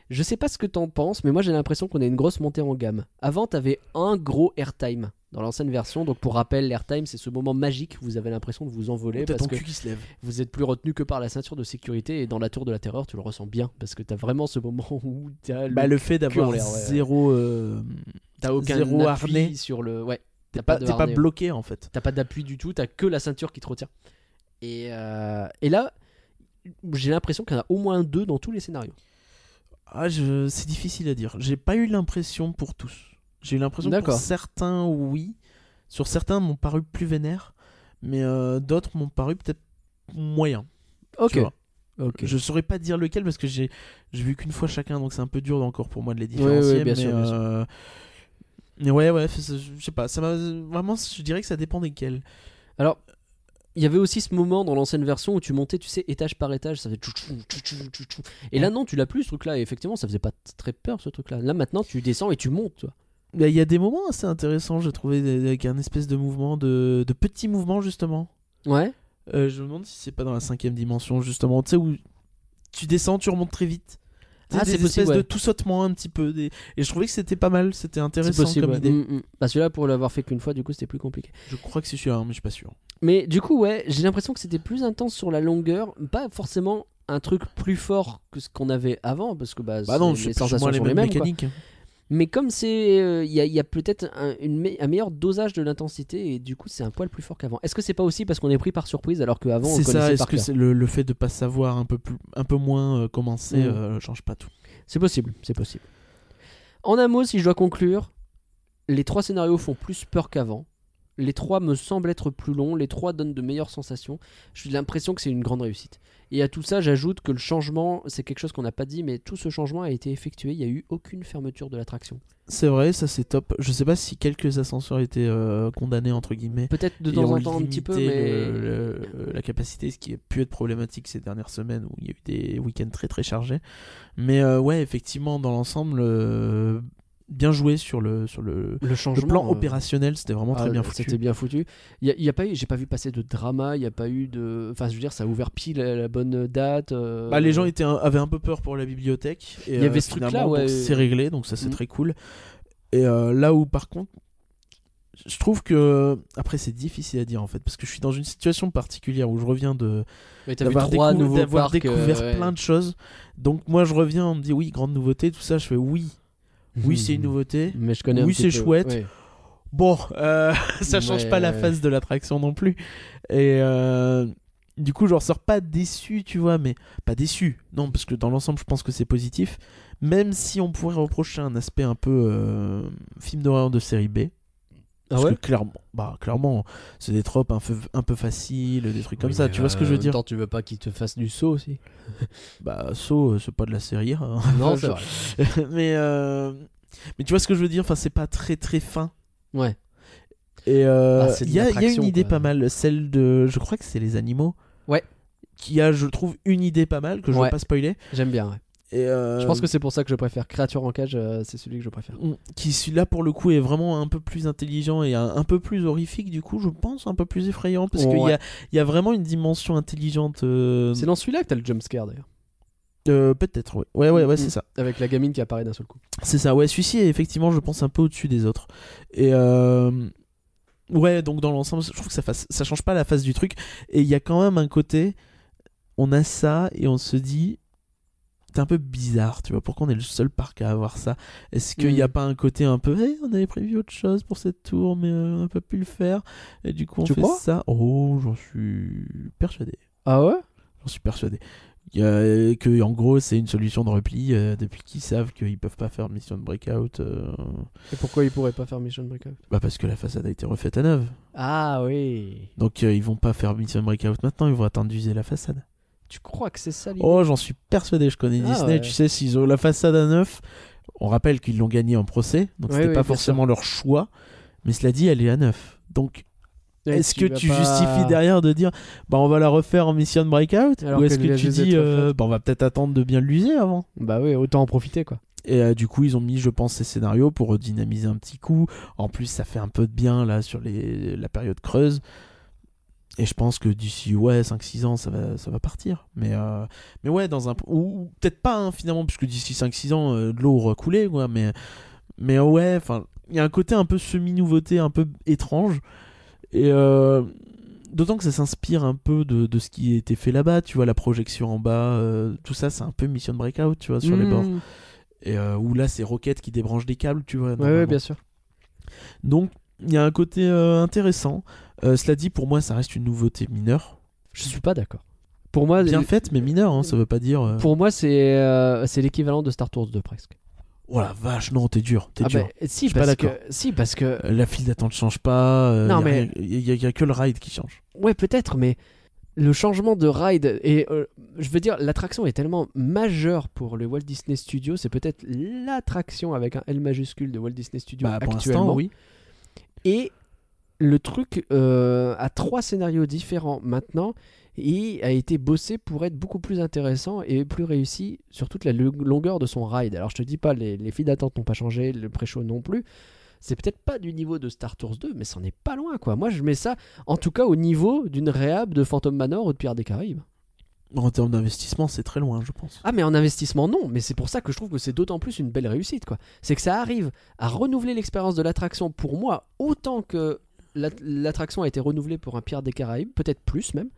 Je sais pas ce que t'en penses, mais moi j'ai l'impression qu'on a une grosse montée en gamme. Avant, t'avais un gros airtime dans l'ancienne version. Donc, pour rappel, l'airtime, c'est ce moment magique où vous avez l'impression de vous envoler
Ou T'as
parce
ton
que
cul qui se lève.
vous êtes plus retenu que par la ceinture de sécurité. Et dans la tour de la terreur, tu le ressens bien parce que t'as vraiment ce moment *laughs* où t'as le,
Bah, le fait
en
d'avoir
l'air, ouais, ouais.
zéro, euh,
t'as aucun
zéro
appui
harnais.
sur le. Ouais,
T'es
T'as pas
pas,
de
t'es pas
harnais, ouais.
bloqué en fait.
T'as pas d'appui du tout, t'as que la ceinture qui te retient. Et, euh, et là, j'ai l'impression qu'il y en a au moins deux dans tous les scénarios.
Ah, je... c'est difficile à dire. J'ai pas eu l'impression pour tous. J'ai eu l'impression que pour
D'accord.
certains, oui. Sur certains, m'ont paru plus vénères. Mais euh, d'autres m'ont paru peut-être moyen.
Ok.
tu vois.
Ok.
Je saurais pas dire lequel parce que j'ai j'ai vu qu'une fois chacun, donc c'est un peu dur encore pour moi de les
ouais,
différencier.
bien
mais,
sûr, bien sûr.
euh, mais ouais, ouais, c'est- c'est- je sais pas. Ça m'a vraiment, je dirais que ça dépend desquels.
Alors, il y avait aussi ce moment dans l'ancienne version où tu montais, tu sais, étage par étage, ça faisait tchou, tchou, tchou, tchou, tchou, tchou. Et là, non, tu l'as plus ce truc-là. Et effectivement, ça faisait pas t- très peur ce truc-là. Là, maintenant, tu descends et tu montes, toi.
Mais Il y a des moments assez intéressants, j'ai trouvé, avec un espèce de mouvement, de, de petits mouvements justement.
Ouais.
Euh, je me demande si c'est pas dans la cinquième dimension justement, tu sais où tu descends, tu remontes très vite. Tu sais,
Ah,
des
c'est possible,
espèces
ouais.
de tout sautement un petit peu. des- Et je trouvais que c'était pas mal, c'était
C'est
intéressant
possible.
comme
ouais.
idée.
Mm, mm. Bah, celui-là, pour l'avoir fait qu'une fois, du coup, c'était plus compliqué.
Je crois que c'est celui-là, hein, mais je suis pas sûr.
Mais du coup, ouais, j'ai l'impression que c'était plus intense sur la longueur, pas forcément un truc plus fort que ce qu'on avait avant, parce que bah,
Bah non,
c'est-
c'est
les
plus ou
sensations
moins
sont
les
les
mêmes
mêmes. quoi.
mécaniques.
Mais comme c'est, euh, il y a, il y a peut-être un, une me- un meilleur dosage de l'intensité et du coup c'est un poil plus fort qu'avant. Est-ce que c'est pas aussi parce qu'on est pris par surprise alors qu'avant on
c'est ça,
connaissait
est-ce
par
que
cœur
c'est le, le fait de pas savoir un peu, plus, un peu moins euh, comment c'est
Mhm.
euh, change pas tout
C'est possible, c'est possible. En un mot, si je dois conclure, les trois scénarios font plus peur qu'avant. Les trois me semblent être plus longs, les trois donnent de meilleures sensations. J'ai l'impression que c'est une grande réussite. Et à tout ça, j'ajoute que le changement, c'est quelque chose qu'on n'a pas dit, mais tout ce changement a été effectué. Il n'y a eu aucune fermeture de l'attraction.
C'est vrai, ça c'est top. Je sais pas si quelques ascenseurs étaient euh, condamnés entre guillemets.
Peut-être de
et
temps
ont
en temps un petit peu,
limité
mais.
le- le- la capacité, ce qui a pu être problématique ces dernières semaines où il y a eu des week-ends très très chargés. Mais euh, ouais, effectivement, dans l'ensemble, euh, bien joué sur le, sur le,
Le
le
changement.
plan
euh,
opérationnel. C'était vraiment très
ah,
bien foutu.
C'était bien foutu. Il y a, il y a pas eu, j'ai pas vu passer de drama. Il y a pas eu de. Enfin, je veux dire, ça a ouvert pile à la bonne date. euh,
Bah, les gens étaient un- avaient un peu peur pour la bibliothèque. Et,
Il y avait
euh,
ce truc-là,
finalement, donc,
ouais.
C'est réglé, donc ça c'est
Mhm.
très cool. Et euh, là où par contre, je trouve que après c'est difficile à dire en fait, parce que je suis dans une situation particulière où je reviens de
Mais t'as vu
d'avoir
trois
décou-
nouveaux
d'avoir
parcs, euh,
découvert
ouais.
plein de choses. Donc moi je reviens, on me dit oui grande nouveauté, tout ça, je fais oui,
*laughs*
oui c'est une nouveauté.
Mais je connais. un
Oui,
petit
c'est
peu,
chouette.
ouais.
Bon, euh, *laughs* ça change pas la
Ouais.
phase de l'attraction non plus. Et euh, du coup, j'en ressors pas déçu, tu vois, mais pas déçu. Non, parce que dans l'ensemble, je pense que c'est positif. Même si on pourrait reprocher un aspect un peu euh, film d'horreur de série B.
Ah
parce
ouais
que clairement, bah, clairement c'est des tropes un peu, un peu faciles, des trucs comme
Oui,
ça.
mais,
Tu vois ce que
euh,
je veux
en
dire
même temps, tu veux pas qu'ils te
*laughs*
fassent du saut aussi.
Bah, So, euh, c'est pas de la série. A, hein. *laughs*
Non,
Je-
c'est vrai.
mais, euh, mais tu vois ce que je veux dire Enfin, c'est pas très très fin.
Ouais.
Et euh,
Ah, c'est de
il y, a- il y a
l'attraction,
une idée
quoi.
pas mal, celle de. Je crois que c'est les animaux.
Ouais.
Qui a, je trouve, une idée pas mal que je ne
Ouais.
vais pas spoiler.
J'aime bien. ouais.
Et euh,
Je pense que c'est pour ça que je préfère Créature en cage. euh, c'est celui que je préfère.
on- qui celui-là pour le coup est vraiment un peu plus intelligent et un, un peu plus horrifique du coup je pense un peu plus effrayant parce qu'il y,
Ouais.
a, il y a vraiment une dimension intelligente euh,
C'est dans celui-là que t'as le jumpscare d'ailleurs.
euh, peut-être ouais ouais ouais, ouais, c'est
Mm.
ça
Avec la gamine qui apparaît d'un seul coup.
C'est ça, ouais, celui-ci est effectivement, je pense, un peu au-dessus des autres. Et euh, ouais, donc dans l'ensemble, je trouve que ça, fasse- ça change pas la face du truc. Et il y a quand même un côté, on a ça et on se dit, c'est un peu bizarre, tu vois, pourquoi on est le seul parc à avoir ça Est-ce qu'il n'y a
Mm.
pas un côté un peu, Eh, on avait prévu autre chose pour cette tour, mais euh, on n'a pas pu le faire, et du coup on
Tu
fait
crois
ça Oh, j'en suis persuadé.
Ah ouais
J'en suis persuadé. Il y a- que, en gros, c'est une solution de repli euh, depuis qu'ils savent qu'ils peuvent pas faire Mission Breakout. euh,
Et pourquoi ils pourraient pas faire Mission Breakup
bah parce que la façade a été refaite à neuf.
Ah oui.
Donc euh, ils vont pas faire Mission Breakout maintenant, ils vont attendre d'user la façade.
Tu crois que c'est ça l'idée
Oh, j'en suis persuadé, je connais
Ah
Disney.
ouais.
Tu sais, s'ils ont la façade à neuf, on rappelle qu'ils l'ont gagnée en procès, donc
Ouais,
c'était
ouais, bien
pas forcément leur choix. Mais cela dit, elle est à neuf. Donc
Et
Est-ce que
vas
tu
pas-
justifies derrière de dire bah on va la refaire en mission breakout
Alors
ou est-ce
qu'elle
que
vient
tu
juste
dis
d'être
euh,
refaite.
bah on va peut-être attendre de bien l'user avant
Bah oui, autant en profiter quoi.
et euh, du coup ils ont mis je pense ces scénarios pour dynamiser un petit coup en plus ça fait un peu de bien là sur les... la période creuse et je pense que d'ici ouais 5 6 ans ça va ça va partir mais euh, mais ouais dans un ou, ou peut-être pas hein, finalement puisque d'ici 5 6 ans euh, de l'eau aura coulé quoi mais mais euh, ouais enfin il y a un côté un peu semi nouveauté un peu étrange et euh, D'autant que ça s'inspire un peu de, de ce qui a été fait là-bas, tu vois, la projection en bas, euh, tout ça, c'est un peu Mission Breakout, tu vois, sur les bords
Mmh.
et euh, où là c'est Rocket qui débranche des câbles, tu vois.
Ouais,
normalement.
ouais, bien sûr.
Donc il y a un côté euh, intéressant. Euh, cela dit, pour moi, ça reste une nouveauté mineure.
Je suis pas d'accord. Pour moi,
Bien faite, mais mineure, hein, ça veut pas dire. euh,
Ah, pour moi c'est euh, c'est l'équivalent de Star Tours 2 presque.
Oh la vache, non, t'es dur, t'es
Ah
dur.
bah, si,
suis pas
parce
d'accord.
que si parce que
Euh, La file d'attente change pas. euh,
Non,
y a
mais-
rien- y a- y a- y a que le ride qui change.
Ouais, peut-être, mais le changement de ride et euh, je veux dire l'attraction est tellement majeure pour le Walt Disney Studios, c'est peut-être l'attraction avec un L majuscule de Walt Disney Studios
Bah, pour
actuellement.
l'instant, oui.
Et le truc euh, a trois scénarios différents maintenant et a été bossé pour être beaucoup plus intéressant et plus réussi sur toute la lo- longueur de son ride. Alors je te dis pas, les, les files d'attente n'ont pas changé, le pré-show non plus. C'est peut-être pas du niveau de Star Tours 2, mais c'en est pas loin quoi. Moi je mets ça en tout cas au niveau d'une réhab de Phantom Manor ou de Pierre des Caraïbes.
En termes d'investissement, c'est très loin, je pense.
Ah mais en investissement non, mais c'est pour ça que je trouve que c'est d'autant plus une belle réussite quoi. C'est que ça arrive à renouveler l'expérience de l'attraction pour moi autant que l'at- l'attraction a été renouvelée pour un Pierre des Caraïbes, peut-être plus même.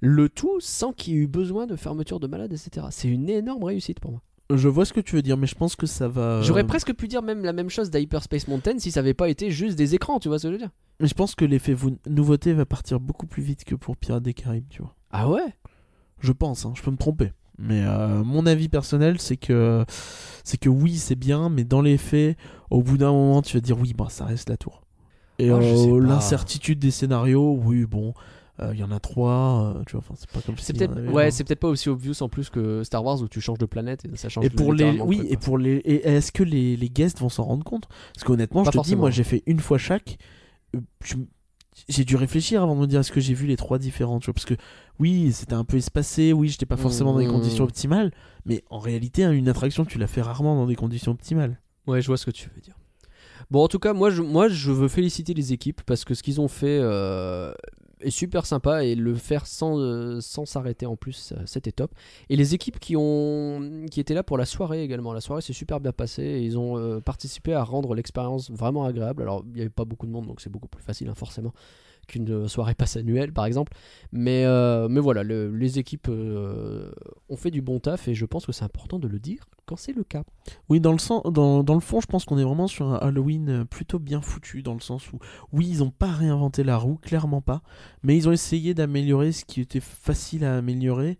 Le tout sans qu'il y ait eu besoin de fermeture de malade, etc. C'est une énorme réussite pour moi.
Je vois ce que tu veux dire, mais je pense que ça va. euh,
J'aurais presque pu dire même la même chose d'Hyperspace Mountain si ça avait pas été juste des écrans, tu vois ce que je veux dire
Mais je pense que l'effet vou- nouveauté va partir beaucoup plus vite que pour Pirates des Caraïbes, tu vois.
Ah ouais
Je pense, hein, je peux me tromper. Mais euh, mon avis personnel, c'est que c'est que oui, c'est bien, mais dans les faits, au bout d'un moment, tu vas dire oui, bah ça reste la tour. Et
Ah, je sais
euh,
pas.
l'incertitude des scénarios, oui, bon, euh, il y en a trois, euh, tu vois, enfin, c'est pas comme si. hein,
C'est peut-être ouais, c'est peut-être pas aussi obvious en plus que Star Wars où tu changes de planète et ça change
et pour les
littéralement le
oui
truc,
et
quoi.
pour les et est-ce que les, les guests vont s'en rendre compte parce qu'honnêtement
Pas
je te dis
forcément.
moi j'ai fait une fois chaque euh, je- j'ai dû réfléchir avant de me dire est-ce que j'ai vu les trois différents tu vois parce que oui c'était un peu espacé oui j'étais pas forcément dans les
Mmh.
conditions optimales mais en réalité hein, une attraction tu la fais rarement dans des conditions optimales
Ouais, je vois ce que tu veux dire. Bon, en tout cas, moi, je, moi, je veux féliciter les équipes parce que ce qu'ils ont fait euh, est super sympa et le faire sans euh, sans s'arrêter en plus, euh, c'était top. Et les équipes qui ont qui étaient là pour la soirée également, la soirée s'est super bien passée. Et ils ont euh, participé à rendre l'expérience vraiment agréable. Alors, il n'y avait pas beaucoup de monde, donc c'est beaucoup plus facile, hein, forcément, qu'une euh, soirée passe annuelle, par exemple. Mais euh, mais voilà, le- les équipes euh, ont fait du bon taf et je pense que c'est important de le dire quand c'est le cas.
Oui, dans le, sens, dans, dans le fond, je pense qu'on est vraiment sur un Halloween euh, plutôt bien foutu, dans le sens où, oui, ils n'ont pas réinventé la roue, clairement pas, mais ils ont essayé d'améliorer ce qui était facile à améliorer,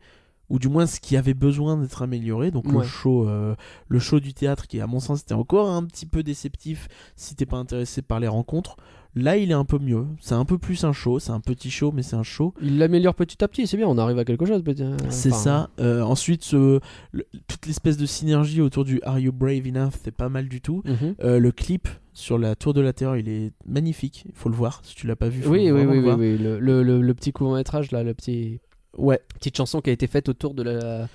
ou du moins ce qui avait besoin d'être amélioré. Donc le,
Ouais.
show, euh, le show du théâtre, qui à mon sens était encore un petit peu déceptif si t'es pas intéressé par les rencontres, là il est un peu mieux. C'est un peu plus un show, c'est un petit show, mais c'est un show.
Il l'améliore petit à petit, c'est bien, on arrive à quelque chose. peut-être. hein.
C'est
Enfin,
ça. Euh, ensuite, ce- le- toute l'espèce de synergie autour du Are You Brave Enough c'est pas mal du tout.
mhm.
Euh, le clip sur la Tour de la Terreur, il est magnifique. Il faut le voir. Si tu l'as pas vu, faut
Oui, oui,
vraiment
oui,
le
oui,
voir.
oui, Le, le- le- le petit court-métrage, là, la petit,
Ouais,
petite chanson qui a été faite autour de la. euh,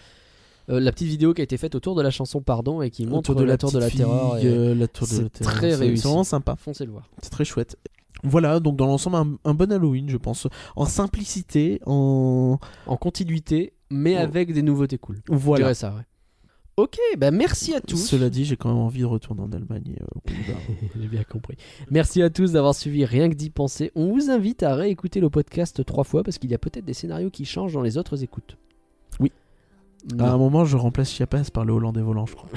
la petite vidéo qui a été faite autour de la chanson Pardon et qui montre
autour de la,
Tour de la
petite fille,
Terreur. et-
euh, la Tour de
c'est
la Terreur.
très
C'est-
réussi.
C'est vraiment sympa.
Foncez le voir.
C'est très chouette. Voilà, donc dans l'ensemble, un, un bon Halloween, je pense. En simplicité, en.
En continuité, mais
Oh.
avec des nouveautés cool. Je
Voilà.
dirais ça, ouais. Ok, bah merci à tous.
Cela dit, j'ai quand même envie de retourner en Allemagne et, euh, aux Pays-Bas.
*laughs* J'ai bien compris. Merci à tous d'avoir suivi Rien que d'y penser. On vous invite à réécouter le podcast trois fois parce qu'il y a peut-être des scénarios qui changent dans les autres écoutes.
Oui.
Non.
à un moment, je remplace Chiapas par le Hollandais volant, je crois.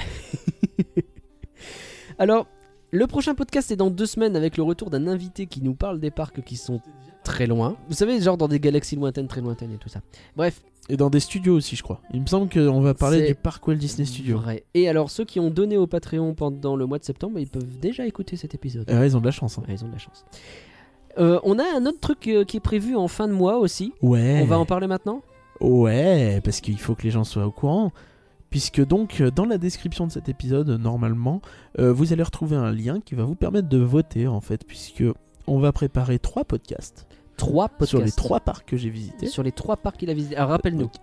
Alors, le prochain podcast est dans deux semaines avec le retour d'un invité qui nous parle des parcs qui sont très loin. Vous savez, genre dans des galaxies lointaines, très lointaines et tout ça. Bref,
Et dans des studios aussi, je crois. Il me semble qu'on va parler
C'est
du parc Walt Disney Studio.
vrai. Et alors, ceux qui ont donné au Patreon pendant le mois de septembre, ils peuvent déjà écouter cet épisode.
Eh ouais, ils ont de la chance. hein.
Ouais, ils ont de la chance. Euh, on a un autre truc euh, qui est prévu en fin de mois aussi.
Ouais.
On va en parler maintenant
Ouais, parce qu'il faut que les gens soient au courant. Puisque donc euh, dans la description de cet épisode, euh, normalement, euh, vous allez retrouver un lien qui va vous permettre de voter en fait, puisque on va préparer trois podcasts,
Trois podcasts.
sur les trois parcs que j'ai visités.
Sur les trois parcs qu'il a visités. Alors rappelle-nous.
Donc,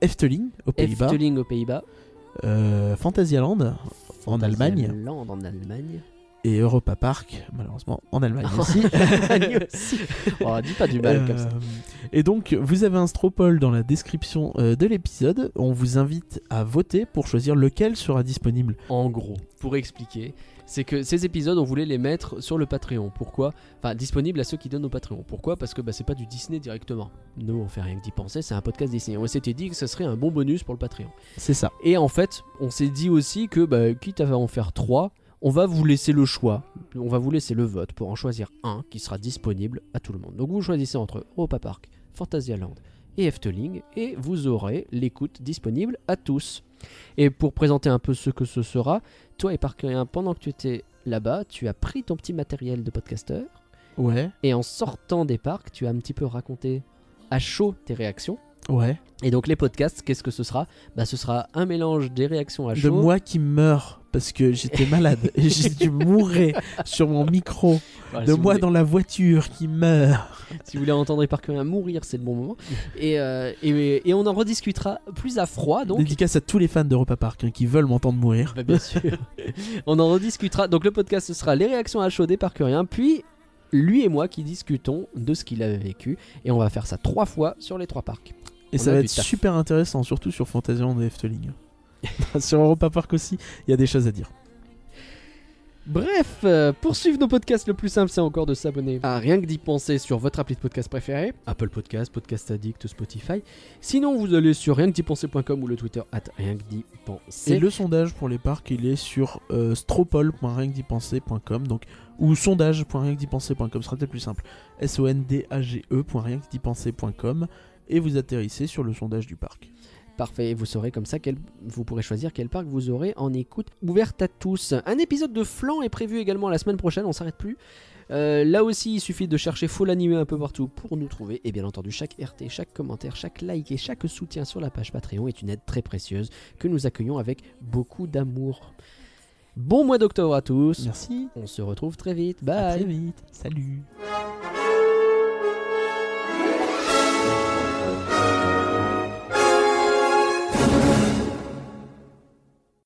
Efteling aux Pays-Bas,
Efteling aux Pays-Bas.
euh, Fantasyland en Allemagne
Land en Allemagne.
et Europa Park malheureusement
*laughs*
en Allemagne aussi. *laughs*
oh, dis pas du mal comme ça.
Euh, Et donc, vous avez un Stropole dans la description euh, de l'épisode. On vous invite à voter pour choisir lequel sera disponible.
En gros, pour expliquer, c'est que ces épisodes, on voulait les mettre sur le Patreon. Pourquoi Enfin, disponibles à ceux qui donnent au Patreon. Pourquoi Parce que bah, c'est pas du Disney directement. Nous, on fait rien que d'y penser, c'est un podcast Disney. On s'était dit que ce serait un bon bonus pour le Patreon.
C'est ça.
Et en fait, on s'est dit aussi que, bah, quitte à en faire trois, on va vous laisser le choix. On va vous laisser le vote pour en choisir un qui sera disponible à tout le monde. Donc vous choisissez entre Europa Park, Fantasyland et Efteling et vous aurez l'écoute disponible à tous. Et pour présenter un peu ce que ce sera, toi et Parkerien, pendant que tu étais là-bas, tu as pris ton petit matériel de podcasteur
Ouais.
et en sortant des parcs, tu as un petit peu raconté à chaud tes réactions.
Ouais.
Et donc les podcasts, qu'est-ce que ce sera Bah ce sera un mélange des réactions à
de
chaud.
moi qui meurs parce que
*laughs*
j'étais malade et j'ai dû mourir sur mon micro.
Voilà,
de
Ah, si vous
moi
voulez-
dans la voiture qui meurt.
Si vous voulez entendre par cœur mourir, c'est le bon
*laughs*
moment. Et, euh, et, et on en rediscutera plus à froid donc.
Dédicace à tous les fans d'Europa Park hein, qui veulent m'entendre mourir.
*laughs* Bah, bien sûr. *laughs* on en rediscutera. Donc le podcast ce sera les réactions à chaud des parcuriens, puis lui et moi qui discutons de ce qu'il avait vécu et on va faire ça trois fois sur les trois parcs.
Et
On
ça
a
va
du
être
taf.
super intéressant, surtout sur Fantasyland et Efteling.
*laughs*
sur Europa Park aussi, il y a des choses à dire.
Bref, euh, pour suivre nos podcasts, le plus simple c'est encore de s'abonner à Rien que d'y penser sur votre appli de podcast préféré, Apple Podcast, Podcast Addict, Spotify. Sinon, vous allez sur rien que d'y penser.com ou le Twitter at rien que d'y penser.
Et le sondage pour les parcs, il est sur euh, stropole.rienquedipenser.com donc ou sondage.rienquedipenser.com, ce sera peut-être plus simple. S O N D A G E E.rienquedipenser.com et vous atterrissez sur le sondage du parc.
Parfait, et vous saurez comme ça quel, vous pourrez choisir quel parc vous aurez en écoute ouverte à tous. Un épisode de Flan est prévu également la semaine prochaine, on s'arrête plus. Euh, là aussi, il suffit de chercher Full Animé un peu partout pour nous trouver. Et bien entendu, chaque RT, chaque commentaire, chaque like et chaque soutien sur la page Patreon est une aide très précieuse que nous accueillons avec beaucoup d'amour. Bon mois d'octobre à tous.
Merci.
On se retrouve très vite.
À
Bye.
très vite. Salut.